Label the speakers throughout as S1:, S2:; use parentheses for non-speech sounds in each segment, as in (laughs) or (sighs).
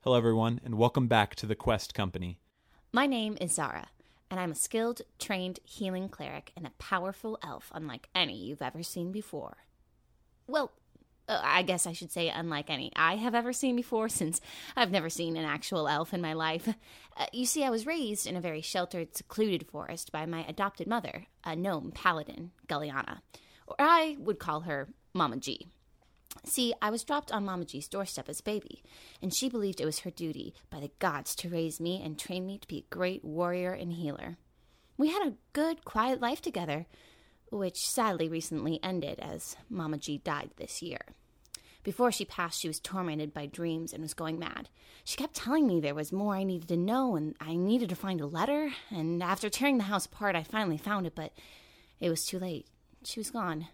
S1: Hello, everyone, and welcome back to the Quest Company.
S2: My name is Zara, and I'm a skilled, trained healing cleric and a powerful elf unlike any you've ever seen before. Well, uh, I guess I should say unlike any I have ever seen before, since I've never seen an actual elf in my life. Uh, you see, I was raised in a very sheltered, secluded forest by my adopted mother, a gnome paladin, Gulliana, or I would call her Mama G. See, I was dropped on Mama G's doorstep as a baby, and she believed it was her duty by the gods to raise me and train me to be a great warrior and healer. We had a good, quiet life together, which sadly recently ended as Mama G died this year. Before she passed, she was tormented by dreams and was going mad. She kept telling me there was more I needed to know and I needed to find a letter, and after tearing the house apart, I finally found it, but it was too late. She was gone.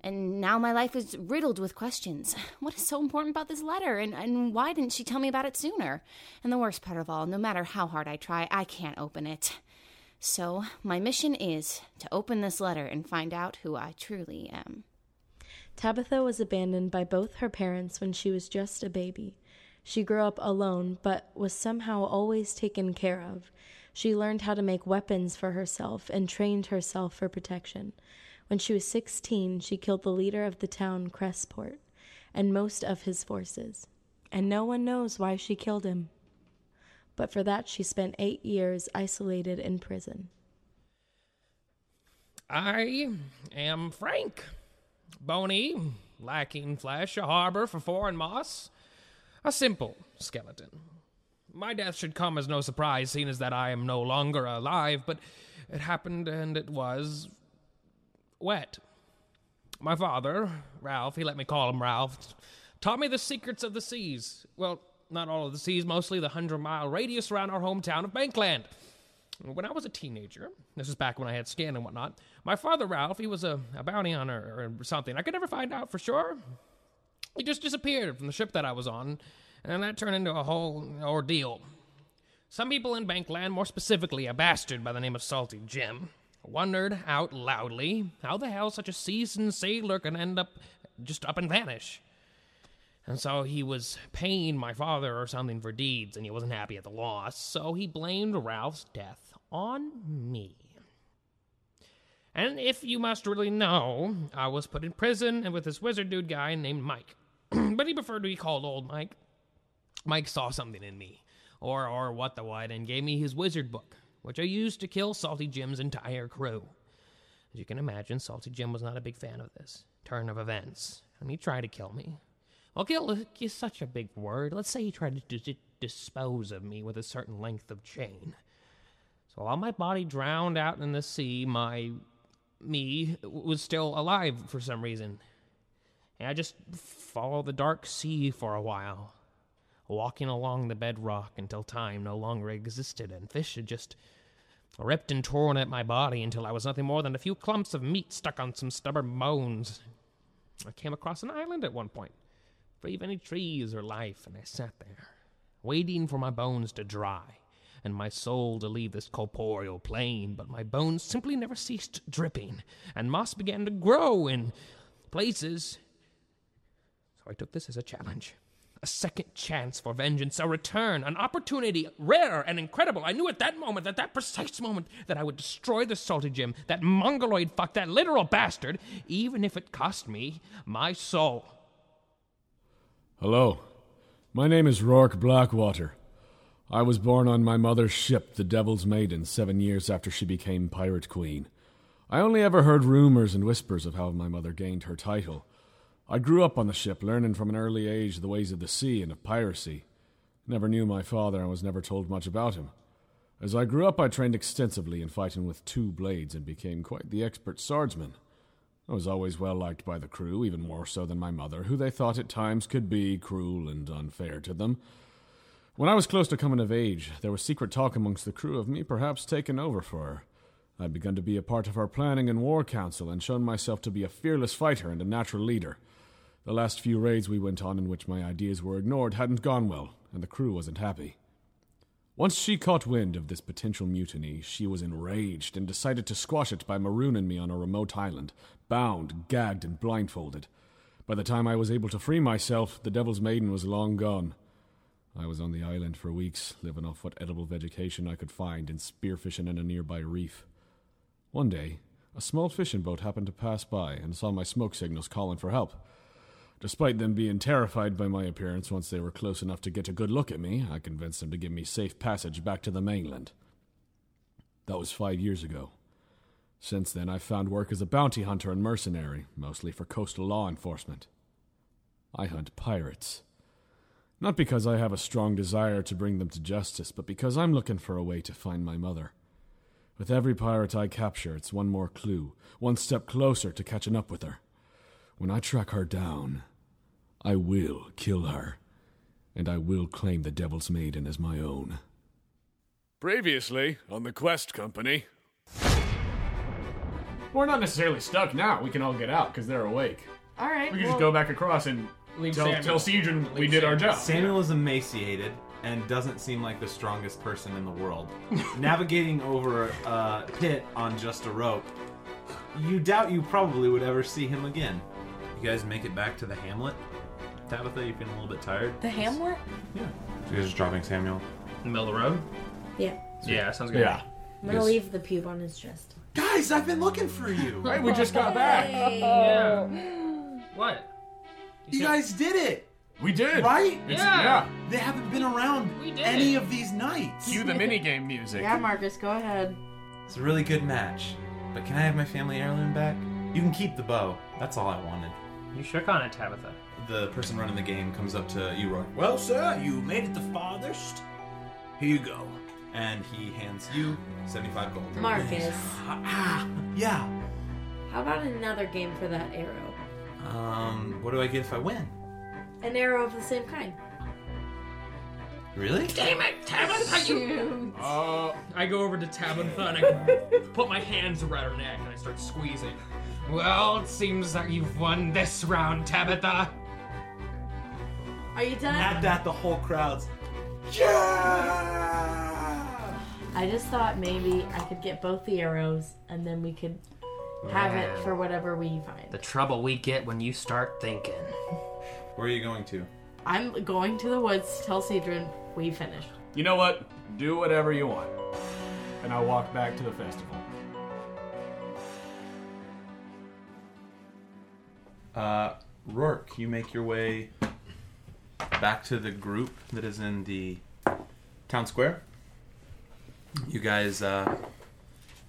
S2: And now my life is riddled with questions. (sighs) What is so important about this letter? And, and why didn't she tell me about it sooner? And the worst part of all, no matter how hard I try, I can't open it. So, my mission is to open this letter and find out who I truly am.
S3: Tabitha was abandoned by both her parents when she was just a baby. She grew up alone, but was somehow always taken care of. She learned how to make weapons for herself and trained herself for protection. When she was 16, she killed the leader of the town, Cressport, and most of his forces. And no one knows why she killed him. But for that, she spent eight years isolated in prison.
S4: I am Frank. Bony, lacking flesh, a harbor for foreign moss. A simple skeleton. My death should come as no surprise, seeing as that I am no longer alive, but it happened and it was wet. My father, Ralph, he let me call him Ralph, taught me the secrets of the seas. Well, not all of the seas, mostly the hundred mile radius around our hometown of Bankland. When I was a teenager, this is back when I had skin and whatnot, my father, Ralph, he was a, a bounty hunter or something. I could never find out for sure. He just disappeared from the ship that I was on, and that turned into a whole ordeal. Some people in Bankland, more specifically a bastard by the name of Salty Jim, wondered out loudly how the hell such a seasoned sailor can end up just up and vanish. And so he was paying my father or something for deeds, and he wasn't happy at the loss, so he blamed Ralph's death on me. And if you must really know, I was put in prison and with this wizard dude guy named Mike. (clears throat) but he preferred to be called old Mike. Mike saw something in me, or or what the what, and gave me his wizard book, which I used to kill Salty Jim's entire crew. As you can imagine, Salty Jim was not a big fan of this turn of events, and he tried to kill me. Well, kill is such a big word. Let's say he tried to dis- dispose of me with a certain length of chain. So while my body drowned out in the sea, my me was still alive for some reason. And I just followed the dark sea for a while, walking along the bedrock until time no longer existed and fish had just ripped and torn at my body until I was nothing more than a few clumps of meat stuck on some stubborn bones. I came across an island at one point, free of any trees or life, and I sat there, waiting for my bones to dry and my soul to leave this corporeal plane, but my bones simply never ceased dripping, and moss began to grow in places. So I took this as a challenge. A second chance for vengeance, a return, an opportunity rare and incredible. I knew at that moment, at that precise moment, that I would destroy the salty Jim, that mongoloid fuck, that literal bastard, even if it cost me my soul.
S5: Hello. My name is Rourke Blackwater. I was born on my mother's ship, the Devil's Maiden, seven years after she became Pirate Queen. I only ever heard rumors and whispers of how my mother gained her title. I grew up on the ship, learning from an early age the ways of the sea and of piracy. Never knew my father and was never told much about him. As I grew up, I trained extensively in fighting with two blades and became quite the expert swordsman. I was always well liked by the crew, even more so than my mother, who they thought at times could be cruel and unfair to them. When I was close to coming of age, there was secret talk amongst the crew of me perhaps taking over for her. I'd begun to be a part of her planning and war council and shown myself to be a fearless fighter and a natural leader. The last few raids we went on in which my ideas were ignored hadn't gone well, and the crew wasn't happy. Once she caught wind of this potential mutiny, she was enraged and decided to squash it by marooning me on a remote island, bound, gagged, and blindfolded. By the time I was able to free myself, the Devil's Maiden was long gone. I was on the island for weeks, living off what edible vegetation I could find and spearfishing in a nearby reef. One day, a small fishing boat happened to pass by and saw my smoke signals calling for help. Despite them being terrified by my appearance once they were close enough to get a good look at me, I convinced them to give me safe passage back to the mainland. That was five years ago. Since then, I've found work as a bounty hunter and mercenary, mostly for coastal law enforcement. I hunt pirates. Not because I have a strong desire to bring them to justice, but because I'm looking for a way to find my mother. With every pirate I capture, it's one more clue, one step closer to catching up with her. When I track her down, I will kill her, and I will claim the Devil's Maiden as my own. Previously on the Quest Company. We're not necessarily stuck now. We can all get out because they're awake.
S3: All right.
S5: We can
S3: well,
S5: just go back across and
S4: Leave
S5: tell,
S4: Samuel.
S5: tell Cedron we
S4: Leave
S5: did our
S4: Samuel.
S5: job.
S1: Samuel is emaciated and doesn't seem like the strongest person in the (laughs) world. Navigating over a pit on just a rope, you doubt you probably would ever see him again. You guys make it back to the hamlet? Tabitha, you feeling a little bit tired?
S3: The hamlet?
S1: Yeah. So you're just dropping Samuel.
S4: In the middle of the road?
S3: Yeah.
S4: Yeah, sounds good.
S5: Yeah.
S3: I'm gonna
S5: Yes.
S3: leave the pube on his chest.
S1: Guys, I've been looking for (laughs) you!
S5: Right, we just got back.
S4: Yeah. What?
S1: You guys did it!
S5: We did.
S1: Right?
S5: It's,
S4: Yeah.
S5: yeah.
S1: They haven't been around
S4: We did
S1: any
S4: it.
S1: of these nights.
S5: Cue the minigame music.
S3: Yeah, Marcus, go ahead.
S1: It's a really good match. But can I have my family heirloom back? You can keep the bow. That's all I wanted.
S4: You shook on it, Tabitha.
S1: The person running the game comes up to you, Roy,
S6: Well, sir, you made it the farthest. Here you go.
S1: and he hands you 75 gold.
S3: Marcus,
S6: Ah, ah, yeah.
S3: how about another game for that arrow?
S1: Um, what do I get if I win?
S3: An arrow of the same kind.
S1: Really?
S5: Uh,
S4: I go over to Tabitha and
S5: (laughs)
S4: I put my hands around her neck and I start squeezing. Well, it seems that you've won this round, Tabitha.
S3: Are you done?
S6: At that, the whole crowd's. Yeah!
S3: I just thought maybe I could get both the arrows and then we could have it for whatever we find.
S4: The trouble we get when you start thinking.
S1: Where are you going to?
S3: I'm going to the woods to tell Cedron we finished.
S5: you know what? Do whatever you want. And I walk back to the festival.
S1: Uh, Rourke, you make your way back to the group that is in the town square. You guys, uh,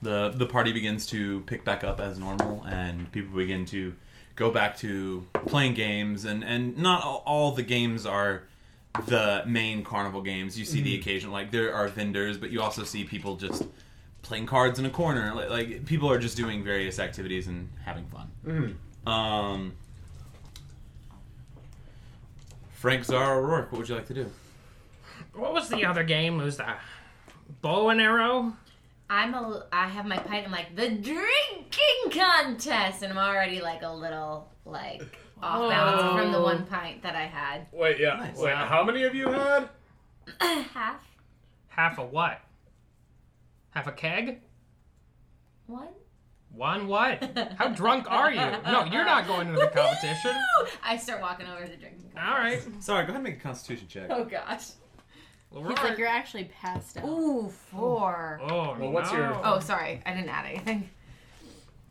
S1: the the party begins to pick back up as normal, and people begin to go back to playing games, and and not all, all the games are the main carnival games. You see the occasional like there are vendors, but you also see people just playing cards in a corner. Like, like people are just doing various activities and having fun. Um, Frank Zara O'Rourke, what would you like to do?
S4: What was the other game? It was the bow and arrow?
S2: I'm a. I have my pint. I'm like the drinking contest, and I'm already like a little like off balance from the one pint that I had.
S5: Wait, yeah.
S1: Nice.
S5: Wait, how many of you had?
S2: Half
S4: Half a what? Half a keg?
S2: one.
S4: One
S5: (laughs)
S4: what? How drunk are you? No, you're not going into the competition.
S2: I start walking over to the drinking.
S4: All right.
S1: Sorry, go ahead and make a constitution check.
S2: Oh gosh.
S4: Well,
S3: He's like, you're actually passed out.
S2: Ooh, four.
S4: oh,
S5: Well, what's your-
S4: no.
S2: Oh, sorry, I didn't add anything.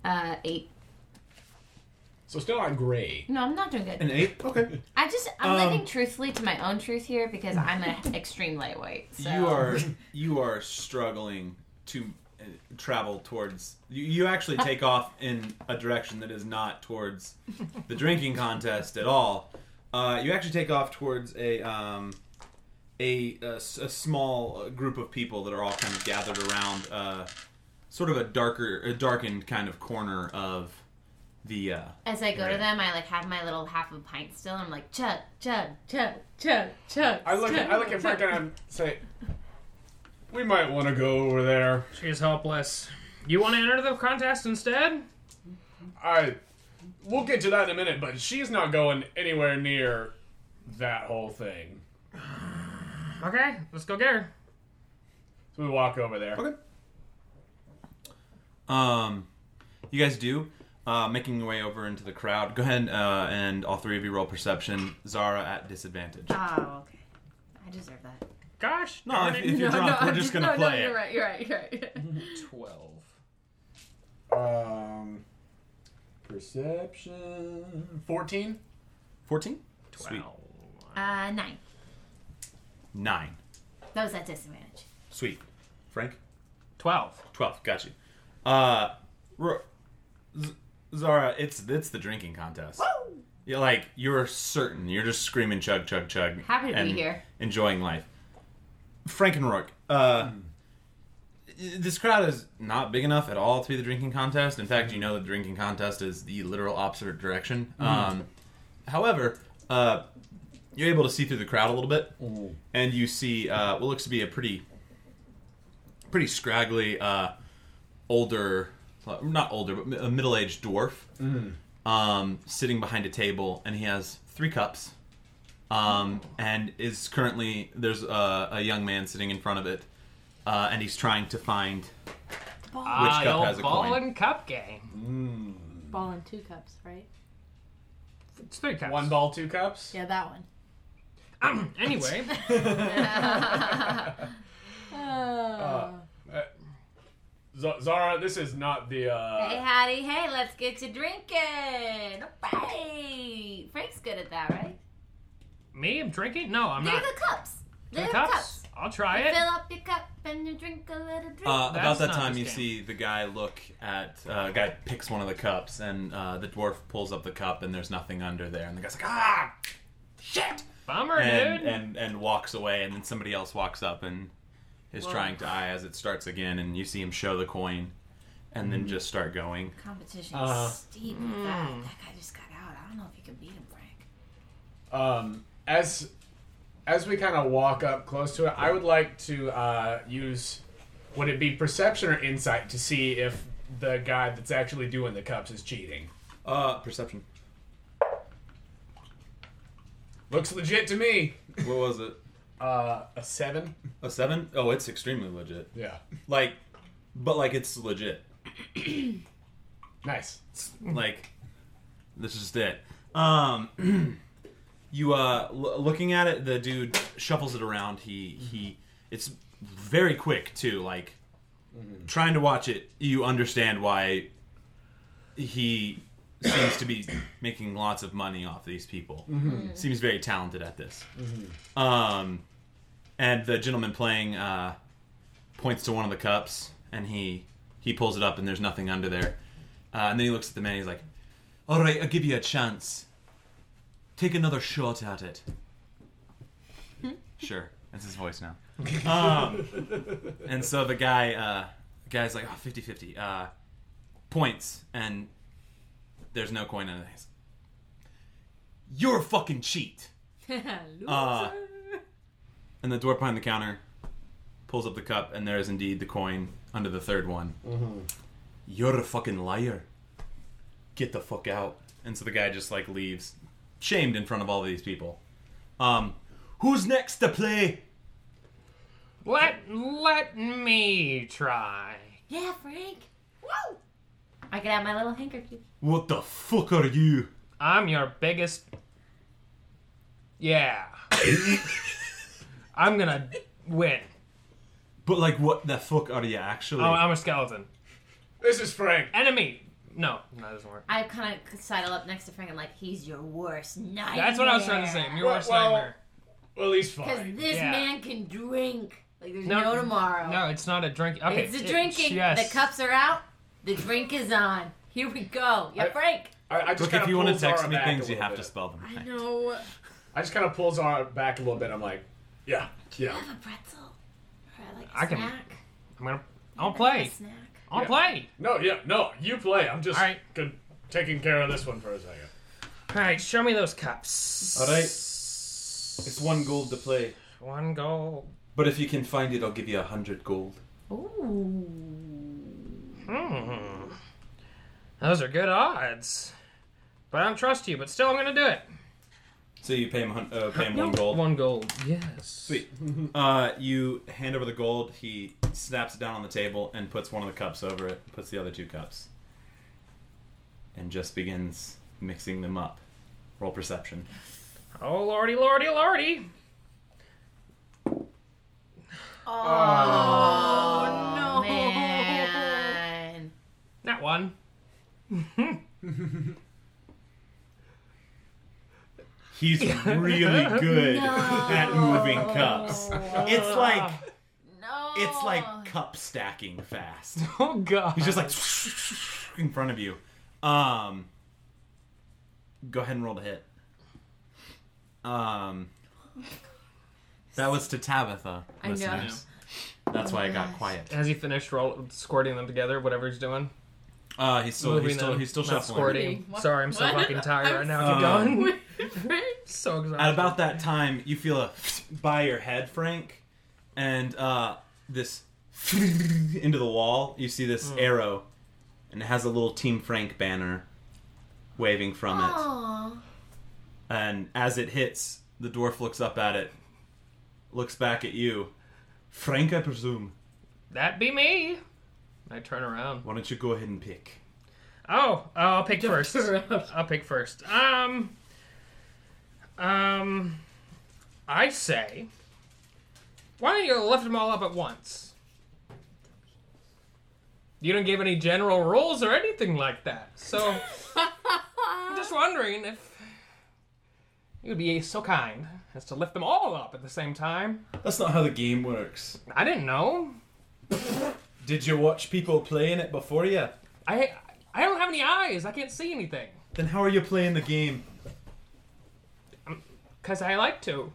S2: Uh, eight.
S5: So still on gray.
S2: No, I'm not doing good.
S1: An eight? Okay.
S2: I just I'm
S1: Um, Mm.
S2: living truthfully to my own truth here because I'm an extreme lightweight. So.
S1: You are you are struggling to uh, travel towards. You, you actually take off in a direction that is not towards the drinking contest at all. Uh, you actually take off towards a um, a, a s- a small uh, group of people that are all kind of gathered around uh, sort of a darker, a darkened kind of corner of the. Uh,
S2: As I go
S1: Right.
S2: to them, I like have my little half a pint still, and I'm like chug, chug, chug, chug, chug.
S5: I look. I look at Frank and I say, "We might want to go over there."
S4: She's helpless. You want to enter the contest instead?
S5: I. We'll get to that in a minute, but she's not going anywhere near that whole thing.
S4: Okay, let's go get her.
S5: So we walk over there.
S1: Okay. Um, you guys do uh, making your way over into the crowd. Go ahead uh, and all three of you roll perception. Zara at disadvantage.
S2: Oh, okay. I I deserve that.
S4: Gosh,
S1: No,
S4: darn
S1: if-
S4: it.
S1: if you're drunk, we're
S2: I'm
S1: just gonna
S2: no,
S1: play
S2: no,
S1: it.
S2: You're right. You're right. You're right. (laughs)
S5: 12. Um, perception. 14?
S1: 14? Sweet.
S4: Twelve.
S2: Uh, nine.
S1: Nine.
S2: That was at disadvantage.
S1: Sweet. Frank?
S4: Twelve.
S1: 12. Got you. Uh, Ro- Z- Zara, it's it's the drinking contest. You're like you're certain. You're just screaming chug chug chug.
S2: Happy to be
S1: and
S2: here.
S1: Enjoying life. Frank and Rourke. Uh, This crowd is not big enough at all to be the drinking contest. In fact, you know the drinking contest is the literal opposite direction.
S2: Mm-hmm.
S1: Um, however, uh, you're able to see through the crowd a little bit, and you see uh, what looks to be a pretty, pretty scraggly, uh, older, not older, but mi- a middle-aged dwarf
S4: Mm-hmm.
S1: um, sitting behind a table, and he has three cups, um,
S4: Oh.
S1: and is currently there's a, a young man sitting in front of it, uh, and he's trying to find which
S4: Ah,
S1: cup
S4: the
S1: has a
S4: ball
S1: coin.
S4: and cup game.
S3: Ball in two cups, right?
S4: It's three cups.
S5: One ball, two cups?
S3: Yeah, that one.
S4: Um, (clears throat) anyway, Oh.
S5: Z- Uh, Zara, this is not the. uh
S2: Hey, howdy, hey, let's get you drinking. Bye. Frank's good at that, right?
S4: me, I'm drinking. No, I'm
S2: Do
S4: not.
S2: the cups. Do
S4: Three
S2: the
S4: cups.
S2: cups.
S4: I'll try
S2: Fill
S4: it.
S2: up your cup and you drink a little drink.
S1: Uh, about
S4: That's
S1: that
S4: not
S1: time,
S4: this
S1: you
S4: game.
S1: see the guy look at uh, guy picks one of the cups, and uh, the dwarf pulls up the cup, and there's nothing under there, and the guy's like, ah, shit,
S4: Bummer,
S1: and
S4: dude.
S1: and, and walks away, and then somebody else walks up and is trying to eye as it starts again, and you see him show the coin, and then just start going.
S2: Competition is
S1: Uh-huh.
S5: Uh,
S2: steep. with That, that guy just got out. I don't know if you can beat him, Frank.
S5: Um, as as we kind of walk up close to it, I would like to uh, use would it be perception or insight to see if the guy that's actually doing the cups is cheating.
S1: Uh, perception.
S5: Looks legit to me.
S1: What was it?
S5: Uh, a seven.
S1: A seven? Oh, it's extremely legit.
S5: Yeah.
S1: Like, but like it's legit.
S5: Nice.
S1: like this is it um (clears throat) you uh l- looking at it the dude shuffles it around he he it's very quick too like trying to watch it you understand why he seems to be making lots of money off these people seems very talented at this um and the gentleman playing uh points to one of the cups and he he pulls it up and there's nothing under there uh, and then he looks at the man. He's like, "All right, I'll give you a chance. Take another shot at it." sure, that's his voice now. um, and so the guy, uh, the guy's like, "Oh, 50-50. Uh, points, and there's no coin in it. He's, You're a fucking cheat.
S2: (laughs)
S4: (laughs)
S1: Uh, and the dwarf behind the counter pulls up the cup, and there is indeed the coin under the third one. You're a fucking liar. Get the fuck out. And so the guy just like leaves, shamed in front of all these people. Um, who's next to play?
S4: Let let me try.
S2: Yeah, Frank. Woo! I could have my little handkerchief.
S1: What the fuck are you?
S4: I'm your biggest. Yeah. I'm gonna win.
S1: But like, what the fuck are you actually?
S4: Oh, I'm a skeleton.
S5: This is Frank.
S4: Enemy. No, no, that doesn't work.
S2: I kind of sidle up next to Frank. I'm like, he's your worst nightmare.
S4: That's what I was trying to say. I'm your
S5: Well-
S4: worst
S5: well,
S4: nightmare.
S5: Well, he's
S2: Because
S5: fine.
S2: this
S4: Yeah.
S2: man can drink. Like, there's
S4: No,
S2: no, tomorrow.
S4: No, it's not a drink. Okay,
S2: it's the
S4: it-
S2: drinking.
S4: yes.
S2: The cups are out. The drink is on. Here we go. Yeah,
S5: I-
S2: Frank.
S5: I, I just
S1: Look,
S5: kinda
S1: if you want
S5: pull
S1: to text
S5: Zara
S1: me
S5: back a
S1: things, you
S5: little
S1: have
S5: bit.
S1: to spell them.
S2: I know.
S5: I just kind of pulls Zara back a little bit. I'm like, yeah, yeah.
S2: I have a pretzel. Or like a
S4: I can-
S2: snack.
S4: I'm gonna. I'll play.
S2: A snack.
S4: I'll play.
S5: No, yeah, no. You play. I'm just
S4: All right.
S5: good, taking care of this one for a second.
S4: All right, show me those cups.
S1: right, it's one gold to play.
S4: One goal.
S1: But if you can find it, I'll give you a hundred gold.
S4: Hmm. Those are good odds. But I don't trust you. But still, I'm gonna do it.
S1: So you pay him, hun- uh, pay him one gold.
S4: One gold. Yes.
S1: Sweet. Uh, you hand over the gold. He snaps it down on the table and puts one of the cups over it. Puts the other two cups, and just begins mixing them up. Roll perception.
S4: Oh lordy, lordy, lordy.
S2: Oh,
S3: no.
S2: man.
S4: That one. (laughs)
S1: He's really good at moving cups. It's like
S2: No.
S1: it's like cup stacking fast.
S4: Oh god.
S1: He's just like (laughs) in front of you. Um, go ahead and roll to hit. Um, that was to Tabitha.
S2: I know.
S1: listeners. That's why I got quiet.
S4: Has he finished roll squirting them together? Whatever he's doing.
S1: Uh, he's still he's
S4: Moving
S1: still
S4: them,
S1: he's still
S4: not
S1: shuffling.
S4: Squirting.
S3: What?
S4: Sorry, I'm so
S3: What?
S4: fucking tired right now.
S3: (laughs)
S4: Keep
S1: Um,
S4: going. (laughs) so exhausted.
S1: At about that time, you feel a (sniffs) by your head, Frank, and uh, this (sniffs) into the wall. You see this arrow, and it has a little Team Frank banner waving from it.
S2: Aw.
S1: And as it hits, the dwarf looks up at it, looks back at you. Frank, I presume.
S4: that be me. I turn around.
S1: Why don't you go ahead and pick?
S4: Oh, uh, I'll pick first. I'll pick first. Um, um, I say, why don't you lift them all up at once? You don't give any general rules or anything like that, so I'm just wondering if you'd be so kind as to lift them all up at the same time.
S7: That's not how the game works.
S4: I didn't know.
S7: Did you watch people playing it before you?
S4: I I don't have any eyes. I can't see anything
S1: Then how are you playing the game?
S4: because I like to.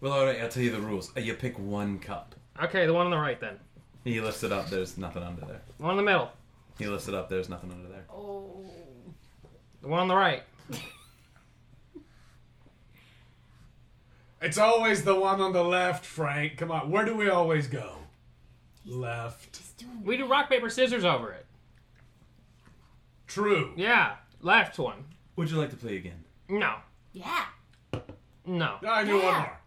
S1: Well, alright, I'll tell you the rules. Uh, You pick one cup.
S4: Okay, the one on the right then.
S1: He lifts it up, there's nothing under there.
S4: The one in the middle.
S1: He lifts it up, there's nothing under there.
S8: Oh.
S2: Oh,
S4: The one on the right.
S5: It's always the one on the left, Frank. Come on, where do we always go? Left.
S4: We do rock, paper, scissors over it.
S5: True.
S4: Yeah. Left one.
S1: Would you like to play again?
S4: No.
S2: Yeah.
S4: No.
S5: I knew one
S2: Yeah.
S5: more.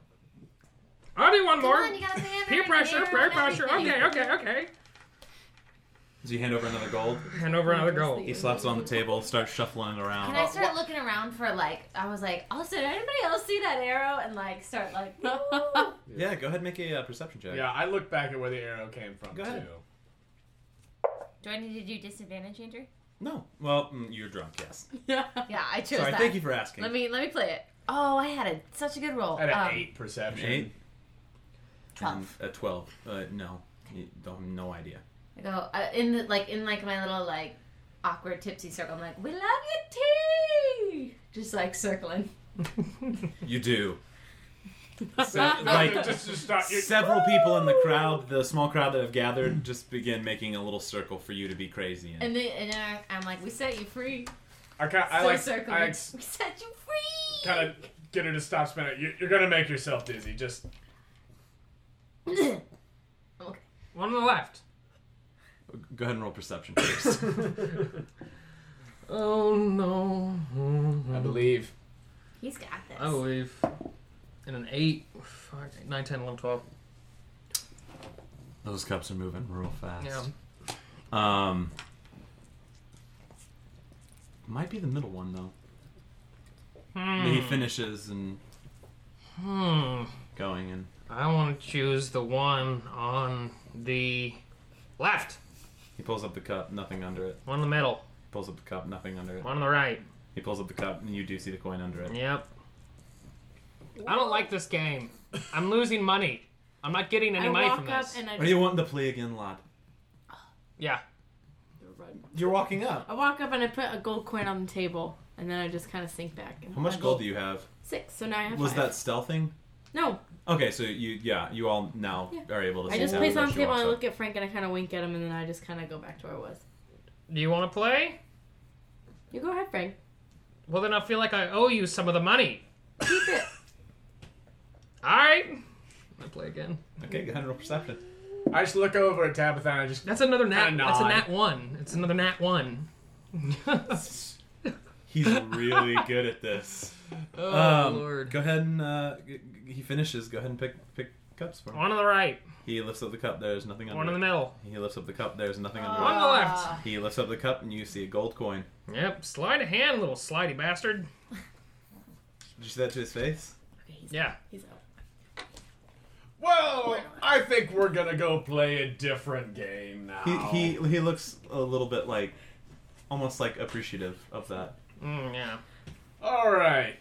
S4: I'll do one
S2: Come
S4: more.
S2: on, you gotta say
S4: Peer pressure, peer pressure. Okay, okay, okay.
S1: Does he hand over another gold?
S4: Hand over another goal.
S1: He slaps it on the table, starts shuffling it
S2: And
S1: around.
S2: I started looking around for like I was like, oh, did anybody else see that arrow? And like start like, (laughs)
S1: Yeah, go ahead and make a uh, perception check.
S5: Yeah, I look back at where the arrow came from
S1: Go
S5: too.
S1: ahead.
S2: do I need to do disadvantage, Andrew?
S1: No. Well, mm, you're drunk, yes.
S2: (laughs) Yeah, I chose
S1: Sorry,
S2: that.
S1: thank you for asking.
S2: Let me let me play it. Oh, I had a such a good roll.
S5: At an
S2: Um,
S5: eight perception. (laughs)
S1: Eight? and
S2: Twelve.
S1: A twelve. Uh, no. You don't, no idea.
S2: I go uh, in the like in like my little like awkward tipsy circle. I'm like, we love your tea. Just like circling.
S1: You do.
S2: (laughs)
S5: Just-
S1: like
S5: just, just stop. you
S1: several people in the crowd, the small crowd that have gathered, just begin making a little circle for you to be crazy in.
S2: And then and then I, I'm like, we set you free.
S5: I, ca- I
S2: Still
S5: like.
S2: circling. (laughs)
S5: I
S2: we set you free.
S5: kind of get her to stop spinning. You're, you're gonna make yourself dizzy. Just
S2: okay.
S4: One on the left.
S1: Go ahead and roll perception first.
S4: Oh no.
S5: I believe.
S2: (clears throat) He's got this.
S4: I believe. And an 8, five, eight, 9, 10, 11, 12.
S1: Those cups are moving real fast.
S4: Yeah.
S1: Um, might be the middle one though. He finishes and
S4: Hmm.
S1: going and
S4: I want to choose the one on the left.
S1: he pulls up the cup, nothing under it.
S4: One in the middle.
S1: He pulls up the cup, nothing under it.
S4: One on the right.
S1: He pulls up the cup, and you do see the coin under it.
S4: Yep. I don't like this game. I'm losing money. I'm not getting any
S3: I
S4: money
S3: walk
S4: from
S3: up
S4: this.
S3: and I
S1: Are
S3: just
S1: you wanting to play again, lad?
S4: Yeah.
S1: You're walking up.
S3: I walk up and I put a gold coin on the table, and then I just kind of sink back.
S1: How much gold do you have?
S3: Six. So now I have
S1: Was
S3: five.
S1: that stealthing?
S3: No,
S1: Okay, so you yeah, you all now
S3: Yeah.
S1: are able to.
S3: I
S1: see
S3: just
S1: that
S3: place
S1: as
S3: it on the
S1: she
S3: table
S1: walks
S3: and I
S1: up.
S3: look at Frank and I kind of wink at him, and then I just kind of go back to where I was.
S4: Do you want to play?
S3: You go ahead, Frank.
S4: Well, then I feel like I owe you some of the money.
S3: Keep it.
S4: (laughs) All right. I play again.
S1: Okay, go ahead and roll
S3: (laughs)
S1: perception.
S5: I just look over at Tabitha and I just.
S4: That's another nat.
S5: Kinda
S4: That's a
S5: nod.
S4: nat one. It's another nat one. (laughs)
S1: He's really good at this.
S4: (laughs) oh
S1: Um,
S4: lord.
S1: Go ahead and uh, g- g- he finishes. Go ahead and pick pick cups for him.
S4: One on the right.
S1: He lifts up the cup. There's nothing under
S4: One in the
S1: it.
S4: middle.
S1: He lifts up the cup. There's nothing
S4: One
S1: under
S4: on the left.
S3: Ah.
S1: it. He lifts up the cup, and you see a gold coin.
S4: Yep. Slide a hand, little slidey bastard.
S1: Did you see that to his face?
S4: Yeah.
S3: He's out.
S5: Well, I think we're gonna go play a different game now.
S1: He, he he looks a little bit like, almost like appreciative of that.
S4: Mm, yeah.
S5: All right.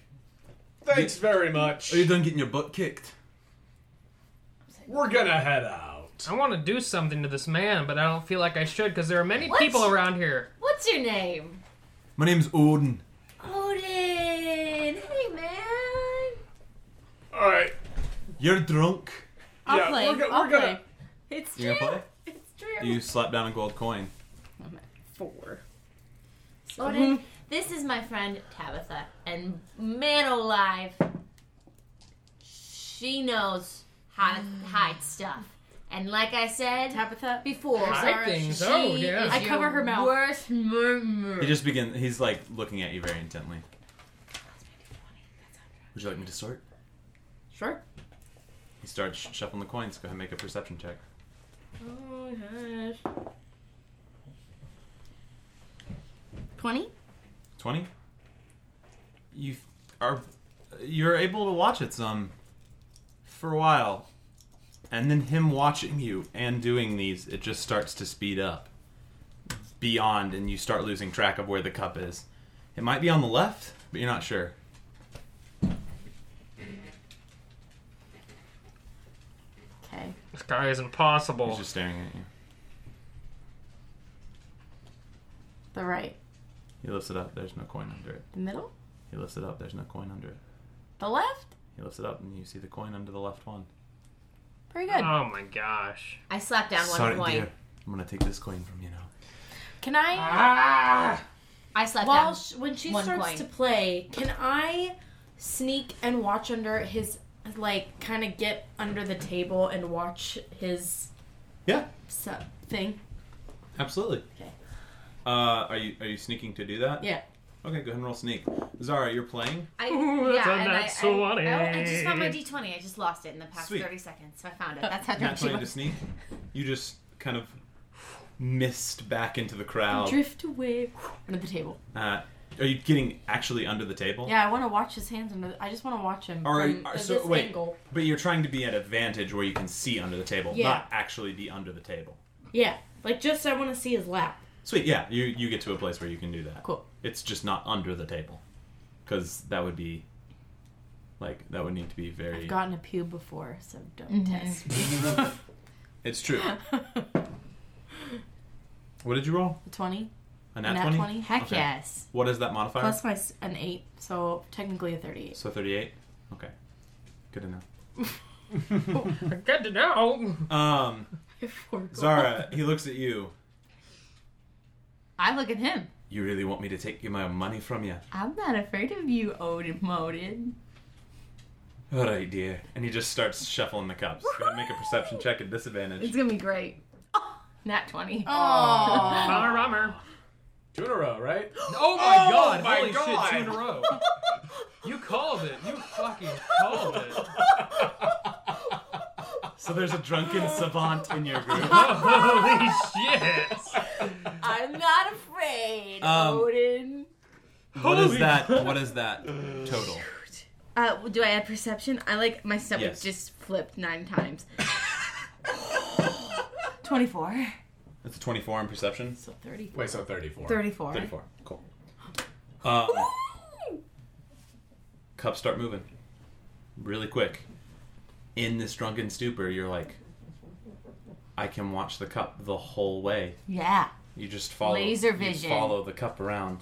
S5: Thanks very much.
S1: Are you done getting your butt kicked?
S5: We're gonna head out.
S4: I want to do something to this man, but I don't feel like I should because there are many
S2: What?
S4: people around here.
S2: What's your name?
S1: My name's Odin.
S2: Odin. Hey, man.
S5: All right.
S1: You're drunk.
S3: I'll
S5: Yeah,
S3: play.
S5: we're go-
S3: I'll play.
S5: we're gonna-
S2: It's
S1: You
S2: true.
S1: gonna
S2: It's true.
S1: play? You slap down a gold coin.
S3: I'm at four.
S2: Odin,
S4: Mm-hmm.
S2: this is my friend Tabitha, and man alive, she knows how to hide stuff. And like I said
S3: Tabitha.
S2: before,
S4: Hide
S2: Zara,
S4: things,
S2: she
S4: oh, yeah.
S2: is
S3: I cover
S2: your
S3: her mouth.
S2: Worst murmur.
S3: Mm.
S1: He just begins. He's like looking at you very intently. Would you like me to sort?
S3: Sure.
S1: He starts sh- shuffling the coins. Go ahead and make a perception check.
S3: Oh my gosh. Twenty.
S1: 20 you are you're able to watch it some for a while and then him watching you and doing these it just starts to speed up beyond and you start losing track of where the cup is it might be on the left but you're not sure
S3: Okay.
S4: This guy is impossible.
S1: he's just staring at you
S3: The right.
S1: he lifts it up there's no coin under it
S3: The middle.
S1: he lifts it up there's no coin under it
S3: The left.
S1: he lifts it up and you see the coin under the left one
S3: Pretty good.
S4: oh my gosh.
S2: I slapped down one
S1: sorry
S2: coin.
S1: dear i'm gonna take this coin from you now
S3: Can I?
S2: I slapped
S3: While
S2: down.
S3: sh when she
S2: one
S3: starts
S2: coin.
S3: to play, can I sneak and watch under his like kind of get under the table and watch his
S1: yeah
S3: su- thing?
S1: absolutely
S3: Okay.
S1: uh, are you are you sneaking to do that
S3: Yeah.
S1: Okay, go ahead and roll sneak. Zara, you're playing.
S2: I,
S4: Ooh, that's a
S2: yeah, and I,
S4: nat
S2: I, I,
S4: 20.
S2: I just found my d20. I just lost it in the past
S1: Sweet.
S2: 30 seconds, so I found it. That's (laughs) how
S1: Not
S2: drunk she
S1: trying to
S2: was.
S1: sneak. You just kind of missed back into the crowd.
S3: Drift away under the table.
S1: Uh, are you getting actually under the table?
S3: Yeah, I want to watch his hands under. The- I just want to watch him
S1: All right,
S3: from
S1: all
S2: uh,
S1: right,
S3: this
S1: so wait.
S3: angle.
S1: But you're trying to be at advantage where you can see under the table,
S3: Yeah.
S1: not actually be under the table.
S3: Yeah, like just I want to see his lap.
S1: Sweet, yeah. You you get to a place where you can do that.
S3: Cool.
S1: It's just not under the table, because that would be like that would need to be very.
S3: I've gotten a pew before, so don't test me.
S1: it's true. what did you roll?
S3: A Twenty.
S1: A
S3: a
S1: nat
S3: nat
S1: twenty.
S3: 20?
S2: Heck
S1: Okay.
S2: yes.
S1: What is that modifier?
S2: Uh,
S3: Plus my s- an eight, so technically a thirty-eight.
S1: So 38? Okay. Good to know.
S4: Good to know.
S1: Um,
S3: Four goals.
S1: Zara, he looks at you.
S2: I look at him.
S1: You really want me to take you my money from you?
S2: I'm not afraid of you, Odin Modin.
S1: All right, dear. And he just starts shuffling the cups. Gonna make a perception check at disadvantage.
S2: It's gonna be great. Oh, (laughs) nat Oh. 20.
S3: Oh.
S5: Aw.
S4: Bummer, bummer.
S5: Two in a
S1: (gasps)
S5: row, right?
S4: Oh my
S5: Oh
S4: god!
S5: my
S4: Holy
S5: God.
S4: shit! Two in a (laughs) row. you called it. You fucking called it.
S1: So there's a
S2: (laughs)
S1: drunken savant in your group.
S4: (laughs) Holy shit!
S2: I'm not afraid,
S1: Um,
S2: Odin.
S1: What is (laughs) that? What is that total?
S2: Uh, do I add perception? I like my stomach
S1: Yes.
S2: just flipped nine times. 24.
S1: It's a 24 in perception.
S3: So thirty-four.
S5: Wait, so 34.
S2: 34.
S1: 34.
S2: (gasps)
S1: Cool. Um, cups start moving really quick. In this drunken stupor, you're like, I can watch the cup the whole way.
S2: Yeah.
S1: You just follow
S2: Laser
S1: you
S2: vision.
S1: follow the cup around.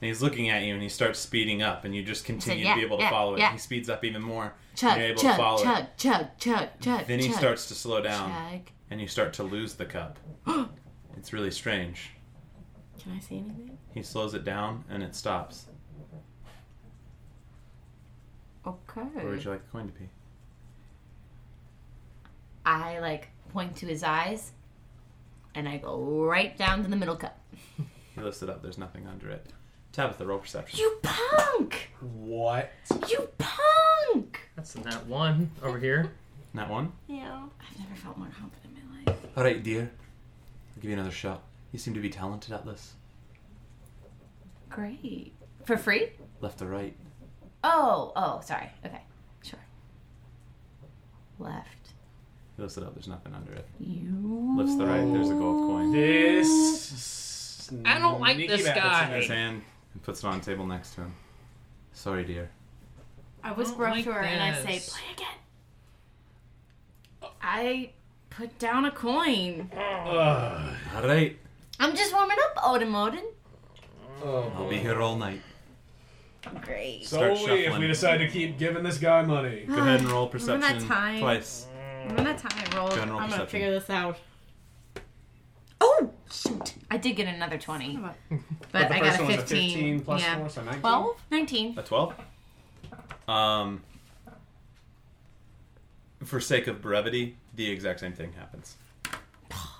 S1: And he's looking at you and he starts speeding up and you just continue
S2: "Yeah,
S1: to be able to
S2: yeah,
S1: follow
S2: yeah."
S1: it. He speeds up even more.
S2: Chug,
S1: and you're able
S2: chug,
S1: to follow
S2: chug,
S1: it.
S2: chug, chug, chug,
S1: Then he
S2: chug,
S1: starts to slow down
S2: Chug.
S1: and you start to lose the
S2: (gasps)
S1: cup. it's really strange.
S3: Can I see anything?
S1: He slows it down and it stops. Where would
S2: Okay.
S1: you like the coin to be?
S2: I like point to his eyes and I go right down to the middle cup.
S1: He lifts it up. There's nothing under it. Tabitha, roll perception.
S2: You punk!
S5: What?
S2: You punk!
S4: That's that one over here.
S1: Not one.
S3: Yeah.
S2: I've never felt more confident in my life.
S1: All right, dear. I'll give you another shot. You seem to be talented at this.
S2: Great. For free?
S1: Left or right?
S2: Oh, oh, sorry. Okay, sure. Left
S1: He lifts it up. There's nothing under it.
S2: You.
S1: Lifts the right. There's a gold coin.
S5: This.
S4: I don't like
S5: sneaky
S4: this
S5: bat that's in
S4: guy.
S5: his
S1: His
S5: hand.
S1: hand and puts it on the table next to him. Sorry, dear.
S3: I whisper
S4: I
S3: up
S4: don't
S3: to her
S4: like
S3: and I say,
S4: this.
S3: "Play again." I put down a coin.
S5: Ugh.
S1: All right.
S2: I'm just warming up, Odin Odin.
S1: I'll be here all night.
S2: Great.
S5: So
S1: Oh, Start
S5: we, if
S1: shuffling.
S5: we decide to keep giving this guy money.
S1: Go ahead and roll
S3: Remember that
S1: perception
S3: time?
S1: twice.
S3: I'm gonna tie roll.
S1: Go ahead and roll
S3: I'm gonna
S1: perception.
S3: figure this out.
S2: Oh shoot! I did get another twenty,
S3: Son
S2: but
S5: the
S2: I
S5: first
S2: got a
S5: one
S2: fifteen.
S5: was a 15 plus
S2: yeah.
S5: four, so 19.
S2: Twelve? Nineteen.
S1: A 12? Um, for sake of brevity, the exact same thing happens.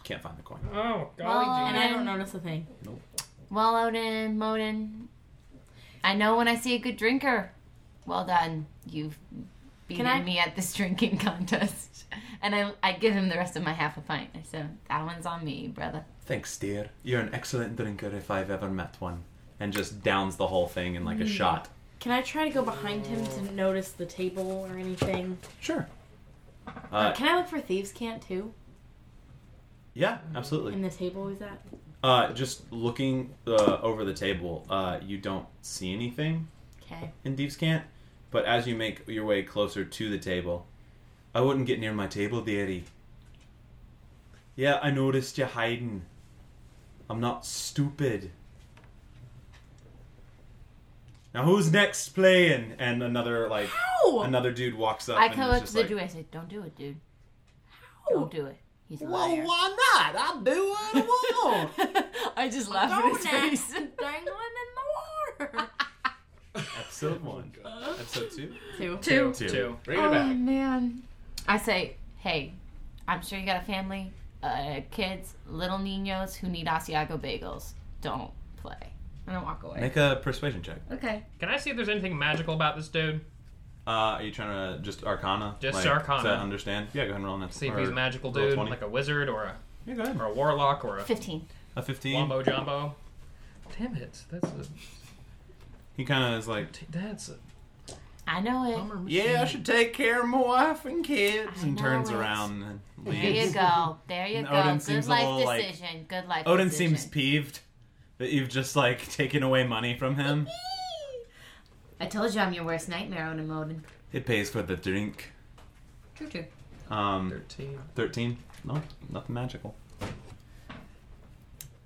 S1: Can't find the coin.
S4: Oh,
S2: Well,
S3: And I don't notice a thing.
S2: Well, Odin, Modin. I know when I see a good drinker. Well done. You've beaten
S3: I-
S2: me at this (laughs) drinking contest. And I, I give him the rest of my half a pint. I said, that one's on me, brother.
S1: Thanks, dear. You're an excellent drinker if I've ever met one. And just downs the whole thing in like
S3: Mm.
S1: a shot.
S3: Can I try to go behind him to notice the table or anything?
S1: Sure. Uh,
S3: Can I look for thieves' cant too
S1: yeah, absolutely.
S3: in the table he's at?
S1: Uh, just looking uh, over the table, uh, you don't see anything
S3: Okay.
S1: in Deep's Cant, but as you make your way closer to the table, I wouldn't get near my table, dearie. Yeah, I noticed you hiding. I'm not stupid. Now who's next playing? And another like
S3: Ow!
S1: another dude walks up.
S2: I
S1: and
S2: come
S1: is
S2: up to
S1: just
S2: the
S1: like,
S2: dude. I said, don't do it, dude. Don't do it. He's a
S7: Well,
S2: liar.
S7: why not? I'll do what I want.
S2: (laughs) I just laughed in his face.
S3: (laughs) Dangling
S2: (laughs)
S3: in the water.
S1: Episode one, episode two,
S3: Two.
S2: Two.
S1: two.
S5: Bring it back.
S3: um,
S2: man. I say, hey, I'm sure you got a family, uh, kids, little niños who need Asiago bagels. Don't play. And I walk away.
S1: Make a persuasion check.
S2: okay.
S4: Can I see if there's anything magical about this dude?
S1: Uh, are you trying to just Arcana?
S4: Just
S1: Like,
S4: Arcana.
S1: To understand? Yeah, go ahead and roll an.
S4: See if he's a magical dude, like a wizard or a
S1: yeah, go ahead.
S4: or a warlock or a
S2: 15.
S1: A fifteen.
S4: wombo jumbo. Damn it! That's a
S1: He kind of is like,
S4: that's a
S2: I know
S1: Oh,
S2: it.
S4: bummer.
S7: Yeah, I should take care of my wife and kids.
S1: and
S2: know
S1: turns
S2: it.
S1: around and
S2: There you
S1: leaves.
S2: go. There you
S1: (laughs) And
S2: go.
S1: Odin
S2: Good
S1: seems a
S2: life
S1: little, like-
S2: decision. Good life
S1: Odin
S2: decision.
S1: seems peeved that you've just like taken away money from him.
S2: I told you I'm your worst nightmare, Odin Odin.
S1: it pays for the drink.
S2: True, true.
S1: Um,
S4: Thirteen.
S1: thirteen. No, nothing magical.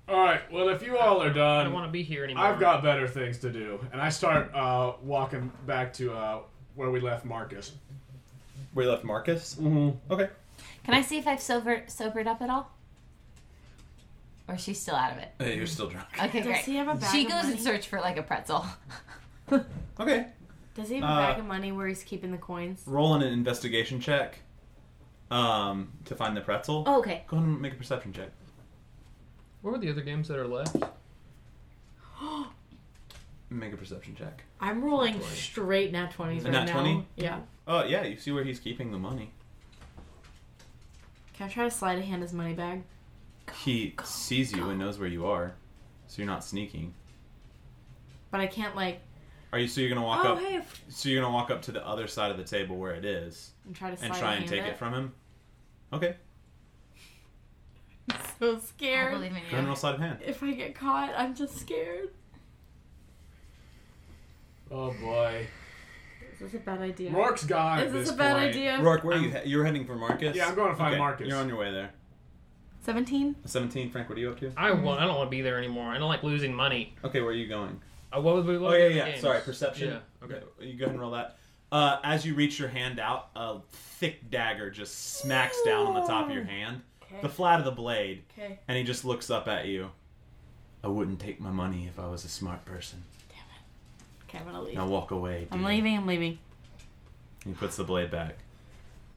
S5: All right. Well, if you all are
S4: I don't
S5: done,
S4: want to be here anymore.
S5: I've got better things to do, and I start uh, walking back to uh, where we left Marcus.
S1: We left Marcus.
S5: Mm-hmm.
S1: Okay.
S2: Can I see if I've sober, sobered up at all? Or is she still out of it?
S1: you're still drunk.
S2: Okay,
S3: Does
S2: great.
S3: he have a bag
S2: she
S3: of
S2: goes in
S3: money?
S2: search for like a pretzel.
S1: Okay.
S3: Does he have a
S1: Uh,
S3: bag of money where he's keeping the coins?
S1: Roll an investigation check. Um, to find the pretzel.
S2: Oh, okay.
S1: Go ahead and make a perception check.
S4: What were the other games that are left?
S1: Make a perception check.
S3: I'm rolling straight nat 20s right
S1: Nat
S3: now.
S1: 20?
S3: Yeah.
S1: Oh yeah, you see where he's keeping the money.
S3: Can I try to slide a hand his money bag?
S1: He sees you and knows where you are, so you're not sneaking.
S3: But I can't like.
S1: Are you? So you're gonna walk
S3: oh
S1: up?
S3: hey, f-
S1: So you're gonna walk up to the other side of the table where it is
S3: and try to slide
S1: and try
S3: a
S1: and
S3: hand
S1: take it. from him. Okay.
S3: So
S2: I
S3: scared.
S2: believe in
S1: Go ahead and
S2: you.
S1: roll sleight of hand.
S3: If I get caught, I'm just scared.
S5: Oh boy,
S3: Is this a bad idea?
S5: Rourke's gone.
S3: Is
S5: at
S3: this,
S5: this
S3: a bad
S5: point.
S3: idea?
S1: Rourke, where are you? He- you're heading for Marcus.
S5: Yeah, I'm going to find Marcus.
S1: Um, You're on your way there.
S3: 17?
S1: 17, Frank. What are you up to?
S4: I want. I don't want to be there anymore. I don't like losing money.
S1: Okay, where are you going?
S4: Uh, what was we? What
S1: Oh
S4: were
S1: yeah,
S4: the
S1: yeah.
S4: games?
S1: Sorry, perception.
S4: Yeah. Okay.
S1: You go ahead and roll that. Uh, as you reach your hand out, a thick dagger just smacks down on the top of your hand,
S3: Okay.
S1: the flat of the blade,
S3: Okay.
S1: and he just looks up at you. I wouldn't take my money if I was a smart person.
S3: Okay, I'm gonna leave.
S1: Now walk away.
S3: I'm
S1: dear.
S3: leaving, I'm leaving.
S1: He puts the blade back.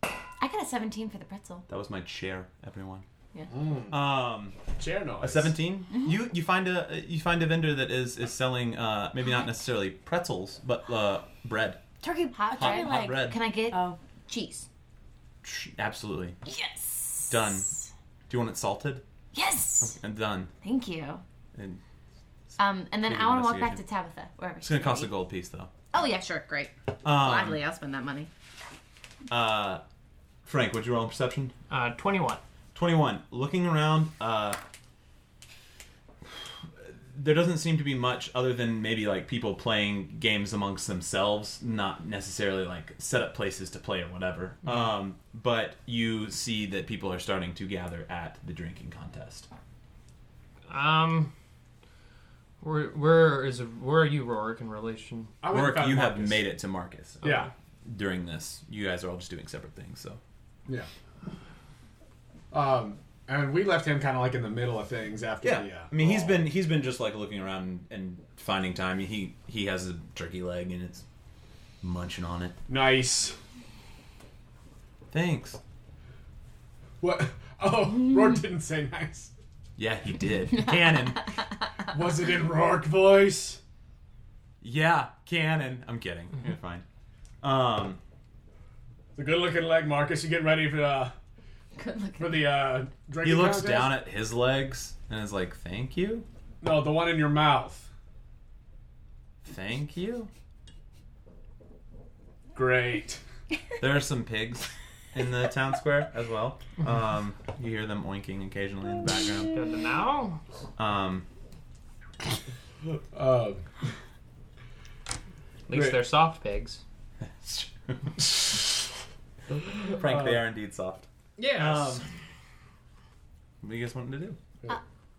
S2: I got a 17 for the pretzel.
S1: That was my chair, everyone.
S2: Yeah.
S1: Um,
S5: Chair noise.
S1: a 17
S3: Mm-hmm.
S1: You you find a you find a vendor that is is selling uh, maybe not necessarily pretzels but uh, bread.
S2: Turkey hot,
S1: Hot-
S2: bread,
S1: hot
S2: like,
S1: bread.
S2: Can I get
S3: Oh.
S2: cheese?
S1: Absolutely
S2: Yes.
S1: done. Do you want it salted?
S2: Yes.
S1: And done.
S2: Thank you.
S1: And
S2: Um, and then
S1: Creative
S2: I want to walk back to
S1: investigation.
S2: Tabitha wherever.
S1: it's gonna cost a gold piece though.
S2: Oh yeah, sure, great.
S1: Um,
S2: Gladly, I'll spend that money.
S1: uh, Frank, what'd you roll in perception?
S4: Uh, 21.
S1: 21. Looking around, uh, there doesn't seem to be much other than maybe like people playing games amongst themselves, not necessarily like set up places to play or whatever.
S2: Mm-hmm.
S1: Um, but you see that people are starting to gather at the drinking contest.
S4: Um, where, where is where are you, Rorik, in relation?
S5: I went and
S1: Mark,
S5: found
S1: you have
S5: Marcus.
S1: made it to Marcus. uh,
S5: Yeah.
S1: During this, you guys are all just doing separate things. So
S5: Yeah. Um, and we left him kind of like in the middle of things after.
S1: yeah,
S5: the, uh,
S1: I mean he's
S5: brawl.
S1: been he's been just like looking around and finding time. He he has a turkey leg and it's munching on it.
S5: nice.
S1: Thanks.
S5: What? (laughs) Oh, Rourke
S3: Hmm.
S5: didn't say nice.
S1: Yeah, he did. Cannon.
S5: Was it in Rourke voice?
S1: Yeah, cannon. I'm kidding. You're fine. Um,
S5: It's a good-looking leg, Marcus. You getting ready for uh,
S2: Good looking.
S5: for the uh,
S1: he
S5: drinking?
S1: looks
S5: contest?
S1: down at his legs and is like, "Thank you,
S5: No, the one in your mouth.
S1: thank you."
S5: Great.
S1: There are some pigs in the town square as well. Um, you hear them oinking occasionally in the background.
S4: Good to know.
S1: Um,
S4: At
S5: Um,
S4: least
S5: Right.
S4: they're soft pigs.
S1: (laughs) Frank, Um, they are indeed soft.
S4: Yes.
S1: What do you guys want to do?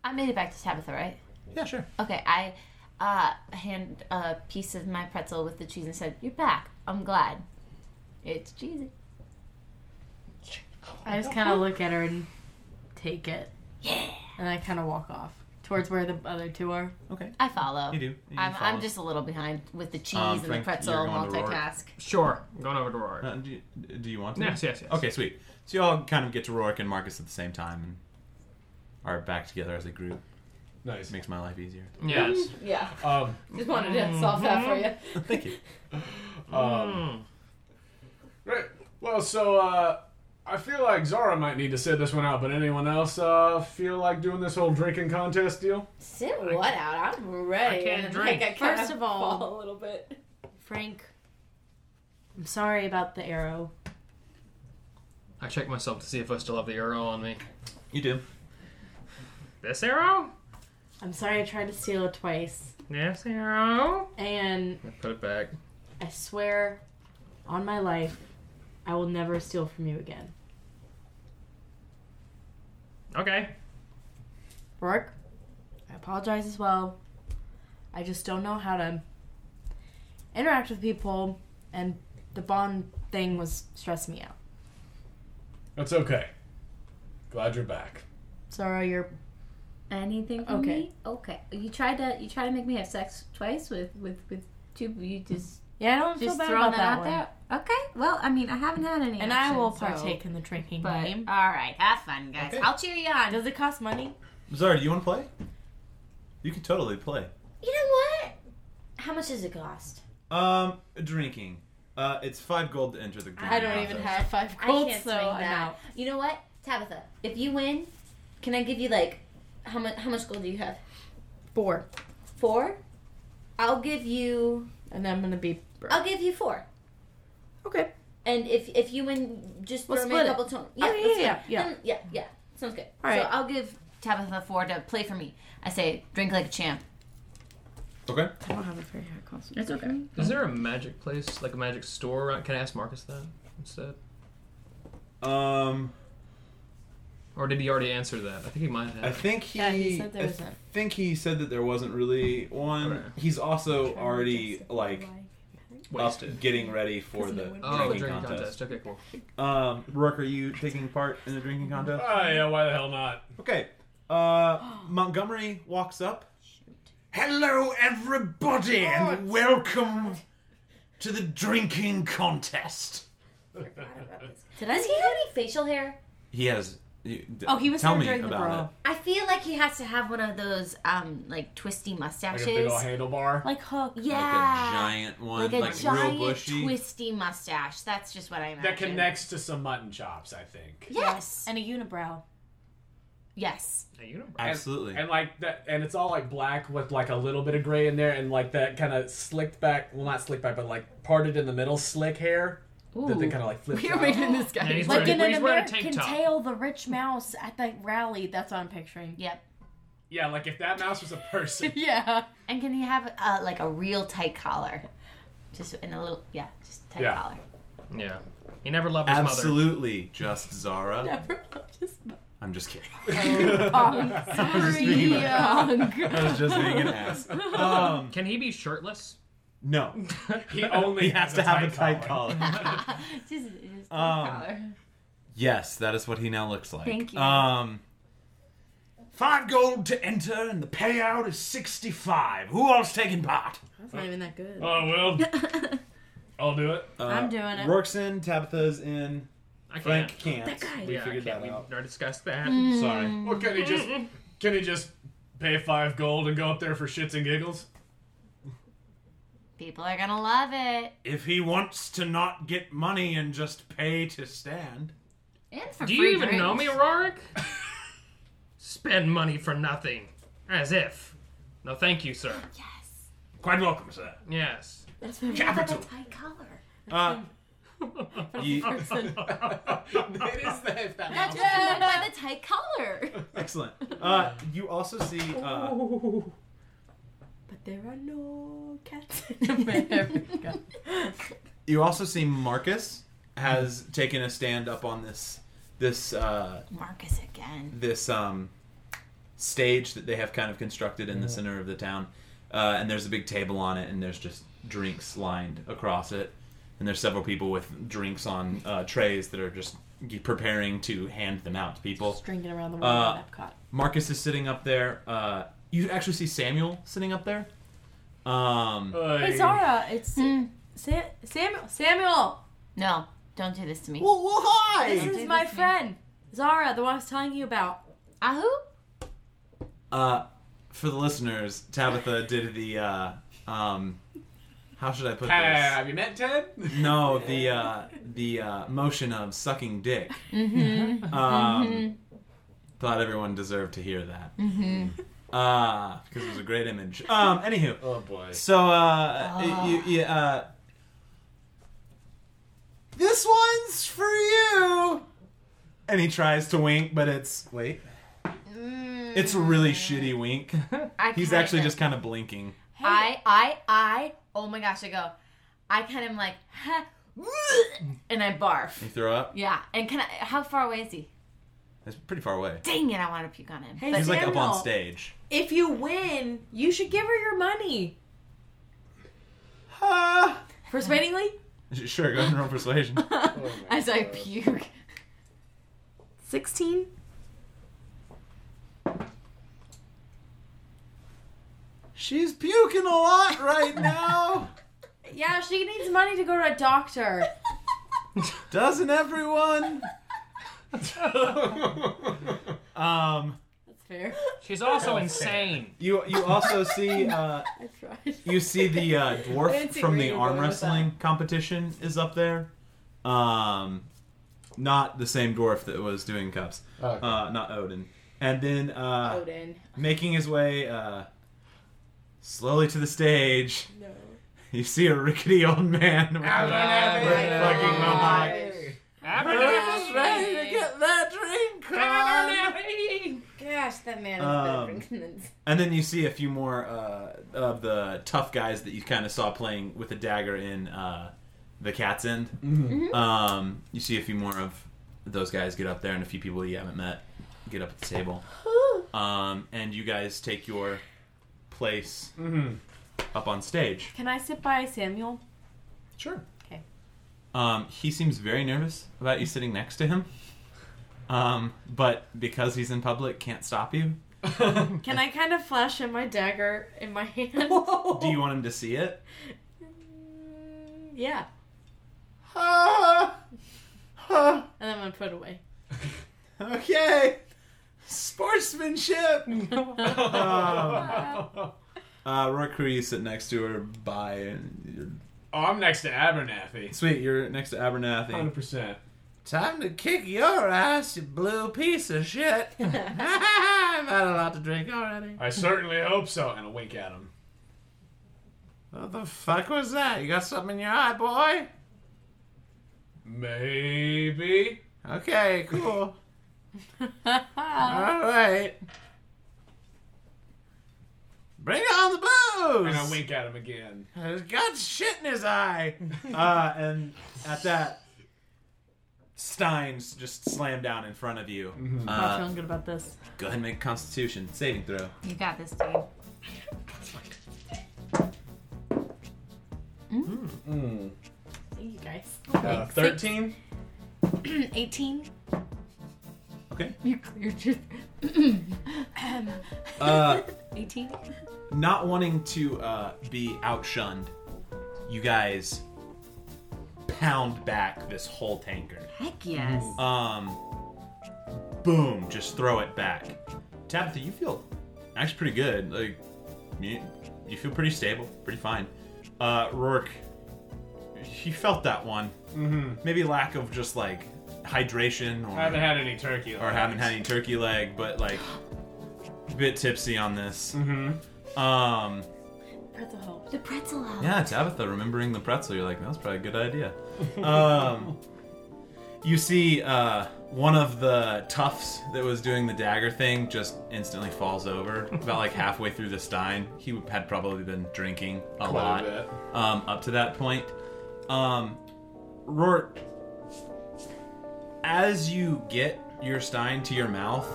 S2: I made it back to Tabitha, right?
S1: Yeah, sure.
S2: Okay, I uh, hand a piece of my pretzel with the cheese and said, "You're back. I'm glad. It's cheesy."
S3: I just kind of look at her and take it. Yeah. And I kind of walk off towards where the other two are.
S1: Okay.
S2: I follow.
S1: You do. You
S2: I'm,
S1: follow.
S2: I'm just a little behind with the cheese
S1: Um,
S2: and
S1: Frank,
S2: the pretzel
S1: you're going to Rorik.
S2: multitask.
S4: sure. I'm going over to Rorik.
S1: Uh, do, you, do you want to?
S4: Yes, yes, yes.
S1: Okay, sweet. So you all kind of get to Rorik and Marcus at the same time and are back together as a group.
S5: nice.
S1: Makes my life easier.
S4: Yes.
S3: Yeah.
S5: Um,
S3: Just wanted to solve that for you.
S1: (laughs) Thank you.
S5: Um,
S4: Hmm,
S5: right. Well, so uh, I feel like Zara might need to sit this one out, but anyone else uh, feel like doing this whole drinking contest deal?
S3: Sit what out? I'm ready.
S4: I can't
S3: And,
S4: drink.
S3: Like, I kinda
S9: First of all-
S3: fall a little bit.
S9: Frank, I'm sorry about the arrow.
S4: I check myself to see if I still have the arrow on me.
S1: You do.
S4: This arrow?
S9: I'm sorry I tried to steal it twice.
S4: This arrow?
S9: And
S4: I put it back.
S9: I swear on my life, I will never steal from you again.
S4: Okay.
S9: Rourke, I apologize as well. I just don't know how to interact with people, and the bond thing was stressing me out.
S5: That's okay. Glad you're back.
S9: Sorry, you're
S2: Anything from
S9: Okay.
S2: me? Okay. You tried to you tried to make me have sex twice with with with two. You just
S9: yeah. I don't feel
S2: just
S9: bad
S2: throwing
S9: about
S2: that,
S9: that,
S2: out
S9: one.
S2: there. Okay. Well, I mean, I haven't had any.
S9: And I
S2: action,
S9: will
S2: so-
S9: partake in the drinking
S2: But uh, all
S9: game.
S2: right, have fun, guys. I'll cheer you on.
S9: Does it cost money?
S1: Bizarre, do you want to play? You can totally play.
S2: You know what? How much does it cost?
S1: Um, drinking. Uh, it's five gold to enter the drinking
S9: I don't even
S1: contest.
S9: have five
S2: I
S9: gold,
S2: can't
S9: so
S2: swing that.
S9: I'm out.
S2: You know what, Tabitha? If you win, can I give you like how much? How much gold do you have?
S9: Four,
S2: Four. I'll give you.
S9: and then I'm gonna be.
S2: I'll give you four.
S9: Okay.
S2: And if if you win, just
S9: We'll
S2: throw me a
S9: split it.
S2: couple tones. Yeah,
S9: Okay,
S2: that's
S9: yeah,
S2: fine.
S9: yeah, yeah.
S2: Then- Mm, yeah, yeah. Sounds good.
S9: All right.
S2: So I'll give Tabitha four to play for me. I say drink like a champ.
S1: Okay.
S9: I don't have a very high cost.
S2: That's okay.
S4: Is there a magic place, like a magic store? around- Can I ask Marcus that instead?
S1: Um,
S4: Or did he already answer that? I think he might have.
S1: I think he.
S9: Yeah, he said there
S1: I
S9: wasn't.
S1: think he said that there wasn't really one.
S4: Okay.
S1: He's also already like up
S4: Wasted.
S1: getting ready for the drinking,
S4: Oh, the drinking
S1: contest.
S4: contest. Okay, cool.
S1: Um, Rook, are you taking part in the drinking contest?
S5: Oh yeah, why the hell not?
S1: Okay. Uh, Montgomery walks up.
S7: Hello, everybody, and welcome to the drinking contest.
S2: Did I Does he have any facial hair?
S1: He has. you- d-
S9: Oh, he was
S1: tell
S9: there
S1: me
S9: during the brawl.
S1: about
S2: I feel like he has to have one of those um like twisty
S5: Like
S2: mustaches.
S5: a big ol' handlebar.
S9: Like hook.
S1: it.
S2: yeah.
S1: Like a giant one,
S2: like a
S1: like,
S2: giant
S1: real bushy.
S2: twisty mustache. That's just what I imagine.
S5: That connects to some mutton chops, I think.
S2: Yes.
S9: And a unibrow.
S2: Yes.
S4: Hey, you know,
S1: Absolutely.
S5: And like that, and it's all like black with like a little bit of gray in there, and like that kind of slicked back. Well, not slicked back, but like parted in the middle, slick hair.
S7: that they kind of like flip.
S3: We're making (laughs) this guy-
S7: And he's
S3: Like
S7: wearing-
S3: in an
S7: he's wearing a tank
S3: American
S7: top.
S3: Tail, the rich mouse at the rally. That's what I'm picturing.
S2: Yep.
S5: Yeah, like if that mouse was a person.
S3: yeah.
S2: And can he have uh, like a real tight collar? Just in a little, yeah, just tight
S1: Yeah.
S2: collar.
S4: Yeah. He never loved his mother.
S1: Absolutely, just Zara.
S2: Never
S3: loved his mother.
S1: I'm just kidding. (laughs)
S4: I was just
S1: sorry,
S4: being an-
S1: Young. I was just being an ass. Um,
S4: Can he be shirtless?
S1: No,
S4: He only
S1: has,
S4: has
S1: to
S4: a
S1: have a
S4: tight
S1: tight
S4: collar.
S1: collar.
S7: (laughs)
S2: just, just tight
S1: Um,
S2: collar.
S1: Yes, that is what he now looks like.
S2: Thank you.
S1: Um,
S7: Five gold to enter, and the payout is sixty-five. Who all's taking part?
S3: That's not even that good.
S5: Oh, well. (laughs) I'll do it.
S3: I'm doing it.
S1: Rourke's Uh, in, Tabitha's in.
S4: I
S1: Frank
S4: can't.
S1: can't.
S4: That guy.
S1: We
S4: Yeah, I
S1: figured
S4: can't.
S1: that
S4: We
S1: out.
S4: already discussed that.
S2: Mm,
S1: Sorry.
S7: Mm.
S5: Well, can he just can he just pay five gold and go up there for shits and (laughs) giggles?
S2: People are gonna love it.
S7: If he wants to not get money and just pay to stand,
S2: And for
S4: Do
S2: free
S4: you even
S2: drinks.
S4: know me, Rorik? Spend money for nothing. As if. No, thank you, sir.
S7: quite welcome, sir.
S4: Yes.
S2: That's
S7: why we have that Capital.
S2: tight collar.
S1: Uh, ye-
S5: (laughs)
S2: That's what I meant by the tight collar.
S1: (laughs) Excellent. Uh, you also see. Uh,
S3: But there are no cats
S1: (laughs)
S3: in America.
S1: you also see Marcus has taken a stand up on this this uh,
S2: Marcus again.
S1: this um, stage that they have kind of constructed in the center of the town, uh, and there's a big table on it, and there's just drinks lined across it, and there's several people with drinks on uh, trays that are just g- preparing to hand them out to people.
S3: Just drinking around the world
S1: Uh,
S3: at Epcot.
S1: Marcus is sitting up there. Uh, you actually see Samuel sitting up there. Um,
S3: Hey, Zara, it's Sam- Samuel. Samuel,
S2: No, don't do this to me.
S1: Well, well hi.
S3: this is my friend Zara, the one I was telling you about.
S2: Ahu?
S1: Uh, for the listeners, Tabitha did the uh, um, how should I put
S5: Have you met Ted?
S1: this? No, the uh, the uh, motion of sucking dick.
S2: Mm-hmm.
S1: Um, Thought everyone deserved to hear that
S2: mm-hmm.
S1: uh, because it was a great image. Um, anywho,
S5: Oh boy.
S1: so uh, you, you, uh, this one's for you. And he tries to wink, but it's wait. It's a really shitty wink.
S2: I
S1: He's
S2: kinda-
S1: actually just kind of blinking.
S2: I, I, I, oh my gosh, I go, I kind of am like, (laughs) ha, and I barf.
S1: You throw up.
S2: Yeah, and can I, how far away is he?
S1: It's pretty far away.
S2: Dang it, I want to puke on him.
S3: Hey,
S1: He's like up on
S3: Samuel,
S1: stage.
S3: If you win, you should give her your money.
S1: Ah.
S3: Persuadingly,
S1: Sure, go ahead and roll persuasion.
S2: As I puke.
S3: sixteen.
S1: She's puking a lot right now.
S3: Yeah, she needs money to go to a doctor.
S1: Doesn't everyone? um,
S3: That's (laughs) fair.
S4: She's also insane.
S1: you you also see uh,
S3: I tried.
S1: you see the uh,
S3: I
S1: dwarf
S3: didn't see
S1: from
S3: where
S1: the
S3: you were
S1: arm
S3: going with
S1: wrestling competition is up there. Um, not the same dwarf that was doing cups. Uh, not Odin. And then uh,
S3: Odin.
S1: making his way uh, slowly to the stage.
S3: No.
S1: You see a rickety old man with fucking robot.
S3: ready to get
S1: that drink
S3: Gosh, that man is
S1: Um,
S3: better drinking than
S1: And then you see a few more uh, of the tough guys that you kind of saw playing with a dagger in uh, the cat's end.
S3: Mhm.
S1: Um, you see a few more of those guys get up there, and a few people you haven't met get up at the table. Um, and you guys take your place up on stage.
S3: Can I sit by (laughs) Samuel?
S1: Sure.
S3: Okay.
S1: Um, he seems very nervous about you sitting next to him. Um, but because he's in public, can't stop you.
S3: Can I kind of flash him my dagger in my hand?
S1: Do you want him to see it?
S3: Yeah. And I'm gonna put it away.
S1: Okay. Sportsmanship. um, (laughs) uh, Rourke, who are you sitting next to or by? And you're-
S5: Oh, I'm next to Abernathy.
S1: Sweet, you're next to Abernathy.
S5: Hundred percent.
S1: Um, Time to kick your ass, you blue piece of shit. I've had a lot to drink already.
S5: I certainly hope so. And a wink at him.
S1: What the fuck was that? You got something in your eye, boy?
S5: Maybe.
S1: Okay, cool. All right. Bring on the booze!
S5: And I wink at him again.
S1: He's got shit in his eye. uh, and at that, Steins just slam down in front of you.
S9: I'm
S1: Uh,
S9: not feeling good about this.
S1: go ahead and make a Constitution saving throw.
S2: You got this, dude.
S5: Mm.
S9: You guys.
S5: Uh, 13?
S9: 18.
S1: Okay.
S9: You cleared your.
S1: Uh,
S9: 18?
S1: not wanting to uh, be outshunned, you guys pound back this whole tanker.
S10: Heck yes.
S3: (laughs)
S1: Um, boom, just throw it back. Tabitha, you feel actually pretty good. Like, you, you feel pretty stable, pretty fine. Uh, Rourke, you felt that one.
S5: Mhm.
S1: Maybe lack of just like hydration or
S5: Haven't had any turkey.
S1: or haven't had any turkey leg, but like a bit tipsy on this. Mm-hmm. Um,
S9: Pretzel help.
S10: The pretzel house.
S1: yeah, Tabitha, remembering the pretzel, you're like, that was probably a good idea.
S5: (laughs)
S1: Um, you see uh, one of the toughs that was doing the dagger thing just instantly falls over about
S5: (laughs)
S1: like halfway through the stein. He had probably been drinking a
S5: Quite a
S1: lot
S5: bit.
S1: Um, up to that point. Um, Rourke, as you get your stein to your mouth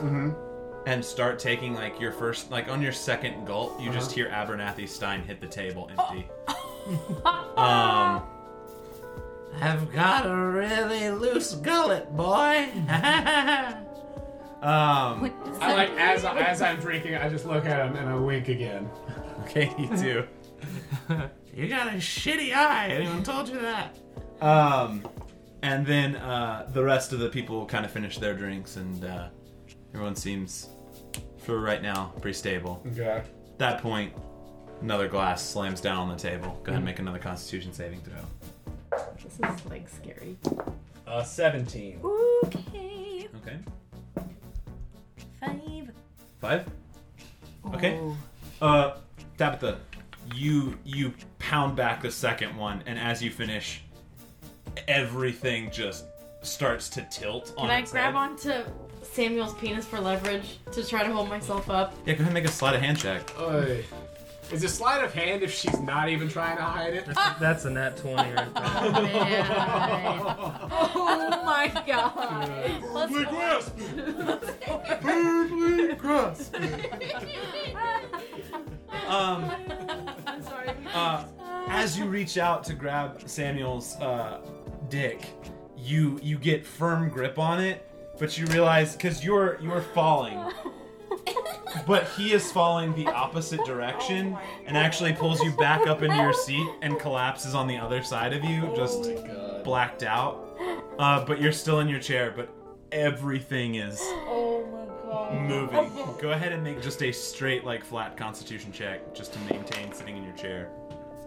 S1: and start taking like your first, like on your second gulp, you just hear Abernathy Stein hit the table empty. um, I've got a really loose gullet, boy. (laughs) um,
S5: I like as as I'm drinking, I just look at him and I wink again.
S1: okay, you (laughs) too. you got a shitty eye. Anyone told you that? Um, and then uh, the rest of the people kind of finish their drinks, and uh, everyone seems, for right now, pretty stable.
S5: Okay.
S1: At that point, another glass slams down on the table. Go ahead and make another Constitution saving throw.
S9: This is like scary.
S5: Uh, 17.
S9: Okay.
S1: Okay.
S9: Five.
S1: Five. Okay. Uh, Tabitha, you you pound back the second one, and as you finish, everything just starts to tilt on
S9: Can I
S1: its
S9: grab
S1: head.
S9: onto Samuel's penis for leverage to try to hold myself up?
S1: Yeah, go ahead and make a sleight of hand check.
S5: Oy. Is it sleight of hand if she's not even trying to hide it?
S8: That's a nat 20 right there.
S1: (laughs)
S9: Oh my god. Let's go.
S1: Um,
S9: I'm sorry.
S1: uh, as you reach out to grab Samuel's uh, dick, you you get firm grip on it, but you realize because you're you're falling, but he is falling the opposite
S9: Oh
S1: direction and actually pulls you back up into your seat and collapses on the other side of
S9: Oh
S1: you, just blacked out. Uh, but you're still in your chair, but everything is
S9: (gasps) Oh my god.
S1: moving.
S9: (laughs)
S1: Go ahead and make just a straight like flat Constitution check just to maintain sitting in your chair.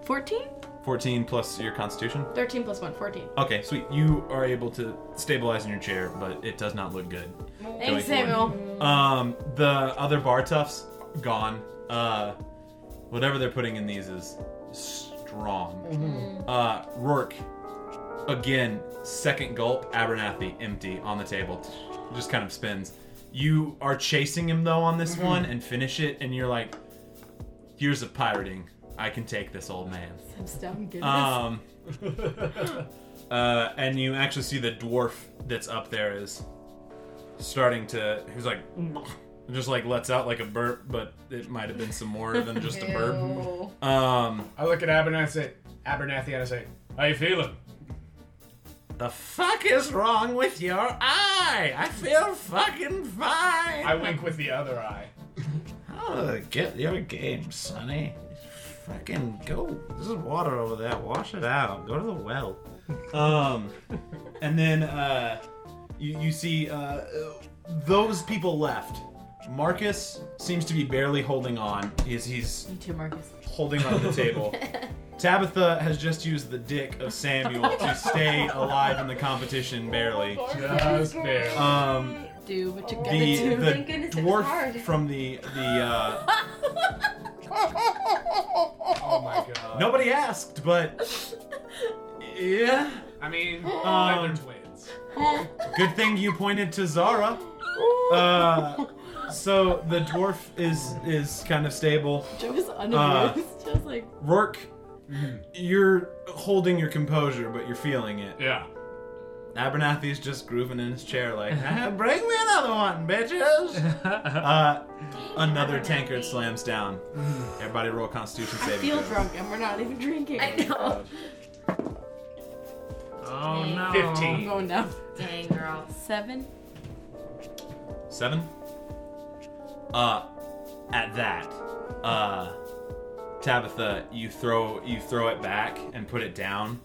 S9: 14?
S1: 14 plus your constitution.
S9: 13 plus 1, 14.
S1: Okay, sweet. You are able to stabilize in your chair, but it does not look good.
S9: Thanks,
S1: Going
S9: Samuel.
S1: forward. Um, the other bar tufts gone. Uh, whatever they're putting in these is strong. Uh, Rourke, again, second gulp. Abernathy empty on the table. Just kind of spins. You are chasing him though on this one and finish it, and you're like, "Here's a pirating. I can take this old man."
S9: I'm stung. Goodness.
S1: Um, (laughs) uh, and you actually see the dwarf that's up there is starting to. He's like, (laughs) just like lets out like a burp, but it might have been some more than just a burp. Um,
S5: I look at Abernathy and say, Abernathy and I say, How you feeling?
S1: the fuck is wrong with your eye? I feel fucking fine.
S5: I wink with the other eye.
S1: Oh, get your game, Sonny. Fucking go. This is water over there. Wash it out. Go to the well. Um, and then uh, you you see uh, uh, those people left. Marcus seems to be barely holding on. He's he's
S9: You too, Marcus.
S1: holding on to the
S9: (laughs)
S1: table. Tabitha has just used the dick of Samuel to stay alive in the competition barely.
S5: Oh, Just barely.
S1: Um,
S9: Do what you gotta
S1: the,
S3: (laughs)
S9: do.
S1: the dwarf from the the uh,
S5: oh my god.
S1: Nobody asked, but yeah,
S5: I mean,
S1: Um,
S5: they're twins.
S1: Good thing you pointed to Zara. Uh, so the dwarf is is kind of stable.
S3: Joe was
S1: Uh,
S3: unamused. Joe was like,
S1: Rourke, you're holding your composure, but you're feeling it.
S5: Yeah.
S1: Abernathy's just grooving in his chair, like, "Ah, bring me another one, bitches. uh, another tankard slams down. Everybody roll Constitution
S3: I
S1: saving.
S3: feel
S1: throw.
S3: drunk and we're not even drinking. I (laughs) know.
S4: Oh no.
S3: I'm going down.
S8: Dang, girl.
S3: Seven.
S1: Seven. Uh, at that, uh, Tabitha, you throw you throw it back and put it down,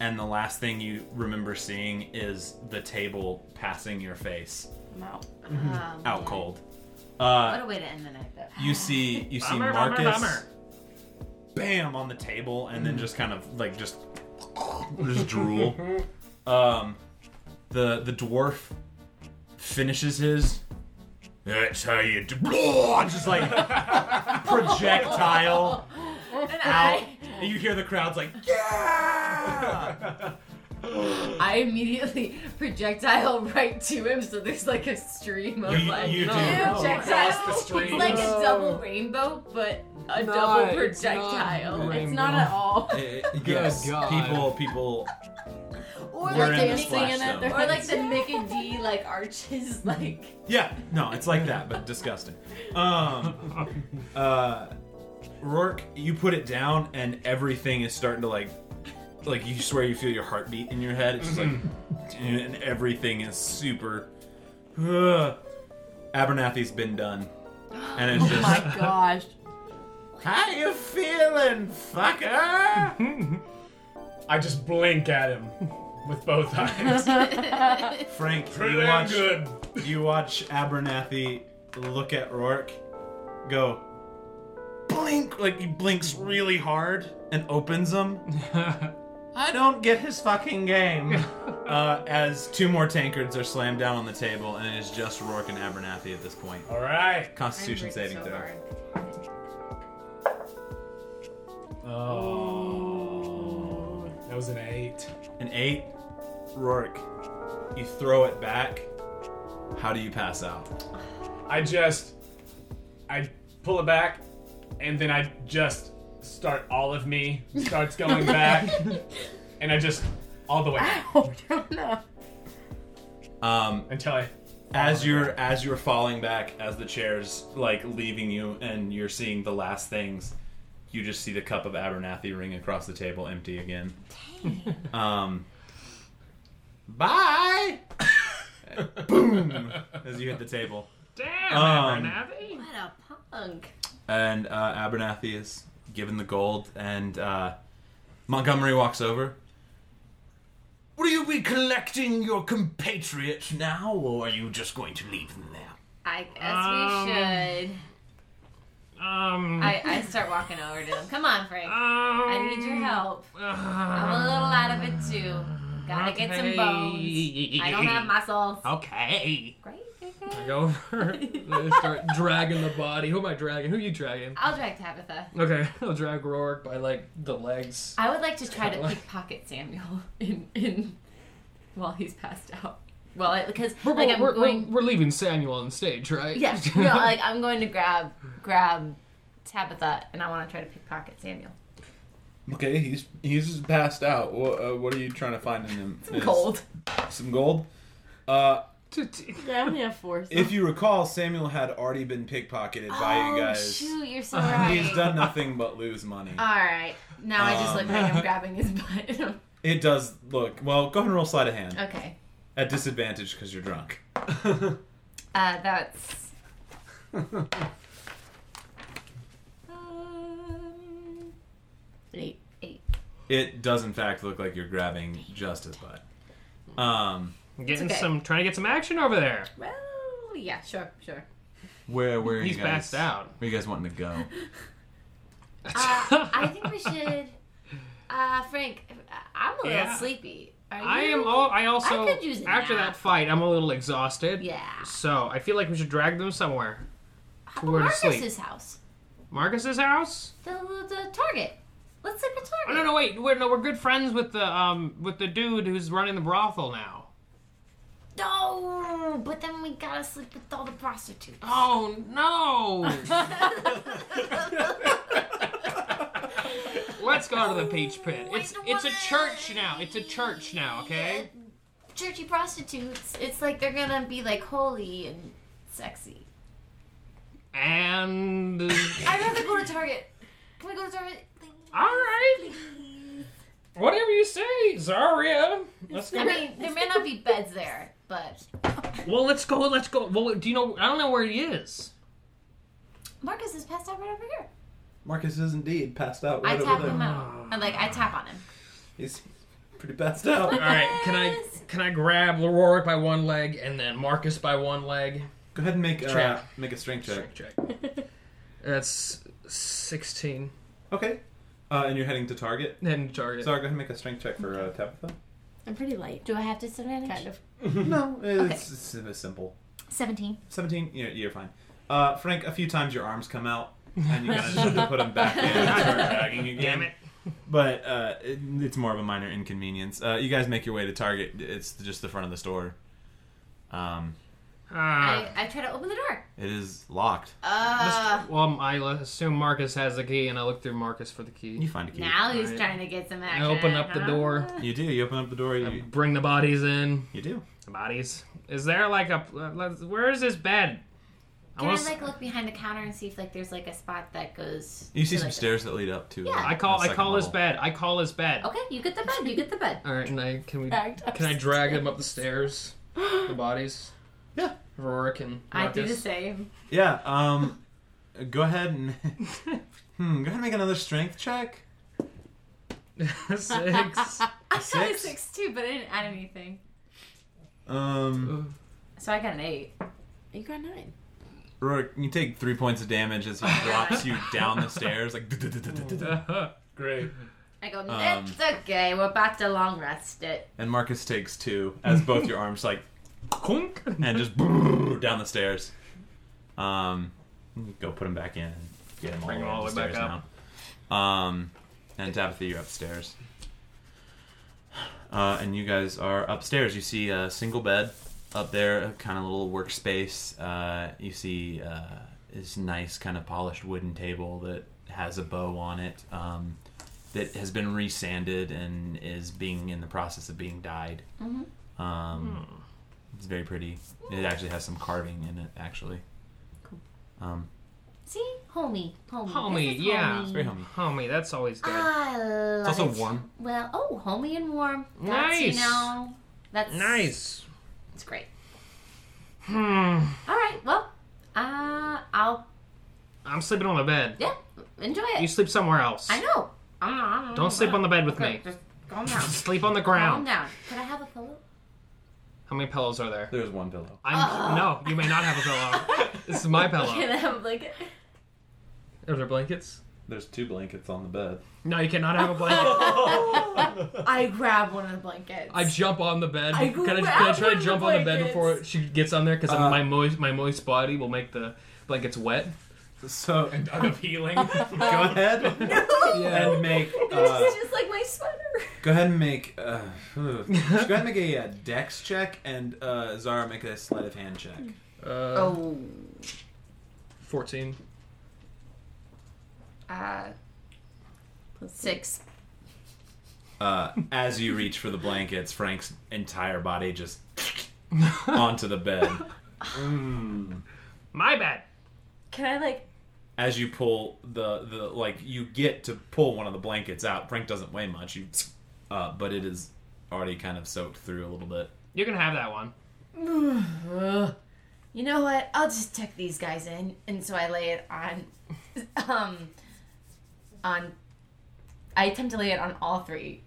S1: and the last thing you remember seeing is the table passing your face.
S3: I'm out.
S8: Ah,
S1: out
S8: man.
S1: cold. Uh,
S8: what a way to end the night, though.
S1: you see you see
S8: Bummer,
S1: Marcus
S8: bummer, bummer.
S1: bam on the table and
S8: Mm-hmm.
S1: then just kind of like just just
S8: (laughs)
S1: drool. Um the the dwarf finishes his that's how you do (laughs) just like
S3: (laughs)
S1: projectile out. And you hear the crowd's like (laughs)
S8: I immediately (laughs) projectile right to him, so there's like a stream of
S1: You-
S8: like
S1: you do.
S8: projectile.
S1: No. Across the stream.
S8: It's like a
S1: No.
S8: double rainbow, but a
S3: No,
S8: double
S3: it's not
S8: projectile.
S3: rainbow. It's not at all.
S1: Eh, yes,
S3: Good God.
S1: people people
S8: (laughs) Or
S1: We're in
S8: like the
S1: the
S8: Mickey,
S1: splash
S8: or
S1: zone.
S8: like (laughs) the Mickey D
S1: (laughs)
S8: like arches like.
S1: Yeah, no, it's like that, but disgusting.
S3: (laughs)
S1: Um, uh, Rourke, you put it down, and everything is starting to like, like you swear you feel your heartbeat in your head. It's just like,
S3: Mm-hmm.
S1: and everything is super. Ugh. Abernathy's been done, and it's
S3: (laughs) oh
S1: just (laughs)
S3: my gosh.
S1: How you feeling, fucker?
S5: I just blink at him with both eyes.
S1: Frank.
S5: Pretty
S1: you
S5: damn
S1: watch,
S5: good.
S1: (laughs) You watch Abernathy look at Rourke, go blink like he blinks really hard and opens them. (laughs) I don't get his fucking game. (laughs) uh, as two more tankards are slammed down on the table, and it is just Rourke and Abernathy at this point.
S5: All right.
S1: Constitution
S5: I'm
S1: saving
S5: breathing so
S1: throw.
S5: hard. Oh, that was an eight.
S1: An eight. Rourke, you throw it back. How do you pass out?
S5: I just, I pull it back, and then I just start all of me starts going back, and I just all the way
S8: Ah. Oh,
S1: Um,
S5: until I.
S1: As you're as you're falling back, as the chair's like leaving you, and you're seeing the last things, you just see the cup of Abernathy ring across the table, empty again. (laughs) um, (laughs) bye. boom! As you hit the table.
S8: Damn,
S1: Um,
S8: What a punk.
S1: and uh, Abernathy is given the gold, and uh, Montgomery walks over. Will you be collecting your compatriots now, or are you just going to leave them there?
S8: I
S4: Um,
S8: guess we should.
S4: Um.
S8: I, I start walking over to them. Come on, Frank. I need
S1: um,
S8: your help.
S4: uh,
S8: I'm a little out of it too. Gotta get some bones. I don't have muscles.
S4: Okay.
S8: Great.
S4: I go over (laughs) and I start dragging the body. Who am I dragging? Who are you dragging?
S8: I'll drag Tabitha.
S4: Okay, (laughs) I'll drag Rourke by like the legs.
S8: I would like to try
S4: (laughs)
S8: to
S4: Kinda like-
S8: pickpocket Samuel (laughs) in in while he's passed out. Well, because
S4: We're,
S8: like I'm
S4: we're,
S8: going.
S4: we're, we're leaving Samuel on stage, right? (laughs)
S8: Yeah, no, like I'm going to grab grab Tabitha, and I want to try to pickpocket Samuel.
S1: Okay, he's he's passed out. What, uh, what are you trying to find in him? Some
S8: gold.
S1: Some gold. Uh,
S3: Yeah, I only have four.
S1: if you recall, Samuel had already been pickpocketed by you
S8: Oh,
S1: guys.
S8: shoot,
S2: (laughs)
S8: you're so right.
S1: He's done nothing but lose money.
S8: All right, now I just look
S1: Um.
S2: (laughs)
S8: like I'm grabbing his butt. (laughs)
S1: It does look well. Go ahead and roll sleight of hand
S8: okay,
S1: at disadvantage because you're drunk.
S8: uh,
S2: (laughs)
S8: that's Um, eight. Eight.
S1: It does in fact look like you're grabbing just his butt. Um,
S4: Getting
S8: okay.
S4: some, trying to get some action over there.
S8: Well, yeah, sure, sure.
S1: where where are
S4: He's
S1: you guys? (laughs)
S4: passed out.
S1: Where you guys wanting to go?
S8: Uh, I think we should. Uh, Frank, I- I'm a little
S4: Yeah.
S8: sleepy. Are you?
S4: (laughs) I am all. I also
S8: I could use a
S4: after
S8: nap.
S4: that fight, I'm a little exhausted.
S8: Yeah.
S4: So I feel like we should drag them somewhere to where to
S8: Marcus's
S4: sleep.
S8: house.
S4: Marcus's house.
S8: The, the target.
S2: Let's say Target.
S4: Oh, no, no, wait. We're no, we're good friends with the um with the dude who's running the brothel now.
S2: No, but then we gotta sleep with all the prostitutes.
S4: Oh no! (laughs) Let's go to the Peach Pit.
S8: Oh,
S4: It's it's a church now. It's a church now. Okay.
S2: Churchy prostitutes. It's like they're gonna be like holy and sexy.
S4: And
S2: I'd rather go to Target. Can we go to Target?
S4: all right, whatever you say, Zaria. Let's go.
S2: I mean, there may not be beds there, but
S4: well, let's go. Let's go. Well, do you know? I don't know where he is.
S2: Marcus is passed out right over here.
S1: Marcus is indeed passed out
S2: I
S1: right
S2: tap
S1: over there.
S2: him out. i like, I tap on him.
S1: He's pretty passed out.
S2: (laughs)
S4: All right, can I can I grab Lerorik by one leg and then Marcus by one leg?
S1: Go ahead and make uh,
S4: Check.
S1: make a strength check.
S4: That's sixteen.
S1: Okay. Uh, and you're heading to Target.
S4: Heading to Target.
S1: Sorry, go ahead and make a strength check for uh, Tabitha.
S3: I'm pretty light.
S2: Do I have disadvantage? Kind
S3: of.
S1: no,
S2: Okay.
S1: it's, it's, it's simple.
S2: Seventeen.
S1: Seventeen. You're, you're fine. Uh, Frank, a few times your arms come
S2: (laughs)
S1: out, and you kind of just have to put them back in and
S4: (laughs)
S1: start dragging again.
S4: Damn it.
S1: But uh, it, it's more of a minor inconvenience. Uh, you guys make your way to Target. It's just the front of the store. Um,
S2: I,
S4: Ah.
S2: I try to open the door.
S1: it is locked.
S2: Uh,
S4: well, um, I assume Marcus has the key, and I look through Marcus for the key. You
S1: find a
S2: now he's
S4: Alright.
S2: trying to get some
S4: I
S2: action.
S4: open up the
S2: huh?
S4: door.
S1: You do. You open up the door. You
S4: bring the bodies in.
S1: You do.
S4: The bodies. Is there like a? uh, let's- Where is this bed?
S2: Can I,
S4: wanna s-
S2: like look behind the counter and see if like there's like a spot that goes?
S1: You see
S2: to,
S1: some
S2: like,
S1: stairs that lead up to. uh,
S2: Yeah. Oh.
S4: I call.
S1: the
S4: I
S1: second
S4: call his
S1: level.
S4: bed. I call his bed.
S2: Okay, you get the bed. You get the bed.
S4: All right, and I can we
S2: Dragged
S4: can I drag him up
S2: (gasps)
S4: the stairs? the bodies.
S1: Yeah.
S4: Rorik and
S2: I do the
S4: Marcus.
S2: same.
S1: Yeah. Um, (laughs) go ahead and (laughs) hmm, go ahead and make another strength check.
S4: (laughs)
S2: (laughs) I got a
S1: Six?
S2: six too, but I didn't add anything.
S1: Um,
S2: So I got an eight.
S3: You got nine.
S1: Rorik, you take three points of damage as he drops you down the stairs. Like (laughs)
S5: great. (laughs)
S2: I go.
S1: Um,
S2: it's okay. We're about to long rest it.
S1: And Marcus takes two as both your arms like
S4: conk
S1: (laughs) and just down the stairs. Um, you go put him back in. and Get him all,
S4: Bring him all
S1: the way back up. Now. Um, and Tabitha, you're upstairs. Uh, and you guys are upstairs. You see a single bed up there, a kind of little workspace. Uh, you see uh, this nice kind of polished wooden table that has a bow on it um, that has been resanded and is being in the process of being dyed.
S2: Mhm.
S1: Um, It's very pretty. It actually has some carving in it, actually. Cool. Um,
S2: See, homie, homie, This
S4: Homie,
S2: is
S4: yeah,
S2: homie. Ah,
S4: Homie, that's always good.
S2: I love
S1: also
S2: it.
S1: warm.
S2: Well, oh, homey and warm. That's,
S4: Nice.
S2: You know, that's
S4: nice.
S2: It's great.
S4: Hmm.
S2: All right. Well, uh, I'll
S4: I'm sleeping on the bed.
S2: yeah, enjoy it.
S4: You sleep somewhere else.
S2: I know. I'm not, I'm not-
S4: Don't sleep on the bed with
S2: Okay,
S4: me.
S2: Just calm down.
S4: (laughs) Sleep on the
S2: calm
S4: ground.
S2: down. Could I have a pillow?
S4: How many pillows are there?
S1: There's one pillow.
S4: I'm
S2: Uh-oh.
S4: no. You may not have a pillow. this is my
S2: Can I
S4: pillow.
S2: have a blanket?
S4: Are there blankets?
S1: There's two blankets on the bed.
S4: No, you cannot have
S3: (laughs)
S4: a blanket.
S3: I grab one of the blankets.
S8: (laughs) I jump on the bed.
S3: I
S8: can, I, can I
S3: grab
S8: try
S3: one
S8: to
S3: of
S8: jump
S3: the
S8: on the bed
S3: blankets.
S8: before she gets on there? Because
S1: Uh,
S8: my moist, my moist body will make the blankets wet.
S1: So
S5: of (laughs) healing.
S1: go ahead and make. Uh,
S3: This is just like my sweater.
S1: go ahead and make. Uh, (sighs) go ahead and make a uh, dex check, and uh, Zara make a sleight of hand check.
S8: Uh,
S2: Oh,
S8: Fourteen.
S2: uh, six.
S1: Uh, as you reach for the blankets, Frank's entire body just (laughs) onto the bed.
S4: my bed.
S3: Can I like?
S1: As you pull the the like, you get to pull one of the blankets out. Frank doesn't weigh much, you, uh, but it is already kind of soaked through a little bit.
S4: You can have that one.
S2: You know what? I'll just tuck these guys in, and so I lay it on, (laughs) um, on. I attempt to lay it on all three.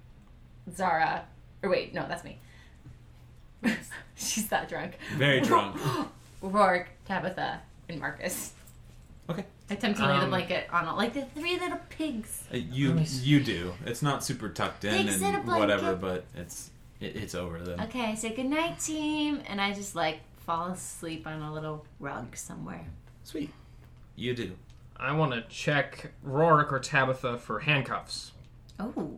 S2: Zara, or wait, no, that's me. (laughs) She's that drunk. (laughs)
S1: Very drunk.
S2: Rourke, Tabitha, and Marcus.
S1: Okay.
S2: I attempt to lay the
S4: Um,
S2: blanket on all, like the three little pigs.
S1: Uh, You you do. It's not super tucked in
S2: Big Santa
S1: and
S2: blanket.
S1: whatever, but it's it, it's over them.
S2: Okay, I say goodnight, team, and I just like fall asleep on a little rug somewhere.
S1: Sweet. You do.
S4: I want to check Rorik or Tabitha for handcuffs.
S2: Oh.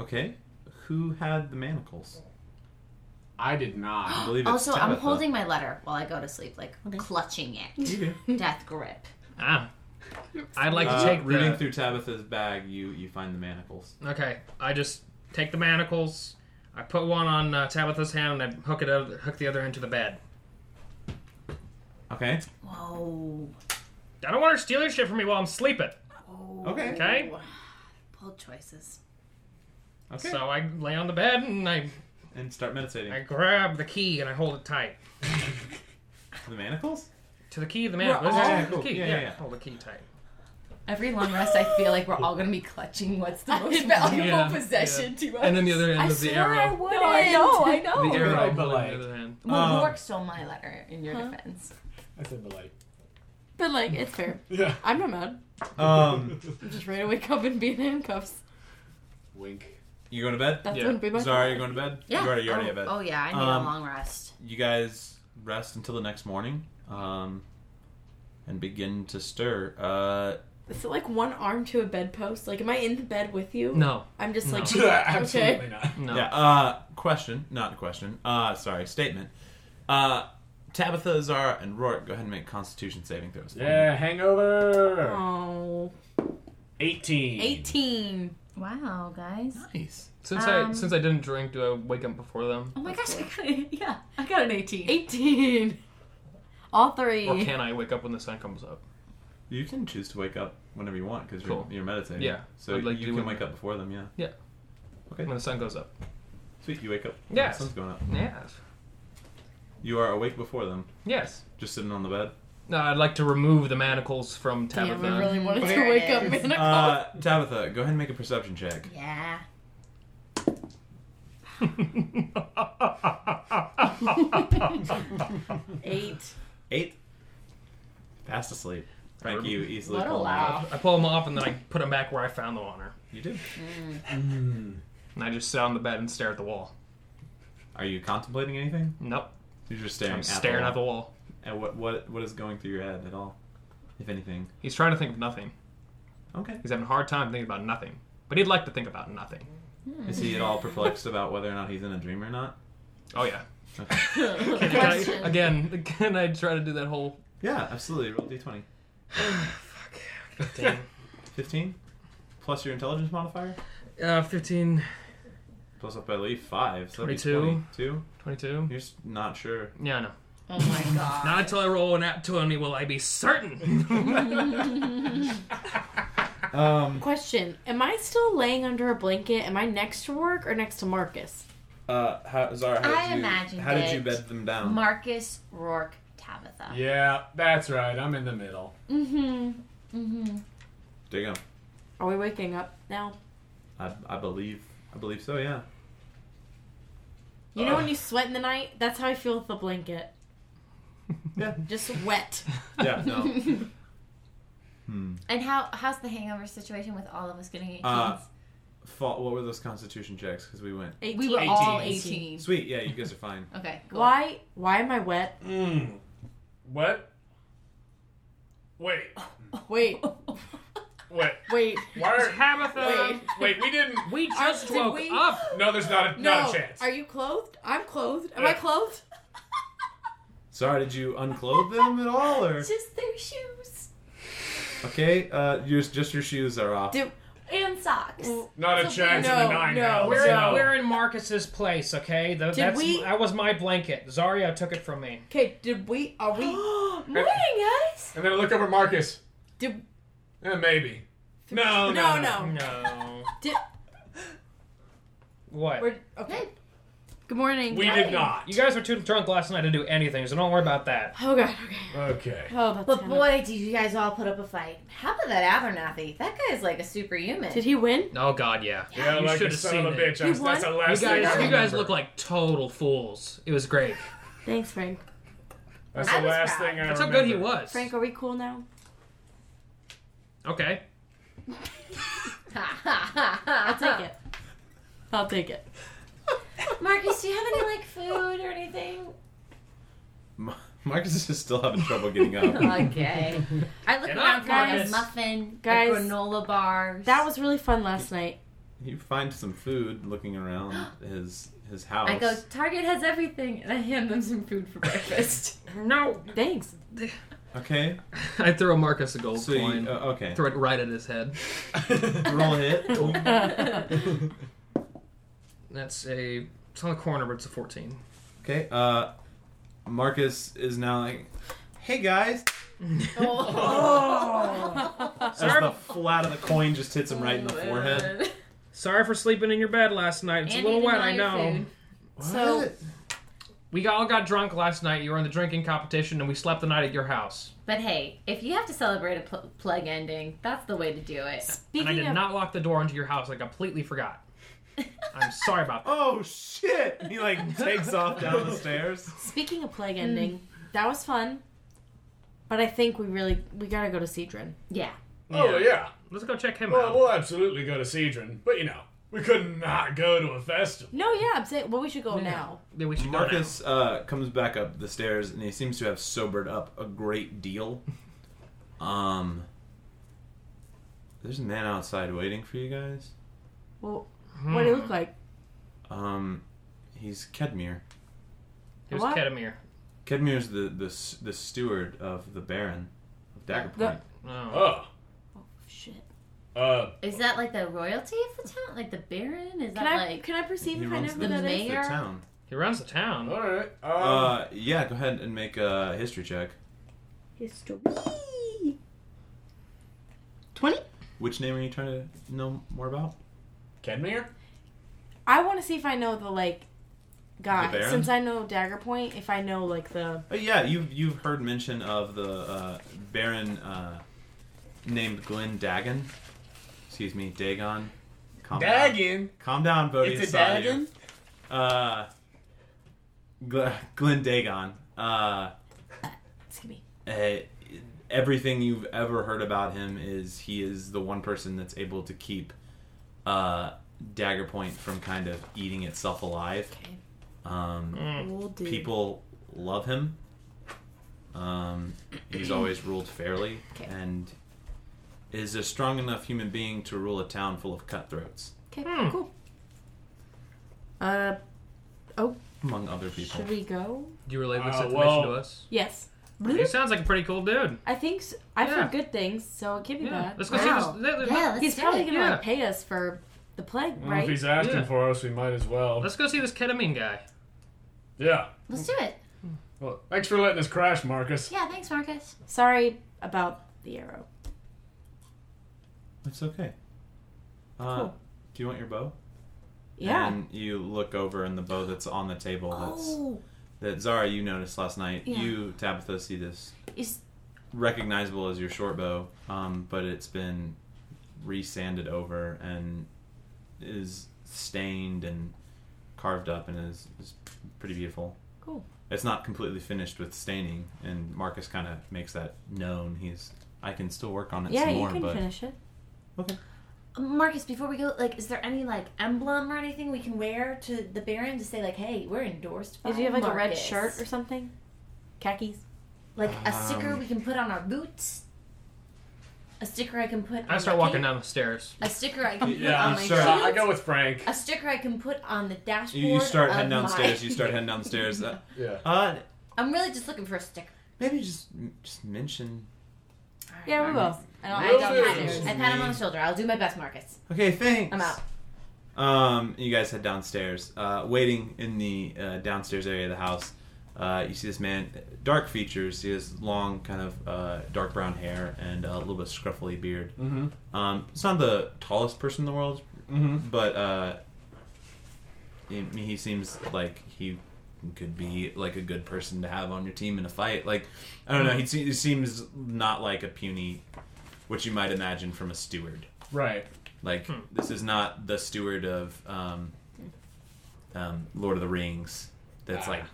S1: Okay. Who had the manacles?
S5: I did not.
S1: I believe it's
S2: Also, I'm
S1: Tabitha.
S2: holding my letter while I go to sleep, like clutching it.
S1: You
S2: Death grip.
S4: Ah. I'd like to
S1: Uh,
S4: take the-
S1: rooting through Tabitha's bag. You you find the manacles.
S4: Okay, I just take the manacles. I put one on uh, Tabitha's hand and I hook it up, hook the other end to the bed.
S1: Okay.
S2: Whoa.
S4: I don't want her stealing shit from me while I'm sleeping.
S1: Okay.
S4: Okay.
S2: Bold choices.
S1: Okay.
S4: So I lay on the bed and I
S1: and start meditating.
S4: I grab the key and I hold it tight
S1: The manacles?
S4: to the key of the
S1: We're
S4: manacles.
S1: all-
S4: Yeah,
S1: Yeah, cool.
S4: the key,
S1: Yeah,
S4: Oh, yeah,
S1: yeah.
S4: Hold the key tight.
S2: Every long rest, I feel like we're all gonna be clutching what's (laughs) the most valuable
S4: Yeah,
S2: possession to us.
S4: And then the other end is the arrow.
S2: No, I know, I know.
S4: The arrow,
S5: Right, but
S4: holding
S5: like-
S4: the other hand.
S2: Well,
S5: Um,
S2: Rourke stole my letter in your
S3: Huh?
S2: defense.
S5: I said the light.
S3: But like, it's fair.
S5: (laughs) Yeah.
S3: I'm not mad.
S1: Um,
S3: I'm just ready to wake up and be in handcuffs.
S5: Wink. (laughs)
S1: You going to bed?
S3: That's Yeah. gonna be my
S1: Zara,
S3: thought.
S1: you going to bed?
S2: Yeah.
S1: You already, you already
S2: Oh-
S1: have Um, bed.
S2: oh, yeah, I need a long rest.
S1: You guys rest until the next morning, um, and begin to stir. Uh,
S3: Is it like one arm to a bedpost? Like, am I in the bed with you?
S1: No.
S3: I'm just like,
S1: No.
S3: okay.
S1: Yeah. Uh, question, not a question. Uh, sorry, statement. Uh, Tabitha, Zara, and Rourke, go ahead and make Constitution saving throws.
S5: Yeah, hangover.
S3: Oh.
S5: 18.
S2: 18. Wow, guys.
S1: Nice.
S4: Since I
S2: Um,
S4: since I didn't drink, do I wake up before them?
S2: Oh my gosh, I got a, yeah, I got an 18.
S3: 18. All three.
S4: Or can I wake up when the sun comes up?
S1: You can choose to wake up whenever you want because
S4: Cool.
S1: you're, you're meditating.
S4: Yeah.
S1: So
S4: I'd like
S1: you
S4: to
S1: can
S4: wake
S1: wake up before them, yeah.
S4: Yeah.
S1: Okay.
S4: When the sun goes up.
S1: Sweet, you wake up. when
S4: Yes.
S1: The sun's going up.
S4: Yes.
S1: You are awake before them.
S4: Yes.
S1: Just sitting on the bed.
S4: No, I'd like to remove the manacles from Tabitha.
S3: wanted
S2: to (laughs) Where it wake up is. Manacles.
S1: Uh, Tabitha, go ahead and make a perception check.
S2: Yeah.
S4: (laughs)
S3: Eight.
S1: Eight. Fast asleep. Frank, you easily
S4: What a
S1: pull them
S4: laugh.
S1: out.
S4: I pull them off and then I put them back where I found them on her.
S1: You do.
S4: And I just sit on the bed and stare at the wall.
S1: Are you contemplating anything?
S4: Nope.
S1: You're just staring.
S4: I'm
S1: at
S4: staring
S1: the
S4: at the
S1: wall. And what what what is going through your head at all, if anything?
S4: He's trying to think of nothing.
S1: Okay.
S4: He's having a hard time thinking about nothing. But he'd like to think about nothing.
S1: Is he at all perplexed about whether or not he's in a dream or not?
S4: Oh yeah.
S1: Okay.
S4: Can I- again, (laughs) can I try to do that whole
S1: yeah, absolutely. Roll d20. Fuck.
S4: Damn.
S1: Fifteen. Plus your intelligence modifier.
S4: (laughs) uh, 15,
S1: Plus up by leaf five. So
S4: 22.
S1: 22.
S4: 22?
S1: You're s- not sure.
S4: Yeah, I know.
S2: Oh my god.
S4: Not until I roll an at 20 will I be certain.
S1: Um.
S3: Question Am I still laying under a blanket? Am I next to work or next to Marcus?
S1: Uh. How, Zara, how did
S2: I
S1: you,
S2: imagined
S1: How did you
S2: it.
S1: bed them down?
S2: Marcus, Rourke, Tabitha.
S5: Yeah, that's right. I'm in the middle.
S3: Mm
S2: Mm-hmm,
S3: hmm. Mm
S2: (laughs)
S3: hmm.
S1: there you go.
S3: Are we waking up now?
S1: I, I believe. I believe so. (laughs) Yeah.
S3: You know when you sweat in the night? That's how I feel with the
S1: (laughs)
S3: blanket.
S1: Yeah.
S3: Just wet.
S1: (laughs) Yeah. No. hmm.
S2: And how how's the hangover situation with all of us getting 18s?
S1: Uh, fall, what were those constitution checks? Because we went.
S2: We were all
S3: 18.
S2: 18.
S1: Sweet, yeah, you guys are fine.
S2: Okay.
S3: Why? Why am I wet?
S5: What? Wait.
S3: (laughs) Wait.
S5: Wait.
S3: Wait.
S5: Why are
S3: Wait.
S5: Tabitha? Wait, we didn't.
S4: (laughs) We
S3: just Did woke we- up.
S5: No, there's not a,
S3: No.
S5: not a chance.
S3: Are you clothed? I'm clothed. Am I clothed?
S1: Sorry, did you unclothe them at all, or
S2: (laughs) Just their shoes
S1: okay? Uh, your, just your shoes are off.
S3: Do-
S2: and socks.
S5: Not a chance in the nine hours.
S4: we're, in, we're in Marcus's place, okay? Th-
S3: Did
S4: that's,
S3: we-
S4: That was my blanket. Zario took it from me.
S3: Okay. Did we? Are we? (gasps) Morning, guys.
S5: And then I look over at Marcus.
S3: Did-
S5: Eh, maybe. No,
S3: No,
S5: no,
S3: no.
S4: No.
S3: Did,
S4: What?
S3: we're, okay. Good morning.
S4: We did not. You guys were too drunk last night to do anything, so don't worry about that.
S3: Oh god.
S5: Okay.
S3: Oh, that's
S2: But
S3: kinda-
S2: boy, did you guys all put up a fight. How about that Abernathy? That guy's like a superhuman.
S3: Did he win?
S4: Oh god, yeah.
S5: Yeah,
S4: you
S5: like
S4: should
S5: a
S4: have
S5: son
S4: seen
S5: of a
S4: it.
S5: bitch. That's, that's the last
S4: you
S5: thing
S4: guys,
S5: I
S4: you guys
S5: remember.
S4: look like total fools. It was great.
S3: Thanks, Frank.
S5: That's the last thing I
S4: That's how
S5: remember.
S4: good he was.
S3: Frank, are we cool now?
S4: Okay.
S3: I'll take it. I'll take it.
S2: (laughs) Marcus, do you have any like food or anything?
S1: M- (laughs) Marcus is still having trouble
S2: (laughs)
S1: getting up.
S2: okay. I look
S9: Get
S2: around
S9: up,
S2: for a
S9: Marcus.
S2: muffin,
S9: Guys.
S2: a granola bar.
S9: That was really fun last night.
S1: You find some food looking around his his house.
S2: (gasps) I go, Target has everything, and I hand them some food for (laughs) breakfast.
S8: no.
S9: Thanks.
S1: Okay.
S8: (laughs) I throw Marcus a gold
S1: So you-
S8: coin.
S1: uh, okay.
S8: Throw it right at his head.
S4: (laughs)
S1: (laughs) Roll hit.
S2: (laughs)
S8: That's a. It's on the corner, but it's a 14.
S1: Okay. Uh, Marcus is now like, "Hey
S2: (laughs)
S1: guys!"
S2: Oh.
S1: (laughs) As
S8: Sorry.
S1: the flat of the coin just hits him right in the forehead.
S8: Sorry for sleeping in your bed last night. It's
S2: And
S8: a little
S2: eating
S8: wet,
S2: all
S8: I
S2: your
S8: know.
S2: food. So- What?
S8: we all got drunk last night. You were in the drinking competition, and we slept the night at your house.
S2: But hey, if you have to celebrate a pl- plug ending, that's the way to do it.
S8: and I did not lock the door into your house. I
S2: (laughs)
S8: completely forgot. I'm sorry about that.
S1: Oh shit! He like takes off down the stairs.
S9: Speaking of plague ending, that was fun. But I think we really we gotta go to Cedron.
S2: Yeah.
S5: (laughs) Oh yeah.
S8: Let's go check him
S5: well,
S8: out.
S5: We'll absolutely go to Cedron, but you know, we could not go to a festival.
S9: No, yeah, I'm saying well we should go now.
S8: Yeah, we should
S1: Marcus uh, comes back up the stairs and he seems to have sobered up a great deal. Um, there's a man outside waiting for you guys.
S9: Well what do you look like?
S1: Um, he's Kedmir.
S8: Who's
S9: What?
S8: Kedamir?
S1: Kedmir's the the s- the steward of the Baron of Daggerpoint.
S5: Oh.
S9: Shit.
S5: Uh,
S2: Is that like the royalty of the town? Like the baron? Is
S9: Can
S2: that
S9: I
S2: like.
S9: can I perceive
S1: He
S9: if I know
S1: runs
S9: who
S1: the,
S9: that
S1: the
S9: is?
S2: mayor?
S1: town.
S8: He runs the town.
S5: All right. Um,
S1: Uh, yeah. Go ahead and make a history check.
S9: History.
S10: Twenty.
S1: Which name are you trying to know more about?
S5: Kedmir.
S9: I wanna see if I know the like guy.
S1: The Baron?
S9: Since I know Dagger Point, if I know like the
S1: Uh, yeah, you've you've heard mention of the uh, Baron uh, named Glenn Dagon. Excuse me, Dagon. Calm Down. Calm down, Bodhi.
S11: It's a
S1: Saw you.
S11: Dagon?
S1: Uh, Gl- Glenn Dagon. Uh,
S9: Excuse me.
S1: eh, everything you've ever heard about him is he is the one person that's able to keep uh, Dagger Point from kind of eating itself alive. Um,
S9: Mm. Old dude.
S1: people love him. Um, he's always ruled fairly and is a strong enough human being to rule a town full of cutthroats,
S9: Okay, cool. Uh oh,
S1: among other people.
S9: should we go?
S8: Do you relay this
S5: Uh,
S8: information
S5: well-
S8: to us?
S9: Yes.
S8: He sounds like a pretty cool dude.
S9: I think so. I've
S8: Yeah.
S9: heard good things, so it can't be
S8: Yeah.
S9: bad.
S8: Let's go see Wow. this- let- let- Yeah, let's
S9: He's
S8: do
S9: probably
S8: it.
S9: gonna like
S8: Yeah.
S9: pay us for the plague,
S5: well,
S9: right?
S5: If he's asking
S8: Yeah.
S5: for us, we might as well.
S8: Let's go see this ketamine guy.
S5: Yeah.
S2: Let's do it.
S5: Well, thanks for letting us crash, Marcus.
S2: Yeah, thanks, Marcus.
S9: Sorry about the arrow.
S1: It's okay. Uh,
S9: Cool.
S1: Do you want your bow?
S9: Yeah.
S1: And you look over, and the bow that's on the table that's
S9: Oh.
S1: that Zara you noticed last night.
S9: Yeah.
S1: You Tabitha see this
S9: Is
S1: recognizable as your short bow, um, but it's been resanded over and is stained and carved up and is, is pretty beautiful.
S9: Cool.
S1: It's not completely finished with staining, and Marcus kind of makes that known. He's I can still work on it
S2: Yeah,
S1: some
S2: you
S1: more,
S2: can
S1: but
S9: finish it.
S2: Marcus, before we go, like, is there any like emblem or anything we can wear to the Baron to say like, hey, we're endorsed by?
S9: Did you have like a red
S2: Marcus?
S9: shirt or something? Khakis.
S2: Like a sticker
S1: Um,
S2: we can put on our boots. A sticker I can put.
S8: I
S2: on
S8: start
S2: my
S8: walking
S2: cape?
S8: down the stairs.
S2: A sticker
S8: (laughs)
S2: I can put
S1: Yeah,
S2: on
S1: I'm
S2: my
S1: sure.
S2: shoes?
S1: I
S5: go with Frank.
S2: A sticker I can put on the dashboard.
S1: you, you start
S2: of
S1: heading
S2: my-
S1: downstairs. You
S8: (laughs)
S1: start heading
S2: (laughs)
S1: downstairs. Uh,
S5: yeah.
S1: Uh,
S2: I'm really just looking for a sticker.
S1: maybe just just mention.
S9: Yeah, we will.
S2: I don't. I
S9: Will
S2: don't
S9: do.
S2: matter. I pat him on the shoulder. I'll do my best, Marcus.
S1: Okay, thanks.
S2: I'm out.
S1: Um, you guys head downstairs. Uh, waiting in the uh, downstairs area of the house, uh, you see this man, dark features. He has long, kind of uh, dark brown hair and a little bit scruffly beard.
S5: Mhm.
S1: Um, it's not the tallest person in the world,
S5: Mhm.
S1: but uh, he, he seems like he could be like a good person to have on your team in a fight. Like I don't know, he, se- he seems not like a puny, what you might imagine from a steward.
S5: Right.
S1: Like this is not the steward of um, um, Lord of the Rings. That's like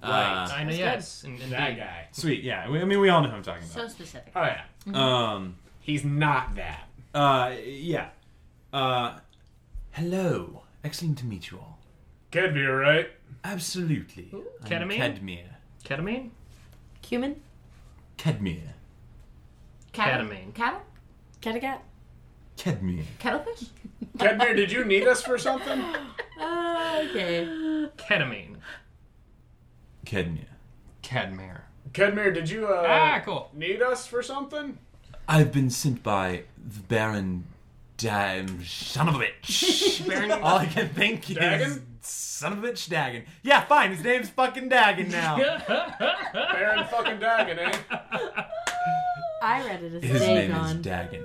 S8: Right.
S1: Uh,
S8: I know. Yes. And, and
S5: That
S8: indeed.
S5: guy.
S1: Sweet, yeah. We, I mean, we all know who I'm talking
S2: So specific.
S5: Oh yeah.
S1: about. Um,
S5: He's not that.
S1: uh, yeah. Uh, hello. Excellent to meet you all.
S5: Kedvir, right?
S1: Absolutely. I'm
S8: Ketamine?
S1: Kedmir.
S8: Ketamine?
S9: Cumin?
S1: Kedmir.
S8: Ketamine.
S2: Cattle?
S9: Katagat?
S1: Kedmir.
S2: Kettlefish?
S5: Kedmir, did you need us for something?
S2: okay.
S8: Ketamine.
S1: Kedmir.
S8: Kedmir.
S5: Kedmir, did you uh,
S8: Ah, cool.
S5: need us for something?
S1: I've been sent by the Baron Dam Son of a Bitch.
S5: Baron-
S1: All I can think is
S5: Dagon?
S1: Son of a Bitch Dagon. Yeah, fine. His name's fucking Dagon now.
S5: Baron fucking Dagon, eh?
S9: I read it as
S1: His name is
S9: Dagon.
S1: Dagon.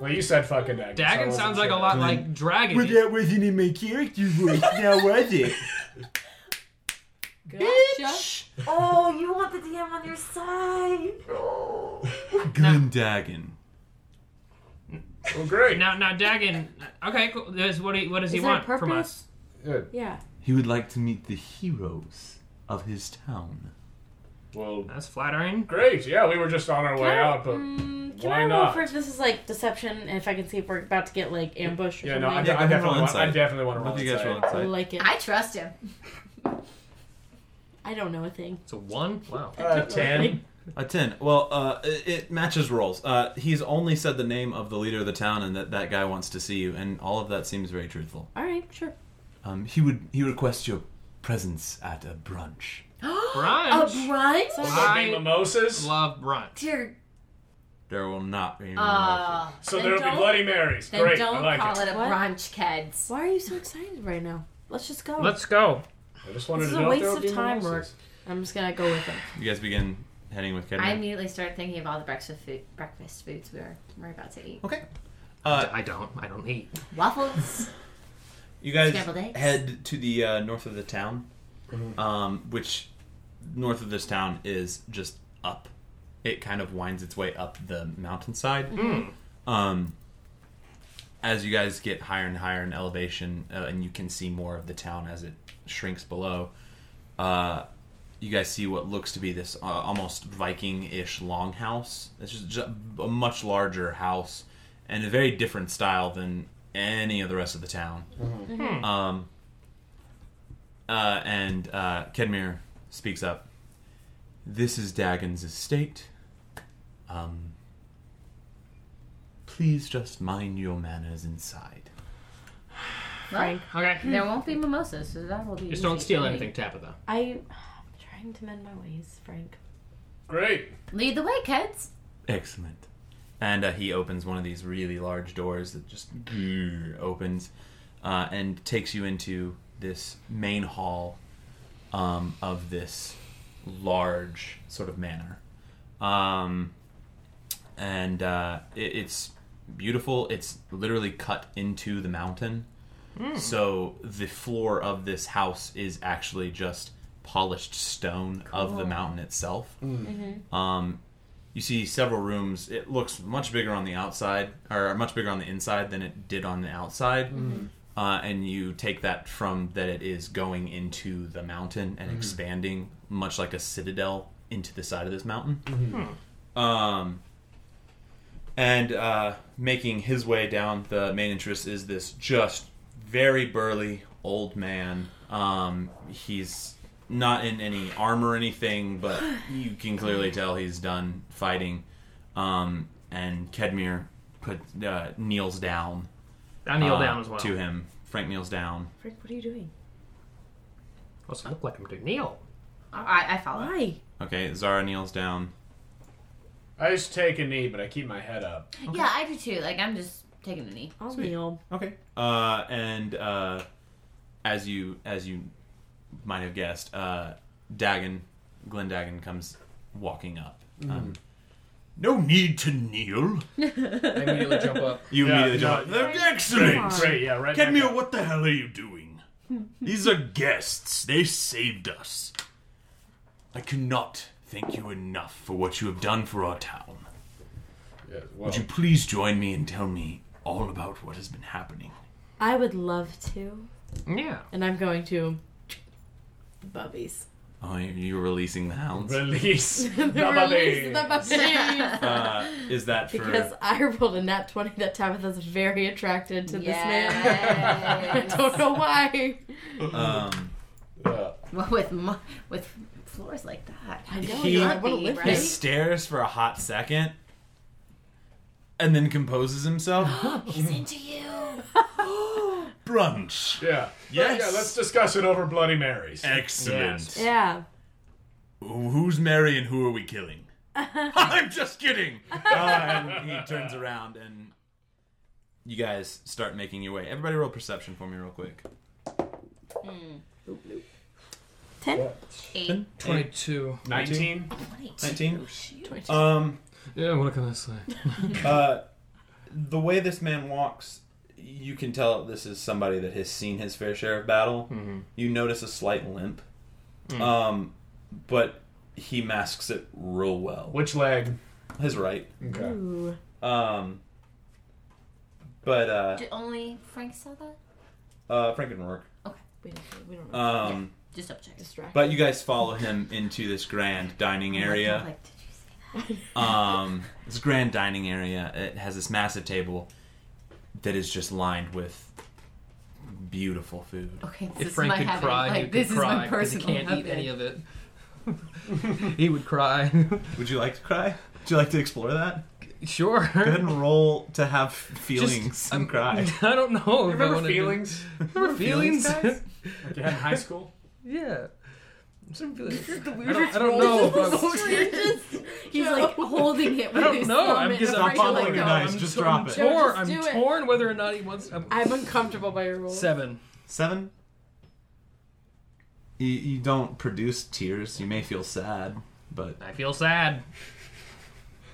S5: Well, you said fucking Dagon. so I
S8: Dagon
S5: wasn't
S8: sounds like a
S5: sure.
S8: lot like dragon.
S1: But that wasn't in my character voice, now (laughs) was it?
S9: Bitch!
S2: Oh, you want the DM on your side.
S1: Grim Dagon.
S5: (laughs) Well, great.
S8: Now, now Dagon. Okay, cool. This- What, do you- what does he
S9: Is there a
S8: want from us?
S9: purpose? Yeah.
S1: He would like to meet the heroes of his town.
S5: Well,
S8: That's flattering.
S5: great. Yeah, we were just on our way
S9: Can I-
S5: out, but
S9: Mm, can
S5: why
S9: I roll
S5: not?
S9: for if this is like deception and if I can see if we're about to get like ambushed or
S5: Yeah, no, I,
S9: something?
S5: I,
S1: can
S5: definitely
S1: roll
S5: want, I
S1: insight.
S5: definitely want to roll
S1: Both of you guys roll
S5: insight.
S9: I
S1: inside.
S9: like it.
S2: I trust him.
S9: I don't know a thing.
S8: It's a one. Wow.
S5: Uh, ten.
S1: A ten. Well, uh, it it matches rolls. Uh, he's only said the name of the leader of the town and that that guy wants to see you, and all of that seems very truthful.
S9: All right, sure.
S1: Um, he would he requests your presence at a brunch.
S9: A
S8: Brunch.
S9: brunch?
S5: Would be
S8: I
S5: mimosas.
S8: love brunch.
S2: Dear
S1: There will not be. any
S8: Ah.
S2: uh,
S5: So
S2: then
S5: there'll be
S2: don't-
S5: Bloody Marys.
S2: Then
S5: Great.
S2: don't
S5: I like
S2: call
S5: it.
S2: it, a
S9: What?
S2: brunch, kids.
S9: Why are you so excited right now? Let's just go.
S8: Let's go.
S5: I just wanted
S9: This
S5: to
S9: is a
S5: know if there
S9: waste
S5: would be
S9: of time, Rourke.
S5: mimosas.
S9: I'm just gonna go with him.
S1: mimosas. You guys begin heading with
S2: I
S1: Kedmir.
S2: immediately started thinking of all the breakfast food, breakfast foods we were, we were about to eat.
S1: Okay. Uh,
S8: I don't. I don't eat.
S2: Waffles.
S1: (laughs) You guys
S2: Scrambled eggs.
S1: head to the uh, north of the town, um, which north of this town is just up. It kind of winds its way up the mountainside.
S2: Mm-hmm.
S1: Um, as you guys get higher and higher in elevation, uh, and you can see more of the town as it shrinks below, uh, you guys see what looks to be this uh, almost Viking-ish longhouse. It's just ju- a much larger house and a very different style than any of the rest of the town.
S9: Mm-hmm.
S8: Hmm.
S1: Um, uh, and uh, Kedmir speaks up. This is Dagon's estate. Um, please just mind your manners inside.
S2: Well,
S8: Okay.
S9: Hmm.
S2: there won't be mimosas, so that will be.
S8: Just
S2: easy
S8: don't steal
S2: for me.
S8: anything, Tabitha.
S9: I, I'm trying to mend my ways, Frank.
S5: Great.
S2: Lead the way, kids.
S1: Excellent. And uh, he opens one of these really large doors that just opens uh, and takes you into this main hall um, of this large sort of manor. Um, and uh, it, it's beautiful. It's literally cut into the mountain. So the floor of this house is actually just polished stone of the mountain itself. Um, you see several rooms. It looks much bigger on the outside, or much bigger on the inside than it did on the outside. Uh, and you take that from that it is going into the mountain and expanding, much like a citadel, into the side of this mountain. Um, and uh, making his way down the main interest is this just very burly old man. Um, he's not in any armor or anything, but you can clearly tell he's done fighting. Um, and Kedmir put, uh, kneels down.
S8: I kneel
S1: uh,
S8: down as well.
S1: To him. Frank kneels down.
S9: Frank, what are you doing?
S8: What's it look like I'm doing? Kneel.
S2: I, I follow.
S9: Why?
S1: Okay, Zara kneels down.
S5: I just take a knee, but I keep my head up.
S2: Yeah, I do too. Like I'm just taking a knee.
S9: I'll
S1: Sweet.
S9: kneel.
S1: Okay. Uh, and uh, as you as you might have guessed, uh, Dagon, Glenn Dagon comes walking up. Um, no need to kneel.
S8: I immediately jump up.
S1: You
S5: Yeah,
S1: immediately jump.
S5: no,
S1: up. Excellent.
S5: Great, yeah, right. back
S1: Kedmir,
S5: up.
S1: what the hell are you doing? These are guests. They saved us. I cannot thank you enough for what you have done for our town.
S5: Yeah, well,
S1: Would you please join me and tell me all about what has been happening?
S9: I would love to,
S8: Yeah.
S9: and I'm going to. Bubbies. (laughs)
S1: Oh, you- you're releasing the hounds.
S5: Release
S9: the (laughs) Release the
S2: (laughs)
S9: puppies.
S1: Uh, is that for?
S9: Because I rolled a nat 20 that Tabitha's very attracted
S2: (laughs)
S9: to this man. (laughs) I don't know why.
S1: um,
S5: uh,
S8: Well, with mo- with floors like that, I
S1: he, he stares for a hot second, and then composes himself.
S8: (gasps) He's into you.
S1: (gasps) Brunch.
S5: Yeah.
S1: Yes.
S5: Yeah, let's discuss it over Bloody Marys.
S1: Excellent.
S9: Yeah.
S1: Who- Who's Mary and who are we killing? (laughs) I'm just kidding. Uh, and he turns around and you guys start making your way. Everybody, roll perception for me real quick.
S8: Hmm.
S9: Ten.
S1: Ten?
S4: 22.
S1: Eight? Nineteen?
S4: 22.
S1: Nineteen.
S4: shoot.
S1: Um.
S4: Yeah, what can I say?
S1: uh, the way this man walks, you can tell this is somebody that has seen his fair share of battle.
S4: Mhm.
S1: You notice a slight limp,
S5: Mm.
S1: um, but he masks it real well.
S5: Which leg?
S1: His right.
S5: Okay.
S9: Ooh.
S1: Um, but uh,
S8: Did only Frank saw that?
S1: uh, Frank and Rourke.
S8: Okay, we don't. We don't.
S1: Um,
S8: yeah, just up check. Distract.
S1: But you guys follow him into this grand dining area.
S8: Like, did you see that?
S1: um, this grand dining area. It has this massive table that is just lined with beautiful food.
S8: Okay, this
S4: If
S8: is
S4: Frank
S8: my
S4: could
S8: heaven.
S4: cry,
S8: like,
S4: he could
S8: this is
S4: cry
S8: my
S4: 'cause
S8: personal
S4: he can't
S8: heaven.
S4: eat any of it. (laughs) he would cry. (laughs)
S1: Would you like to cry? Would you like to explore that?
S4: Sure. Go
S1: ahead and roll to have feelings and cry.
S4: (laughs) I don't know. if I
S5: Remember
S4: wanna do-
S5: (laughs) feelings?
S4: Remember feelings?
S5: guys? Like you had in high school?
S4: (laughs) yeah. Some feelings. I don't,
S5: You're
S4: I don't know. if I'm-
S9: You're just- (laughs) he's like holding it.
S4: I
S9: With
S4: don't
S9: his
S4: know.
S9: thumb
S4: I'm
S9: and
S4: just
S9: afraid
S4: I'm
S9: to let
S4: following
S9: go.
S8: "Oh,
S1: dice, just drop it.
S4: Torn.
S9: Just
S4: I'm
S9: do it.
S4: torn whether or not he wants. I'm,
S9: I'm uncomfortable by your rule.
S4: seven.
S1: Seven. You, you don't produce tears. You may feel sad, but
S4: I feel sad.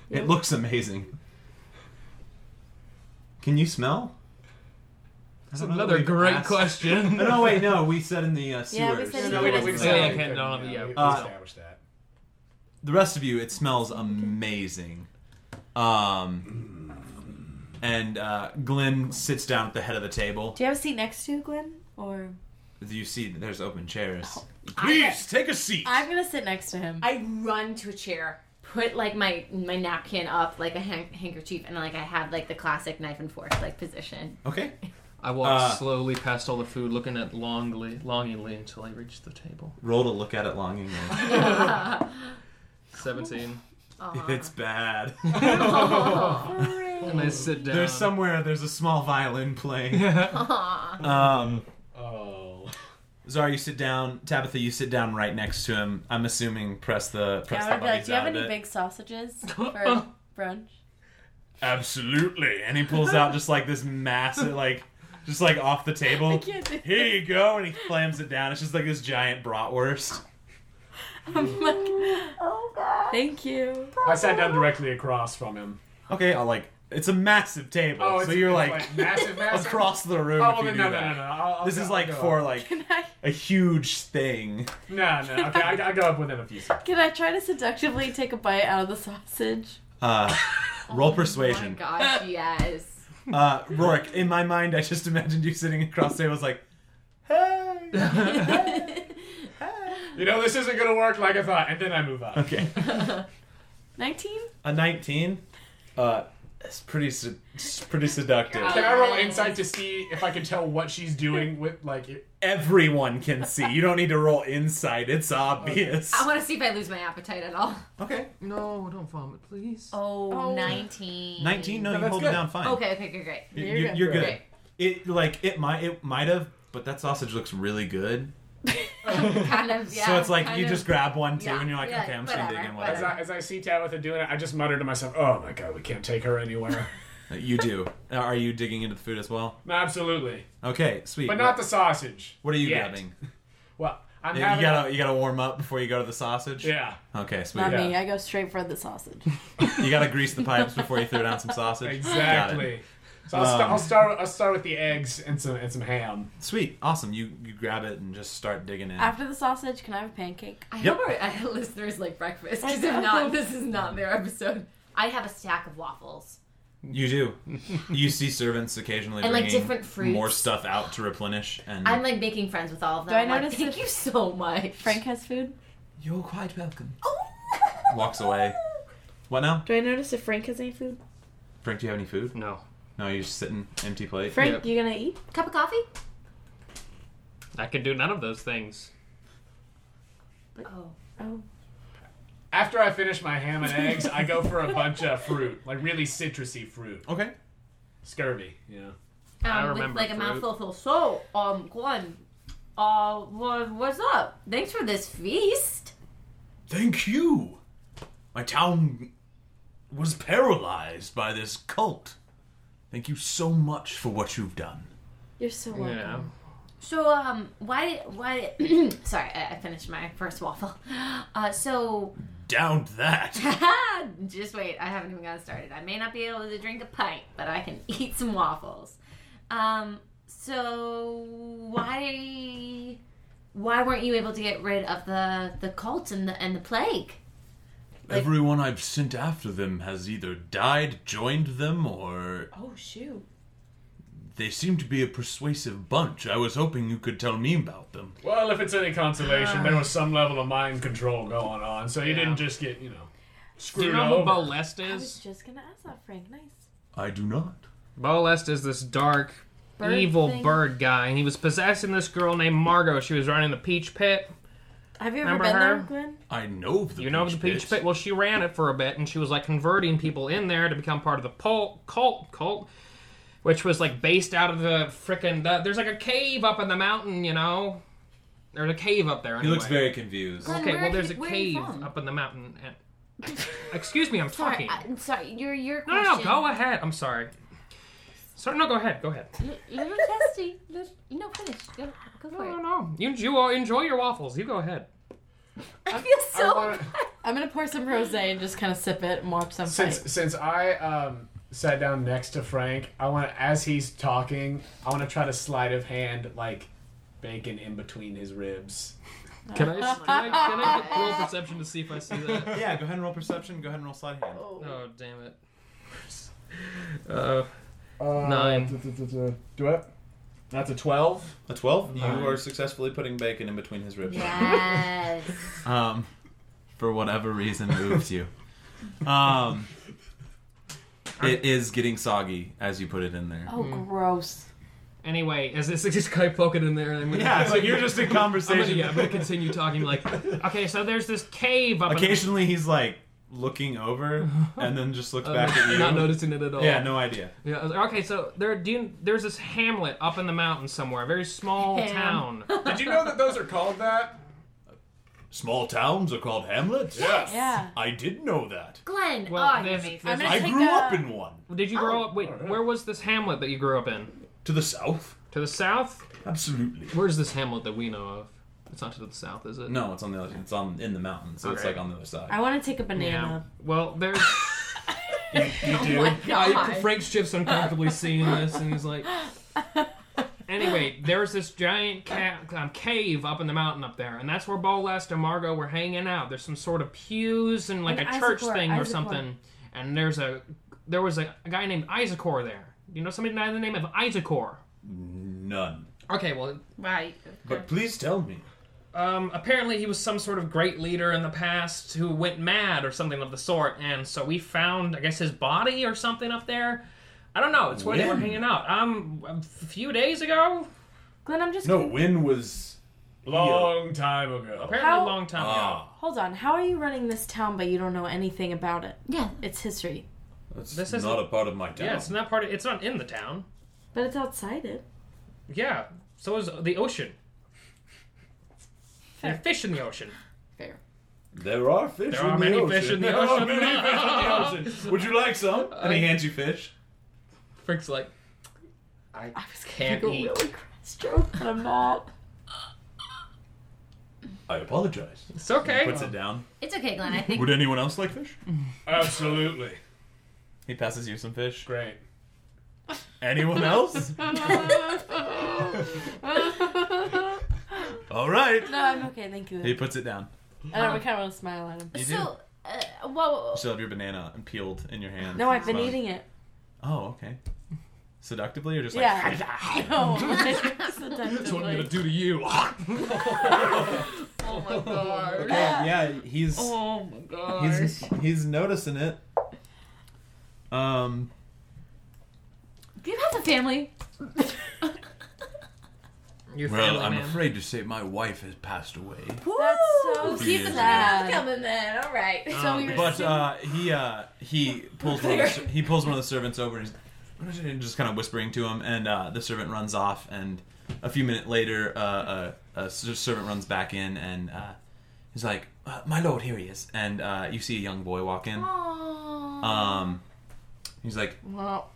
S1: It looks amazing. Can you smell?
S4: That's
S1: I don't know
S4: another
S1: that we've
S4: great
S1: asked. Oh, (laughs)
S4: question.
S1: no, wait, no. We said in the uh, sewers.
S9: Yeah, we said in
S5: No, we, we
S4: Yeah,
S5: decided
S4: I can't-
S5: we
S4: no,
S5: couldn't,
S4: yeah, we
S1: Uh,
S5: established that.
S1: the rest of you, it smells amazing. Um, and uh, Glenn sits down at the head of the table.
S9: Do you have a seat next to Gwen? Or
S1: You see, that there's open chairs. Please take a seat.
S9: I'm gonna sit next to him.
S8: I run to a chair, put like my my napkin up like a han- handkerchief, and like I have like the classic knife and fork like position.
S1: Okay.
S4: I walked
S1: Uh,
S4: slowly past all the food, looking at longly, longingly until I reached the table.
S1: Roll to look at it longingly.
S4: Seventeen.
S1: It's (laughs) bad.
S4: And I sit down.
S1: There's somewhere. There's a small violin (laughs) playing. Um.
S5: Oh.
S1: Zara, you sit down. Tabitha, you sit down right next to him. I'm assuming press the press
S9: Yeah, I
S1: the
S9: would be like,
S1: buggies
S9: do you have
S1: out of
S9: any
S1: it. (laughs)
S9: big sausages for brunch?
S1: Absolutely. And he pulls out just like this massive, like just like off the
S9: I
S1: table.
S9: can't do
S1: Here you go, and he slams it down. It's just like this giant bratwurst.
S9: I'm like, oh god. Thank you.
S5: I sat down directly across from him.
S1: Okay, I'll like it's a massive table,
S5: Oh,
S1: so
S5: it's-
S1: you're
S5: it's,
S1: like,
S5: like, massive, massive?
S1: across the room.
S5: Oh,
S1: if you
S5: well,
S1: do
S5: no, no,
S1: that.
S5: no, no, I'll- I'll
S1: this
S5: go-
S1: is
S5: I'll
S1: like
S5: go
S1: for
S5: up.
S1: like
S9: Can I
S1: a huge thing.
S5: No, no. Okay, I, I go up with him a few seconds.
S9: can I try to seductively take a bite out of the sausage?
S1: Uh,
S9: (laughs)
S1: roll
S8: Oh my
S1: persuasion.
S2: (laughs)
S8: gosh, yes.
S1: Uh, Rorik, in my mind, I just imagined you sitting across the table, it's like,
S5: You know, this isn't going to work like I thought. And then I move
S1: (laughs)
S5: up.
S1: okay.
S9: Nineteen?
S1: A 19? Uh, it's pretty sed- it's pretty seductive.
S5: Can I roll insight to see if I can tell what she's doing with, like, it?
S1: Everyone can see. You don't need to roll insight. It's obvious.
S8: I want to see if I lose my appetite at all.
S1: Okay.
S4: No, don't vomit, please.
S8: Oh,
S9: Oh.
S8: 19.
S1: 19? No, you
S5: that's
S1: hold it
S5: good.
S1: down fine.
S8: Okay, okay, okay, great.
S1: You,
S9: You're
S1: you,
S9: good.
S1: you're good.
S8: Okay.
S1: It like it might it might have, but that sausage looks really good.
S8: (laughs)
S2: (laughs)
S8: Kind of, yeah.
S1: so it's like
S8: kind
S1: you
S8: of-
S1: just grab one too,
S8: yeah,
S1: and you're like,
S8: yeah,
S1: okay, I'm just gonna dig
S8: whatever,
S1: in
S5: As
S1: whatever.
S5: I, as I see Tabitha doing it, I just mutter to myself, oh my god, we can't take her (laughs) anywhere.
S1: Uh, You do. Are you digging into the food as well?
S5: no, absolutely.
S1: Okay, sweet.
S5: But not
S1: what,
S5: the sausage.
S1: What are you
S5: yet.
S1: grabbing?
S5: Well, I'm
S1: You
S5: having.
S1: gotta you gotta warm up before you go to the sausage.
S5: (laughs) yeah.
S1: Okay, sweet.
S9: Not
S5: Yeah.
S9: me. I go straight for
S4: (laughs)
S9: the sausage.
S1: You gotta grease the pipes before you throw down some
S5: (laughs)
S1: sausage. Got it.
S5: Exactly. So I'll, sta- I'll start. I'll start with the eggs and some and some ham.
S1: Sweet, awesome. You you grab it and just start digging in.
S9: After the sausage, can I have a pancake?
S8: I
S1: Yep.
S8: hope our (laughs) our listeners like breakfast, because
S9: I
S8: if
S9: know.
S8: not, this is not their episode. I have a stack of waffles.
S1: You do.
S3: (laughs)
S1: you see servants occasionally
S8: And, like,
S1: bringing
S8: different fruits.
S1: more stuff out to replenish, and
S8: I'm like making friends with all of them.
S9: Do I
S8: I'm like,
S9: notice
S8: Thank
S9: if-
S8: you so much.
S9: Frank has food.
S12: You're quite welcome.
S8: Oh! (laughs)
S1: Walks away. What now?
S9: Do I notice if Frank has any food?
S1: Frank, do you have any food?
S4: No.
S1: No, you're just sitting, empty plate.
S9: Frank, you gonna eat?
S8: Cup of coffee?
S4: I can do none of those things.
S8: Oh.
S9: Oh.
S5: After I finish my ham and eggs, I go for a bunch of fruit, like really citrusy fruit.
S1: Okay.
S5: Scurvy. Yeah.
S8: Um, with like a mouthful full. So, um, Glenn, uh, what, what's up? Thanks for this feast.
S3: Thank you. My town was paralyzed by this cult. Thank you so much for what you've done.
S9: You're so welcome.
S3: Yeah.
S8: So, um, why, why? (clears throat) sorry, I, I finished my first waffle. (laughs) Uh, so,
S3: Downed that.
S8: just wait, I haven't even gotten started. I may (laughs) not be able to drink a pint, but I can eat some waffles. Um, so why why weren't you able to get rid of the the cult and the and the plague?
S3: Everyone I've sent after them has either died, joined them, or
S9: Oh shoot.
S3: they seem to be a persuasive bunch. I was hoping you could tell me about them.
S5: Well, if it's any consolation, there was some level of mind control going on, so you didn't just get you know
S4: Do
S5: screwed
S4: you know who
S5: over.
S4: Bo Lest
S9: I
S4: is?
S9: was just gonna ask that, Frank. Nice.
S3: I do not.
S4: Bo Lest is this dark,
S9: Bird
S4: evil
S9: thing?
S4: bird guy, and he was possessing this girl named Margot. She was running the Peach Pit.
S9: Have you ever
S4: Remember
S9: been there,
S4: her?
S9: Gwen?
S3: I know of the
S4: You know of the Peach Pit? Well, she ran it for a bit, and she was like converting people in there to become part of the pol- cult, cult, which was like based out of the frickin' the, there's like a cave up in the mountain, you know. There's a cave up there.
S1: He
S4: Anyway.
S1: looks very confused.
S8: Glenn,
S4: okay.
S8: where
S4: Well,
S8: are
S4: there's
S8: you-
S4: a
S8: where are you
S4: cave
S8: from?
S4: up in the mountain. And...
S8: (laughs)
S4: Excuse me, I'm
S8: Sorry,
S4: talking.
S8: I, am sorry. Your your
S4: No, no,
S8: question.
S4: no, go ahead. I'm sorry. Sorry, no, go ahead. Go ahead.
S8: L- little testy. Little, no, finish. Go, go for it.
S4: You, you all enjoy your waffles. You go ahead.
S9: (laughs) I feel
S5: so wanna-
S9: I'm gonna pour some rosé and just kind of sip it and watch some
S5: Since
S9: fight.
S5: since I um, sat down next to Frank, I want to as he's talking, I want to try to sleight of hand like bacon in between his ribs.
S4: Can I, can I, can I get-
S8: (laughs)
S4: roll perception to see if I see that?
S1: yeah, go ahead and roll perception. Go ahead and roll slide hand.
S4: Oh, damn it. Uh, Nine.
S5: Do it. That's a twelve.
S1: A twelve. You
S5: Nine.
S1: are successfully putting bacon in between his ribs.
S8: Yes.
S1: (laughs) Um, for whatever reason, moves you.
S4: (laughs)
S1: Um, it is getting soggy as you put it in there.
S9: Oh, gross.
S4: Anyway, is this just guy poking in there? I'm gonna-
S1: Yeah, so you're just in
S4: I'm gonna-
S1: conversation.
S4: yeah, I'm
S1: (laughs)
S4: gonna continue talking. Like, okay, so there's this cave up. in-
S1: Occasionally, he's like looking over and then just looks
S4: Uh,
S1: back
S3: (laughs)
S1: at you,
S4: not noticing it at all.
S1: Yeah, no idea.
S4: Yeah. I was like, Okay, so there, do you, there's this hamlet up in the mountain somewhere, a very small
S5: Ham.
S4: town.
S5: Did you know that those are called that?
S3: Small towns are called hamlets.
S5: Yes.
S9: Yeah.
S3: I did know that.
S8: Glenn,
S4: Well,
S8: oh, you
S4: there's-
S8: made
S4: there's-
S8: me-
S3: I grew up in one.
S4: Did you grow up? Wait, where was this hamlet that you grew up in?
S3: To the south.
S4: To the south?
S3: Absolutely.
S4: Where's this hamlet that we know of? It's not to the south, is it?
S1: No, it's on the other. It's on in the mountains, so it's
S4: Okay.
S1: like on the other side.
S9: I want to take a banana.
S4: Yeah. Well, there's. you
S9: do. my
S4: Oh
S9: God.
S4: Frank's just uncomfortably seeing this, and he's (laughs) like. Anyway, there's this giant ca- um, cave up in the mountain up there, and that's where Bolest and Margot were hanging out. There's some sort of pews and like
S9: And
S4: a church
S9: Isaacor,
S4: thing or
S9: Isaacor.
S4: something. And there's a there was a, a guy named Isaacor there. You know somebody by the name of Isaacor?
S3: None.
S4: Okay, well,
S8: Right. (laughs)
S3: But please tell me.
S4: Um, apparently, he was some sort of great leader in the past who went mad or something of the sort, and so we found, I guess, his body or something up there. I don't know. It's where they were
S3: When?
S4: hanging out. Um, a few days ago,
S9: Glenn, I'm just.
S3: No, when was
S5: Long time ago.
S4: apparently
S9: How-
S4: a long time
S3: Ah,
S4: ago.
S9: Hold on. How are you running this town, but you don't know anything about it?
S8: Yeah.
S9: It's history,
S3: That's
S4: This isn't-
S3: not a part of my town.
S4: Yeah, it's not part of. It's not in the town.
S9: but it's outside it.
S4: Yeah, so is the ocean. There are fish in the ocean.
S9: Fair.
S3: There are fish.
S4: There
S3: in
S4: are
S3: the
S4: many
S3: ocean.
S4: fish in
S3: (laughs)
S4: the
S3: There are
S4: ocean.
S3: many
S4: (laughs)
S3: fish in the ocean. Would you like some?
S1: and he hands you fish.
S4: Frick's like, I, can't
S9: Go
S4: eat.
S9: really crass joke, but I'm not.
S3: I apologize.
S4: It's okay.
S1: Puts it down.
S8: It's okay, Glenn. I think
S1: Would anyone else like fish?
S5: Absolutely.
S1: He passes you some fish.
S5: Great.
S1: Anyone else? All right.
S9: No, I'm okay. Thank you.
S1: He puts it down.
S9: I don't kind of want to smile at him.
S1: You do.
S8: so. Uh, well,
S1: You still have your banana and peeled in your hand.
S9: No, I've been
S1: Smelling.
S9: eating it.
S1: Oh, okay. Seductively or just like
S9: yeah. I know. Oh
S1: (laughs)
S9: That's
S5: do to you.
S4: Oh my god.
S1: Yeah,
S8: Yeah, he's.
S4: Oh my
S8: He's he's noticing it. Um.
S2: Do you have a
S8: (laughs)
S2: family?
S4: Your
S1: well,
S4: family
S1: I'm
S4: man.
S1: afraid to say my wife has passed away.
S2: That's
S1: so He is sad.
S2: coming then. All right.
S1: Um, but uh, he uh, he pulls one of the, ser- he pulls one of the servants over and he's just kind of whispering to him, and uh, the servant runs off. And a few minutes later, uh, uh, a ser- servant runs back in, and uh, he's like, uh, "My lord, here he is." And uh, you see a young boy walk in. Um, he's like,
S9: Well,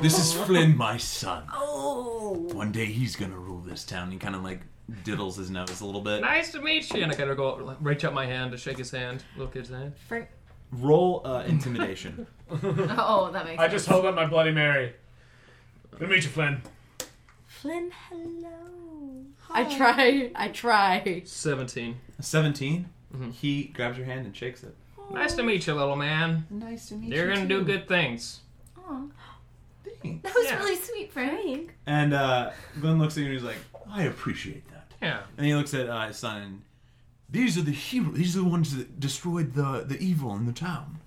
S1: "This is Flynn, my son.
S9: Oh.
S1: One day he's gonna rule this town." He kind of like diddles his nose a little bit.
S4: Nice to meet you. And I gotta go up, reach up my hand to shake his hand, little kid's hand.
S9: Frank.
S8: Roll uh, intimidation.
S2: oh, that makes
S5: I just hold up my Bloody Mary. Good to meet you, Flynn.
S9: Flynn, hello. I try. I try.
S4: Seventeen.
S8: Seventeen. He grabs your hand and shakes it.
S4: Nice to meet you, little man.
S2: Nice to meet
S4: You're
S2: you,
S4: gonna
S2: too.
S4: do good things.
S2: That was really sweet, Frank.
S8: And uh, Glenn looks at you and he's like, "I appreciate that."
S4: Yeah.
S8: And he looks at uh, his son and
S1: These are the heroes. These are the ones that destroyed the the evil in the town.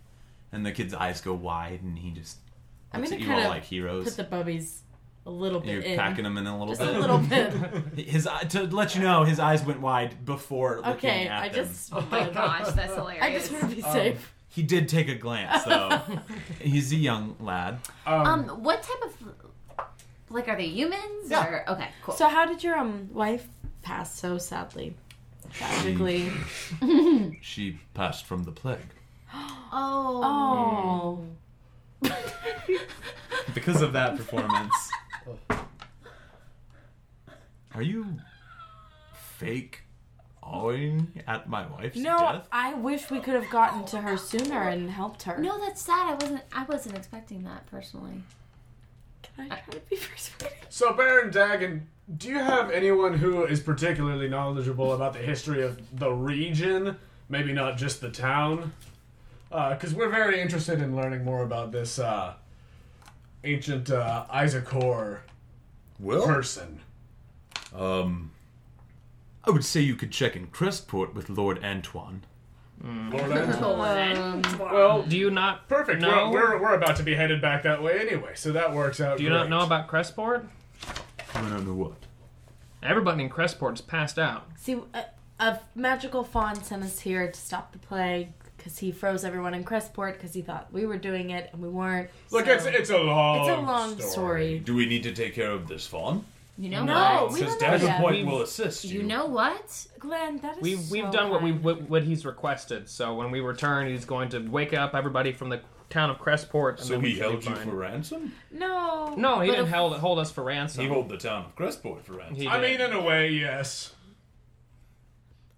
S8: And the kid's eyes go wide, and he just
S9: I'm
S8: looks at
S9: gonna
S8: you
S9: kind
S8: all
S9: of
S8: like heroes.
S9: put the bubbies a little bit
S8: You're
S9: in.
S8: packing them in a little
S9: (laughs) Just
S8: bit.
S1: (laughs)
S9: a little
S8: (laughs)
S9: bit.
S8: his eye- to let you know, his eyes went wide before looking
S9: Okay,
S8: at
S9: I
S8: them.
S9: just. Oh
S5: (laughs)
S9: my gosh,
S2: that's
S9: hilarious. I just want to be safe.
S8: He did take a glance though.
S9: (laughs)
S8: He's a young lad.
S2: Um, what type of like are they humans or okay, cool.
S9: So how did your um wife pass so sadly? Tragically.
S1: She passed from the plague.
S2: (laughs) oh.
S9: oh.
S8: because of that performance.
S1: (laughs) Are you fake awing at my wife's
S9: No,
S1: death?
S9: I wish we could have gotten to her sooner and helped her.
S2: No, that's sad. I wasn't I wasn't expecting that personally.
S9: Can I try to be persuaded?
S5: So, Baron Dagon, do you have anyone who is particularly knowledgeable about the history of the region? Maybe not just the town? Because we're very interested in learning more about this uh, ancient uh, Isaacor
S1: Well-
S5: person.
S1: Um, I would say you could check in Crestport with Lord Antoine.
S5: Lord
S8: (laughs) Oh,
S5: Antoine.
S4: Um,
S5: well,
S4: do you not?
S5: Perfect.
S4: know-
S5: Well, we're, we're about to be headed back that way anyway, so that works out.
S4: Do you not know about Crestport?
S1: I don't know what.
S4: Everybody in Crestport's passed out.
S9: See, a, a magical fawn sent us here to stop the plague because he froze everyone in Crestport because he thought we were doing it and we weren't.
S5: Look,
S9: so-
S5: it's, it's a long
S9: It's a long story.
S1: Do we need to take care of this fawn?
S2: You know
S4: No,
S2: what?
S4: we
S2: don't
S1: Dagger
S2: know
S1: Point
S2: yet.
S1: will assist
S2: You
S1: you.
S2: know what?
S9: Glenn, that is
S4: We've we've
S9: so
S4: done what we
S9: kind.
S4: what, what he's requested. So when we return, he's going to wake up everybody from the town of Crestport. And
S1: So
S4: then we
S1: he
S4: should be
S1: held you
S4: fine.
S1: for ransom?
S9: No.
S4: No, he
S9: But
S4: didn't
S9: if-
S4: hold, hold us for ransom.
S1: He held the town of Crestport for ransom.
S4: He
S5: I
S4: did.
S5: mean, in a way, yes.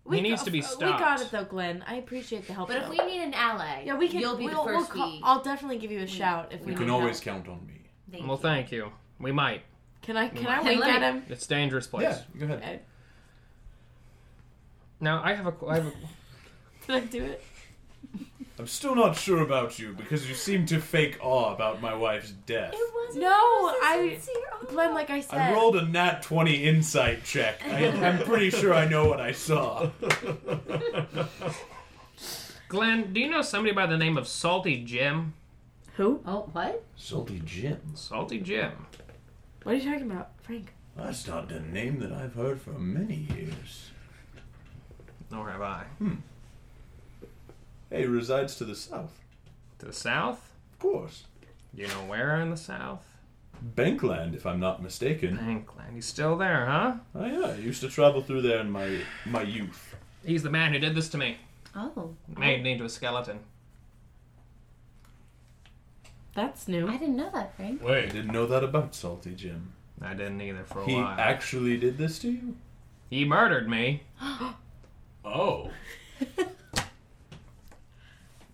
S4: he needs
S9: got-
S4: to be
S9: uh,
S4: stopped.
S9: We got it though, Glenn. I appreciate the help.
S2: But if
S9: though.
S2: we need an ally,
S9: yeah, we can.
S2: you'll be
S9: we'll-
S2: the
S9: we'll
S2: first
S9: call-
S2: we
S9: I'll definitely give you a shout if we
S1: You
S9: need
S1: can always
S9: help.
S1: count on me.
S2: thank
S4: well,
S2: you.
S4: thank you. We might.
S9: Can I? Can
S4: Hey,
S9: I wink
S2: let
S9: at
S2: me-
S9: him?
S4: It's a dangerous place.
S1: go ahead.
S9: Okay.
S4: Now I have a I have a,
S9: Did I do it?
S1: I'm still not sure about you because you seem to fake awe about my wife's death.
S2: (laughs)
S9: No, I. Glenn, like I said.
S1: I rolled a nat 20 insight check. I, I'm pretty sure I know what I saw.
S4: Glenn. Do you know somebody by the name of Salty Jim?
S9: Who?
S2: Oh, what?
S1: Salty Jim.
S4: Salty Jim.
S9: What are you talking about, Frank?
S1: That's not a name that I've heard for many years.
S4: Nor have I.
S1: Hey, resides to the south.
S4: To the south.
S1: Of course.
S4: Do you know where in the south?
S1: Bankland, if I'm not mistaken.
S4: Bankland. He's still there, huh?
S1: Oh, yeah, I used to travel through there in my my youth.
S4: He's the man who did this to me.
S2: Oh,
S4: Made me into a skeleton.
S9: That's new.
S2: I didn't know that, Frank.
S1: I
S5: Wait.
S1: didn't know that about Salty Jim.
S4: I didn't either for a
S1: He
S4: while.
S1: actually did this to you?
S4: he murdered me.
S1: Oh. (laughs)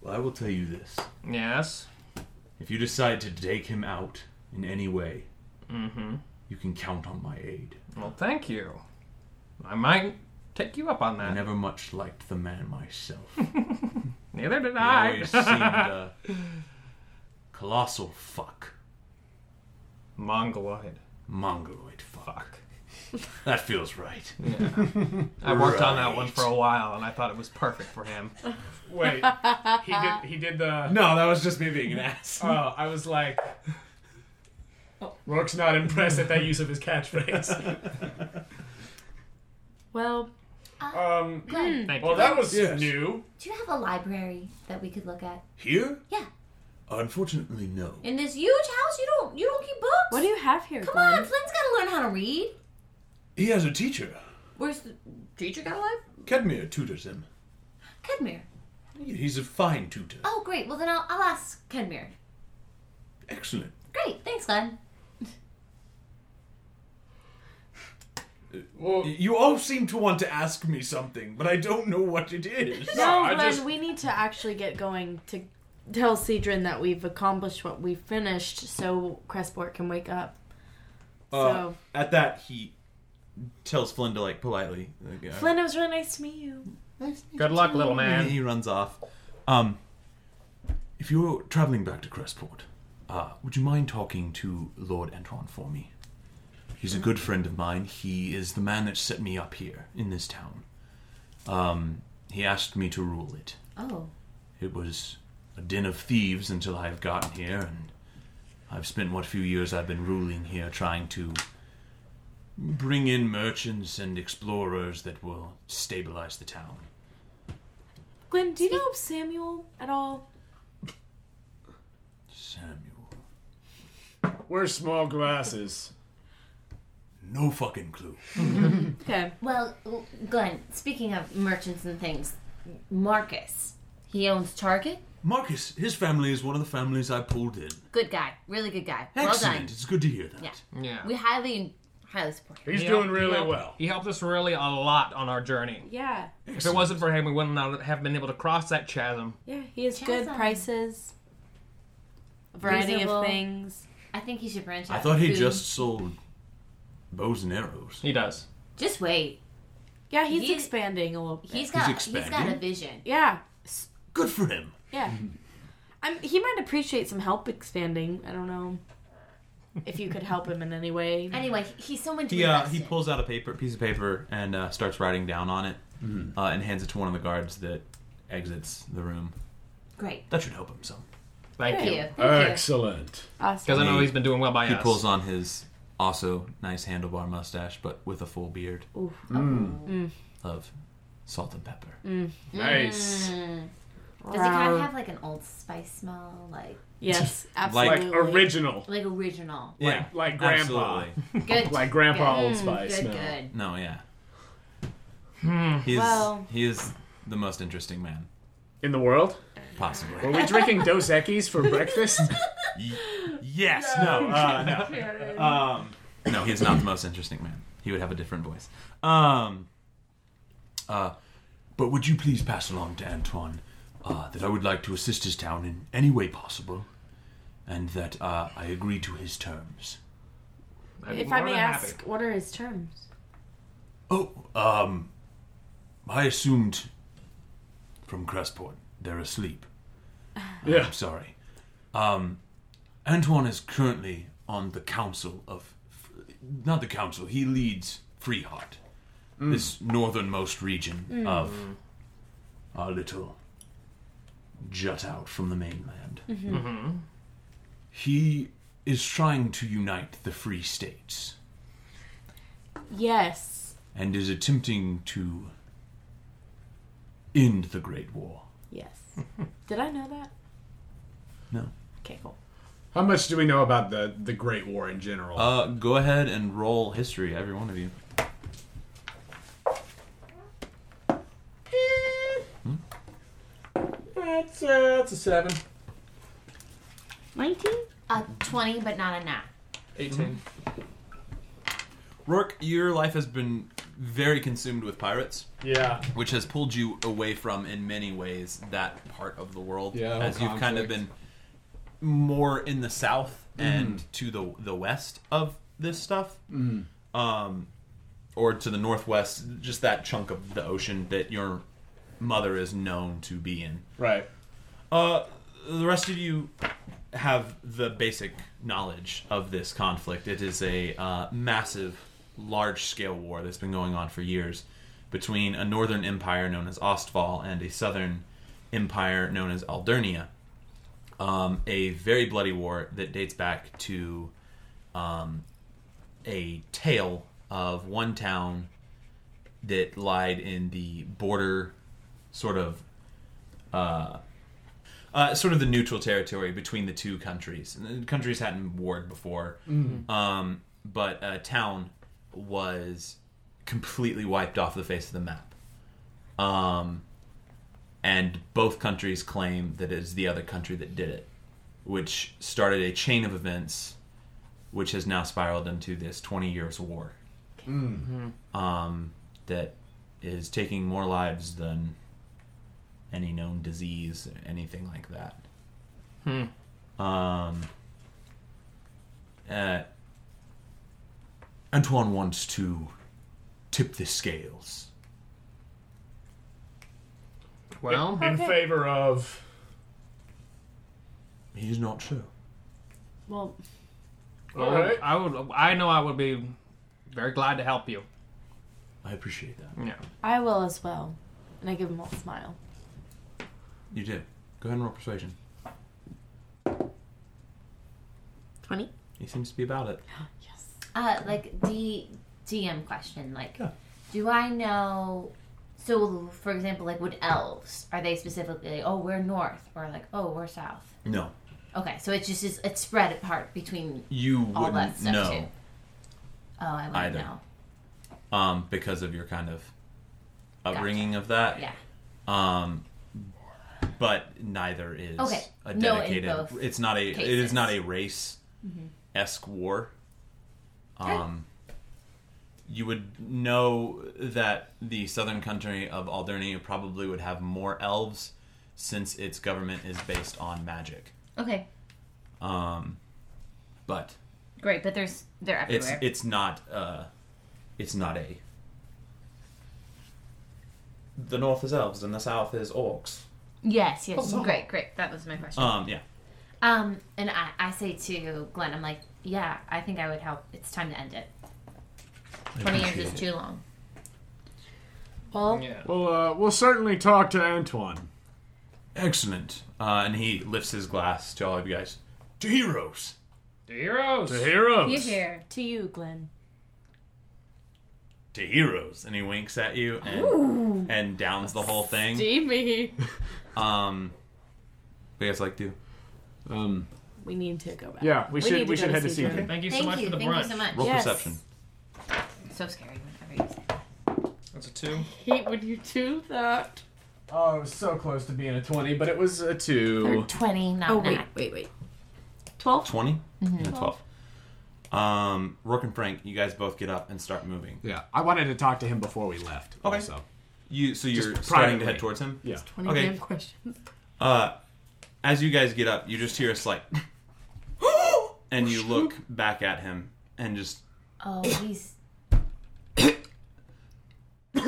S1: well, I will tell you this.
S4: Yes.
S1: If you decide to take him out in any way,
S4: Mm-hmm.
S1: you can count on my aid.
S4: Well, thank you. I might take you up on
S1: I
S4: that.
S1: never much liked the man (laughs) myself.
S4: Neither did
S1: He
S4: I. (laughs)
S1: always seemed a colossal fuck.
S4: Mongoloid.
S1: Mongoloid fuck.
S4: Fuck.
S1: That feels right.
S4: I worked on that one for a while, and I thought it was perfect for him.
S5: Wait, he did. He did the.
S1: No, that was just me being an ass.
S5: Oh, I was like. Rourke's not impressed at that use of his catchphrase.
S9: Well,
S2: Uh,
S5: um,
S2: Glenn,
S4: Thank
S5: well,
S4: you.
S5: that was
S1: Yes.
S5: new.
S2: do you have a library that we could look at?
S1: Here?
S2: Yeah.
S1: Unfortunately, no.
S2: In this huge house, you don't you don't keep books.
S9: what do you have here?
S2: Come
S9: Glenn?
S2: on, Flynn's gotta learn how to read.
S1: He has a teacher.
S2: Where's the teacher got a library?
S1: Kedmir tutors him.
S2: Kedmir.
S1: He's a fine tutor.
S2: Oh, great. Well, then I'll, I'll ask Kedmir.
S1: Excellent.
S2: Great. Thanks, Glenn.
S5: Well,
S1: You all seem to want to ask me something, but I don't know what it is.
S5: No,
S9: No,
S5: I
S9: Glenn,
S5: just-
S9: Oh, we need to actually get going to tell Cedrin that we've accomplished what we finished so Crestport can wake up.
S1: Uh,
S9: so,
S1: at that, he tells Flynn to like politely. Like, uh,
S9: Flynn, it was really nice to meet you.
S4: Good luck, little man.
S1: He runs off. Um, if you're traveling back to Crestport, uh, would you mind talking to Lord Antoine for me? He's a good friend of mine. He is the man that set me up here in this town. Um, he asked me to rule it.
S2: Oh.
S1: It was a den of thieves until I've gotten here, and I've spent what few years I've been ruling here trying to bring in merchants and explorers that will stabilize the town.
S9: Glenn, do you know Samuel at all?
S1: Samuel.
S5: we're small glasses.
S1: No fucking clue.
S9: Okay.
S2: Well, l- Glenn, speaking of merchants and things, Marcus. He owns Target.
S1: Marcus, his family is one of the families I pulled in.
S2: Good guy. Really good guy.
S1: Excellent.
S2: Well done.
S1: It's good to hear that.
S2: Yeah.
S4: Yeah.
S2: We highly, highly support him.
S5: He's
S4: Yeah.
S5: doing really
S4: Yeah.
S5: well.
S4: He helped us really a lot on our journey.
S9: Yeah.
S4: If it wasn't for him, we wouldn't have been able to cross that chasm.
S9: Yeah, he has good
S2: Chasm.
S9: prices, a variety
S2: Reasonable.
S9: of things.
S2: I think he should branch out.
S1: I thought he
S2: Food.
S1: just sold bows and arrows.
S4: He does.
S2: Just wait.
S9: Yeah, he's
S2: He-
S9: expanding a little bit.
S2: He's got. he's got a
S1: expanding.
S2: vision.
S9: yeah.
S1: Good for him.
S9: Yeah. I'm, he might appreciate some help expanding. I don't know if you could help him in any way.
S2: Anyway, he- he's someone to
S1: He uh,
S2: invest
S1: he
S2: in.
S1: pulls out a paper, piece of paper, and uh, starts writing down on it, uh, and hands it to one of the guards that exits the room.
S2: Great.
S1: That should help him some.
S4: Thank
S2: Thank
S4: you.
S2: you. Thank you.
S13: Excellent.
S9: Awesome.
S4: Because I know he's been doing well by
S1: He
S4: us.
S1: pulls on his also nice handlebar mustache, but with a full beard
S2: Mm.
S1: of salt and pepper.
S5: Nice.
S2: Does he kind of
S9: Wow.
S2: have like an old spice smell, like
S9: Yes,
S5: Like
S9: absolutely.
S5: original.
S2: like original?
S1: Yeah,
S5: Like grandpa.
S1: absolutely.
S2: Good.
S5: Like grandpa
S2: Mm, Good.
S5: Old Spice
S2: Good.
S5: smell.
S2: Good.
S1: No, yeah.
S2: Hmm.
S1: He's
S9: Well-
S1: he is the most interesting man
S5: In the world? Were
S1: possibly.
S2: (laughs)
S5: we drinking Dos Equis for breakfast?
S1: yes. No. Uh, no. Um, no, he's not the most interesting man. He would have a different voice. Um. Uh, but would you please pass along to Antoine uh, that I would like to assist his town in any way possible, and that uh, I agree to his terms.
S4: I'd be
S9: if I
S4: more
S9: may
S4: than happy.
S9: ask, what are his terms?
S1: Oh, um, I assumed from Crestport they're asleep.
S5: yeah.
S1: I'm sorry. Um, Antoine is currently on the council of, not the council. He leads Freeheart, this northernmost region of our little jut out from the mainland. He is trying to unite the free states
S9: Yes.
S1: and is attempting to end the Great War.
S9: Yes. Did I know that?
S1: No.
S9: Okay, cool.
S5: How much do we know about the, the Great War in general?
S1: Uh, go ahead and roll history, every one of you.
S5: that's, uh, that's a seven.
S14: 19?
S2: A twenty, but not a nat.
S4: 18.
S1: Rourke, your life has been very consumed with pirates,
S3: Mhm.
S5: Yeah.
S1: which has pulled you away from, in many ways, that part of the world.
S13: Yeah, the
S1: as you've kind of been
S13: conflict. Mm.
S1: more in the south and to the the west of this stuff,
S13: Mm.
S1: um, or to the northwest, just that chunk of the ocean that your mother is known to be in.
S5: Right.
S1: Uh, the rest of you have the basic knowledge of this conflict. It is a uh, massive large scale war that's been going on for years between a northern empire known as Ostval and a southern empire known as Aldernia. Um, a very bloody war that dates back to um, a tale of one town that lied in the border, sort of, uh, uh, sort of the neutral territory between the two countries. And the countries hadn't warred before,
S15: Mhm.
S1: um, but a town was completely wiped off the face of the map. Um, and both countries claim that it is the other country that did it, which started a chain of events, which has now spiraled into this twenty years war um, that is taking more lives than any known disease, anything like that.
S4: Hmm.
S1: Um, uh, Antoine wants to tip the scales.
S4: Well,
S5: in favor of.
S1: He's not sure.
S9: Well,
S4: well,
S5: Alright.
S4: I would. I know I would be very glad to help you.
S1: I appreciate that.
S4: Yeah.
S9: I will as well. And I give him a little smile.
S1: You do. Go ahead and roll persuasion.
S9: 20?
S1: He seems to be about it.
S2: Uh, like the DM question, like, do I know? So, for example, like, would elves are they specifically? Like, oh, we're north, or like, oh, we're south.
S1: No.
S2: Okay, so it's just it's, it's spread apart between
S1: You
S2: all that
S1: wouldn't
S2: stuff
S1: know
S2: too. Oh, I wouldn't
S1: either.
S2: know.
S1: Um, because of your kind of upbringing of that.
S2: Yeah.
S1: Um, but neither is
S2: Okay.
S1: a
S2: No, in
S1: dedicated.
S2: both
S1: it's not a. It
S2: cases.
S1: is not a race
S2: Mhm.
S1: esque war. Um, you would know that the southern country of Aldernia probably would have more elves, since its government is based on magic.
S2: Okay,
S1: Um, but
S2: great, but there's they're
S1: it's
S2: everywhere.
S1: it's not uh, it's not a. The north is elves and the south is orcs.
S2: yes, yes,
S9: Oh,
S1: Huzzah.
S2: great, great. That was my question.
S1: Um, yeah.
S2: Um, and I, I say to Glenn, I'm like, yeah, I think I would help. It's time to end it. Twenty years is
S5: appreciate
S2: too long.
S9: Well,
S5: Well, uh, we'll certainly talk to Antoine.
S1: Excellent. Uh, and he lifts his glass to all of you guys. To heroes.
S4: To heroes.
S1: To heroes.
S9: You here. To you, Glenn.
S1: To heroes. And he winks at you
S9: Ooh.
S1: and, and downs the whole thing.
S9: Stevie.
S1: (laughs) Um, what do you guys like to do? Um,
S9: We need to go back.
S1: Yeah, we should-
S9: need
S1: we
S9: go
S1: should head to see
S9: Cedro.
S1: him. Thank you so Thank much you, for the
S2: thank you brunch. so much.
S1: roll
S9: Yes.
S1: perception.
S2: So scary whenever you say.
S4: That's a two.
S9: hate when you do that.
S5: Oh, it was so close to being a 20, but it was a 2.
S2: Twenty, not
S9: Oh, wait,
S2: nat.
S9: wait, wait. 12?
S1: 20?
S9: Mhm.
S1: Yeah, 12. Um, Rourke and Frank, you guys both get up and start moving.
S5: (laughs) Yeah, I wanted to talk to him before we left.
S1: Okay.
S5: Also.
S1: You, so you're
S5: Just
S1: starting to
S5: privately.
S1: head towards him?
S5: Yeah.
S9: 20
S1: okay.
S9: damn questions.
S1: Uh, as you guys get up, you just hear a slight. and you look back at him and just.
S2: Oh, he's
S1: (coughs)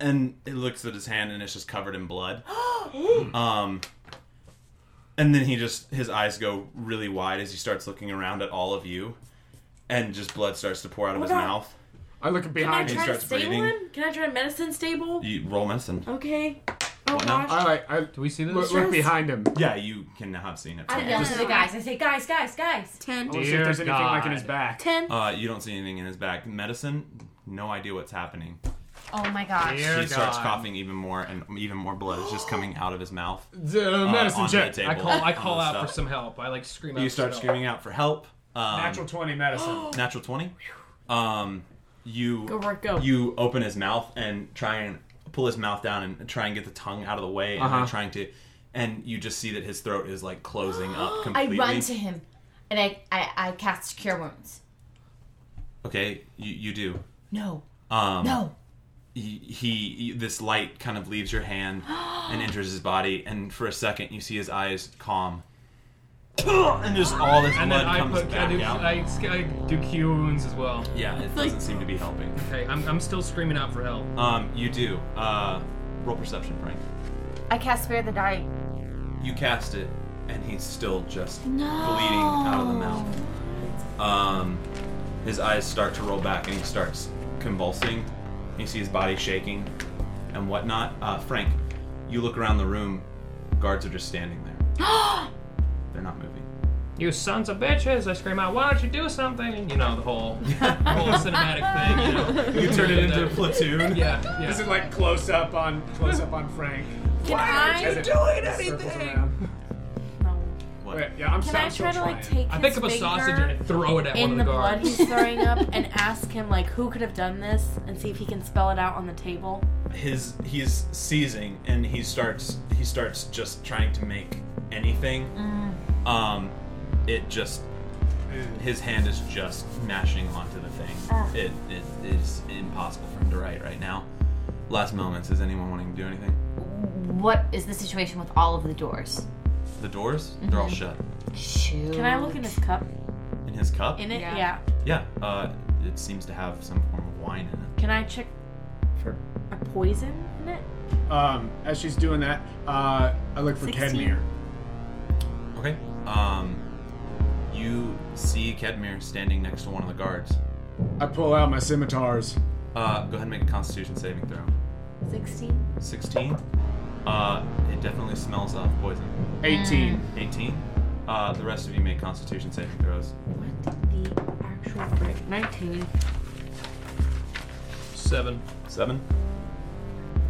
S1: And it looks at his hand and it's just covered in blood. um, and then he just. His eyes go really wide as he starts looking around at all of you. And just blood starts to pour out of his
S9: What the-
S1: mouth.
S5: I look
S9: Can I
S1: And he
S9: try to
S1: starts
S9: stable
S1: breathing.
S9: him? Can I try medicine stable?
S1: You roll medicine.
S9: Okay. Oh,
S1: What now?
S9: gosh.
S1: Do we see
S9: this? look- look behind
S5: him.
S1: Yeah, you can now have seen it.
S9: I yell at the guys. I say, guys, guys, guys. Ten.
S5: wanna see if there's anything like in his back.
S9: Ten.
S1: Uh, you don't see anything in his back. Medicine, no idea what's happening.
S2: Oh my gosh.
S1: he starts coughing even more, and even more blood is just coming out of his (gasps) mouth.
S4: The
S5: medicine
S1: onto Uh,
S5: check.
S1: the
S4: I
S1: table,
S4: call. I
S1: on
S4: call
S1: the
S4: out for
S1: stuff.
S4: some help. I like scream out.
S1: You
S4: for
S1: start
S4: some help.
S1: screaming out for help. Um,
S5: Natural 20
S3: (gasps)
S5: medicine.
S1: natural twenty. Um, you
S5: Go, Rourke, go.
S1: you open his mouth and try and pull his mouth down and try and get the tongue out of the way, and
S5: Uh-huh.
S1: then trying to, and you just see that his throat is like closing
S5: (gasps)
S1: up
S2: I
S1: completely.
S2: run to him, and I, I I cast cure wounds.
S1: Okay, you you do.
S2: No.
S1: Um,
S2: No.
S1: He, he, this light kind of leaves your hand
S2: (gasps)
S1: and enters his body, and for a second you see his eyes calm, (gasps) and just all this
S4: And
S1: blood
S4: then I
S1: comes
S4: put. I
S1: back
S4: do.
S1: out.
S4: I, sc- I do Q wounds as well.
S1: Yeah, it doesn't seem to be helping.
S4: Okay, I'm. I'm still screaming out for help.
S1: Um, you do. Uh, roll perception, Frank.
S2: I cast spare the dying.
S1: You cast it, and he's still just
S2: No.
S1: bleeding out of the mouth. Um, his eyes start to roll back and he starts convulsing. You see his body shaking and whatnot. Uh, Frank, you look around the room. Guards are just standing
S2: (gasps)
S1: there. They're not moving.
S4: You sons of bitches! I scream out, why don't you do something? And, you know, the whole, the whole cinematic thing. You,
S1: (laughs)
S4: know.
S1: You turn it into a platoon.
S4: Yeah, yeah.
S5: This is like close up on close up on Frank.
S3: Can I-
S5: As
S3: You
S5: it
S3: doing
S5: circles
S3: anything?
S5: around.
S1: What?
S5: Wait, yeah, I'm
S3: Can
S5: so-
S3: I
S5: I'm still
S3: try to like
S5: trying.
S3: take
S4: I
S3: his
S4: pick up a sausage
S3: finger
S4: and throw it at
S3: in
S4: one of
S3: the
S4: the
S3: blood
S4: guards.
S3: he's throwing up
S4: (laughs)
S3: and ask him like who could have done this and see if he can spell it out on the table?
S1: his he's seizing and he starts he starts just trying to make anything
S3: Mm.
S1: um it just his hand is just mashing onto the thing
S3: Ah.
S1: it, it it's impossible for him to write right now last moments is anyone wanting to do anything
S2: What is the situation with all of the doors?
S1: the doors they're
S3: Mm-hmm.
S1: all shut
S2: Shoot.
S3: Can I look in his cup?
S1: in his cup
S3: In it?
S2: Yeah.
S3: Yeah.
S1: yeah uh it seems to have some form of wine in it
S3: Can I check for a poison in it?
S5: Um, as she's doing that, uh, I look for
S3: 16.
S5: Kedmir.
S1: okay um you see Kedmir standing next to one of the guards
S5: I pull out my scimitars.
S1: uh go ahead and make a constitution saving throw
S3: 16.
S1: 16. Uh, it definitely smells of poison.
S5: 18.
S1: 18. Uh, the rest of you make constitution saving throws.
S3: What the actual frick? 19.
S4: Seven.
S1: 7,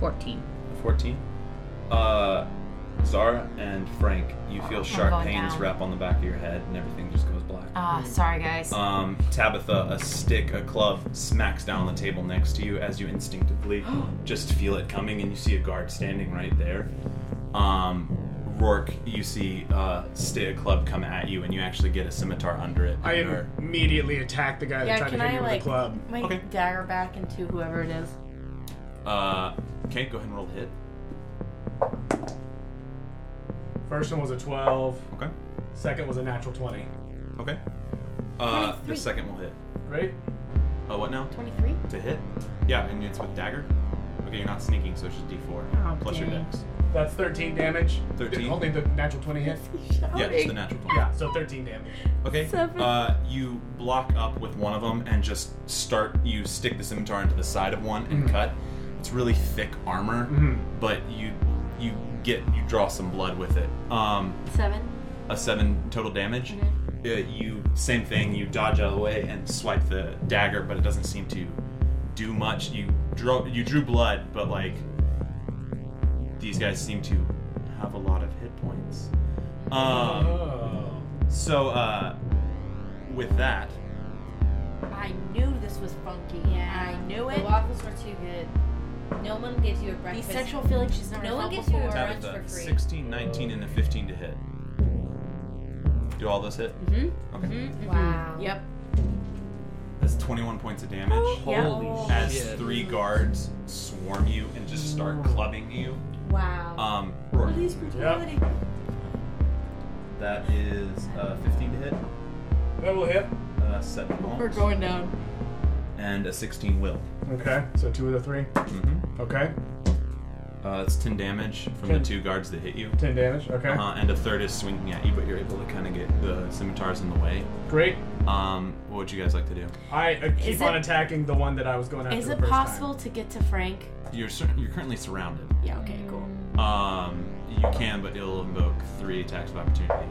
S2: 14.
S1: 14. Uh, Zara and Frank, you feel sharp
S2: going
S1: pains
S2: down.
S1: wrap on the back of your head and everything just goes black.
S2: Ah, sorry guys.
S1: Um, Tabitha, a stick, a club smacks down on the table next to you as you
S2: (gasps)
S1: instinctively just feel it coming, and you see a guard standing right there. Um, Rourke, you see uh, stick, a club come at you, and you actually get a scimitar under it.
S5: I
S1: and you're-
S5: immediately attack the guy that
S3: Yeah,
S5: tried to
S3: can
S5: hit me
S3: I
S5: with
S3: like
S5: the club.
S3: my
S1: Okay.
S3: dagger back into whoever it is?
S1: Uh, okay, go ahead and roll the hit.
S5: First one was a 12.
S1: Okay.
S5: Second was a natural 20.
S1: Okay. Uh, the second will hit.
S5: Right?
S1: Oh, what now?
S3: 23?
S1: To hit? Yeah, and it's with dagger. Okay, you're not sneaking, so it's just d4 plus your
S3: dang.
S1: dex.
S5: That's 13 damage.
S1: 13?
S5: Only the natural 20 hit.
S1: Yeah, it's the natural 20.
S5: Yeah, so 13 damage.
S1: Okay. Uh, you block up with one of them and just start. You stick the scimitar into the side of one and cut. It's really thick armor, but you you get you draw some blood with it. Um,
S3: Seven.
S1: a seven total damage. Uh, you same thing. You dodge out of the way and swipe the dagger, but it doesn't seem to do much. You drew you drew blood, but like these guys seem to have a lot of hit points. Um,
S5: Oh.
S1: so uh, with that,
S8: I knew this was funky.
S3: Yeah.
S8: I knew
S3: The
S8: it.
S3: waffles were too good. No one gives you a
S8: These
S3: breakfast.
S8: sexual feelings she's never
S3: No
S8: felt
S3: one gives you
S8: before.
S3: a break.
S1: Tabitha,
S3: for free.
S1: 16, 19, and a 15 to hit. Do all those hit? Mm-hmm. Okay.
S2: wow.
S8: Yep.
S1: That's 21 points of damage.
S4: Oh, Holy
S1: As
S4: shit.
S1: three guards swarm you and just start clubbing you.
S3: Wow.
S1: Um, Rourke,
S5: Yep.
S1: that is uh, 15 to hit,
S5: That will hit.
S1: uh, 7 won't,
S8: We're going down.
S1: and a 16 will.
S5: Okay, so two of the three.
S1: Mm-hmm.
S5: Okay,
S1: Uh, that's 10 damage from the
S5: Ten.
S1: two guards that hit you.
S5: 10 damage. Okay,
S1: Uh, and a third is swinging at you, but you're able to kind of get the scimitars in the way.
S5: great.
S1: Um, what would you guys like to do?
S5: I uh, keep
S3: Is
S5: on
S3: it-
S5: attacking the one that I was going after.
S3: Is
S5: the
S3: it
S5: first
S3: possible
S5: Time.
S3: to get to Frank?
S1: You're cer- you're currently surrounded.
S3: Yeah, okay, cool.
S1: Um, you can, but it'll invoke three attacks of opportunity.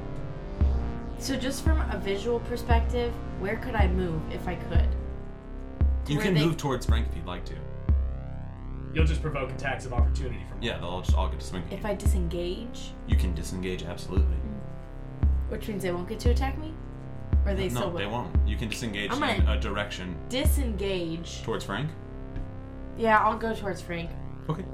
S3: So just from a visual perspective, where could I move if I could?
S1: You
S3: Where
S1: can
S3: they-
S1: move towards Frank if you'd like to.
S5: You'll just provoke attacks of opportunity from
S1: Yeah, they'll all just all get to swing at you.
S3: If I disengage,
S1: You can disengage, absolutely.
S3: which means they won't get to attack me? Or they still
S1: no,
S3: will?
S1: they won't. You can disengage
S3: I'm
S1: in
S3: gonna-
S1: a direction
S3: Disengage.
S1: towards Frank.
S3: Yeah, I'll go towards Frank.
S1: Okay.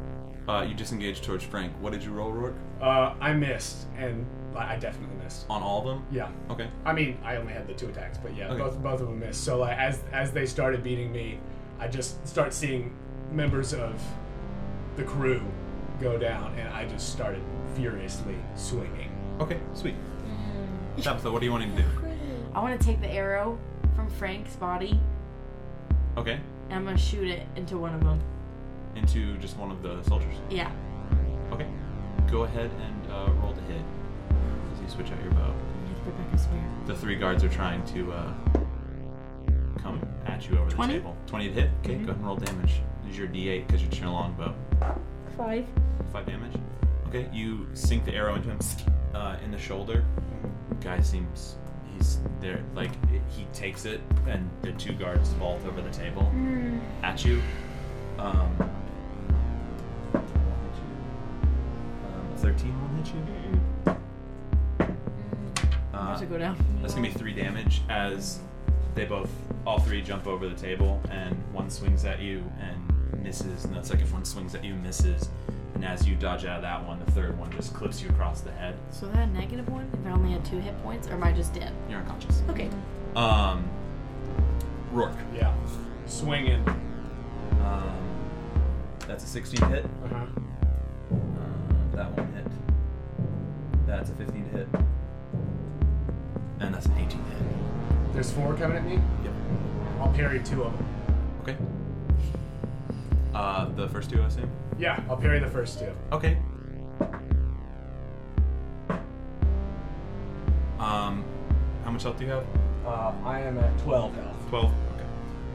S1: Uh, you disengage towards Frank. What did you roll, Rourke?
S5: Uh, I missed, and I I definitely missed.
S1: On all of them?
S5: Yeah,
S1: Okay.
S5: I mean, I only had the two attacks, but yeah,
S1: Okay.
S5: both both of them missed. So like, as as they started beating me, I just start seeing members of the crew go down, and I just started furiously swinging.
S1: Okay, sweet.
S3: Mm.
S1: Tabitha, what do you want to do?
S3: I want to take the arrow from Frank's body
S1: Okay.
S3: and I'm going to shoot it into one of them.
S1: Into just one of the soldiers.
S3: Yeah.
S1: Okay. Go ahead and uh, roll to hit. As you switch out your bow.
S3: Rebecca Swear.
S1: The three guards are trying to uh,
S7: come at you over the
S3: 20?
S7: table. 20 to hit. Okay, go ahead and roll damage. Use your d8 because it's your longbow.
S3: Five.
S7: Five damage. Okay, you sink the arrow into him (laughs) uh, in the shoulder. Guy seems he's there. Like it- he takes it, and the two guards vault over the table
S3: Mm.
S7: at you. Um, um, a thirteen will hit you. Uh,
S3: Yours will go down.
S7: That's gonna be three damage as they both, all three, jump over the table, and one swings at you and misses, and the second one swings at you misses, and as you dodge out of that one, the third one just clips you across the head.
S3: So that negative one, if I only had two hit points, or am I just dead?
S7: You're unconscious.
S3: Okay.
S7: Um, Rourke.
S5: Yeah. Swinging.
S7: Um, that's a 16 hit.
S5: Uh-huh.
S7: Uh, that one hit. That's a 15 hit. And that's an 18 hit.
S5: There's four coming at me.
S7: Yep.
S5: I'll parry two of them.
S7: Okay. Uh, the first two, I assume.
S5: Yeah, I'll parry the first two.
S7: Okay. Um, how much health do you have?
S5: Uh, I am at 12 health.
S7: 12. Okay.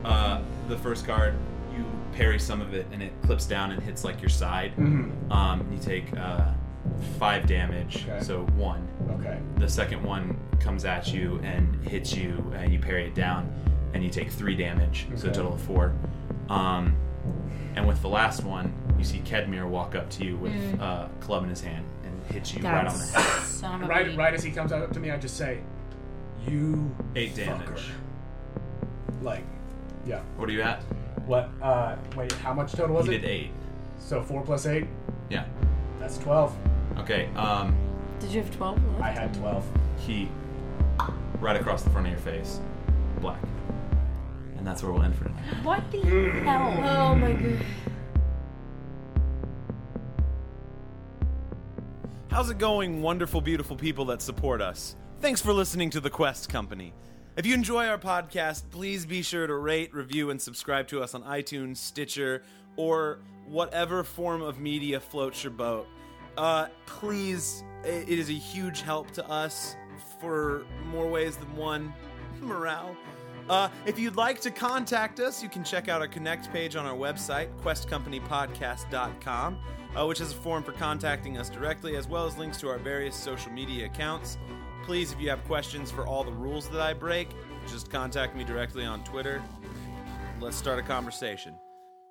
S7: Uh, the first guard, you parry some of it, and it clips down and hits like your side.
S5: Mhm.
S7: Um, you take uh, five damage,
S5: Okay.
S7: so one.
S5: Okay.
S7: The second one comes at you and hits you, and you parry it down, and you take three damage, so a
S5: Okay.
S7: total of four. Um, and with the last one, you see Kedmir walk up to you with a club in his hand and hit you right on the head.
S3: Son of a
S5: Right,
S3: bee.
S5: right as he comes up to me, I just say, "You
S7: Eight
S5: fucker."
S7: damage.
S5: Like, yeah.
S7: What are you at?
S5: What? Uh, wait. How much total was
S7: He
S5: it?
S7: did eight.
S5: So four plus eight.
S7: Yeah.
S5: That's twelve.
S7: Okay. Um,
S3: Did you have 12 left?
S5: I had twelve.
S7: he right across the front of your face, black, and that's where we'll end for tonight.
S3: What the hell? Oh my god.
S7: How's it going, wonderful, beautiful people that support us? Thanks for listening to The Quest Company. If you enjoy our podcast, please be sure to rate, review, and subscribe to us on iTunes, Stitcher, or whatever form of media floats your boat. Uh, please, i- it is a huge help to us for more ways than one morale. Uh, if you'd like to contact us, you can check out our Connect page on our website, questcompanypodcast.com, uh, which is a form for contacting us directly, as well as links to our various social media accounts. Please, if you have questions for all the rules that I break, just contact me directly on Twitter. Let's start a conversation.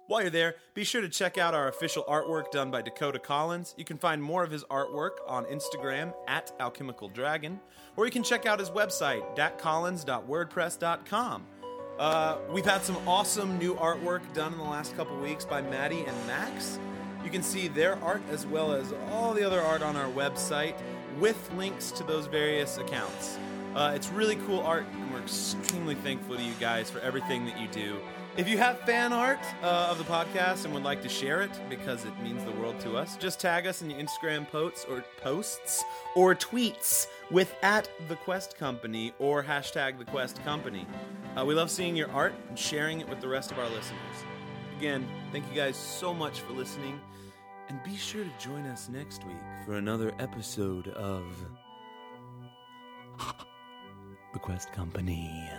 S7: While you're there, be sure to check out our official artwork done by Dakota Collins. You can find more of his artwork on Instagram at Alchemical Dragon, or you can check out his website, datcollins.wordpress.com. Uh, we've had some awesome new artwork done in the last couple weeks by Maddie and Max. You can see their art as well as all the other art on our website with links to those various accounts. Uh, it's really cool art, and we're extremely thankful to you guys for everything that you do. If you have fan art uh, of the podcast and would like to share it because it means the world to us, just tag us in your Instagram posts or posts or tweets with at the Quest Company or hashtag the Quest Company. Uh, we love seeing your art and sharing it with the rest of our listeners. Again, thank you guys so much for listening, and be sure to join us next week for another episode of the Quest Company.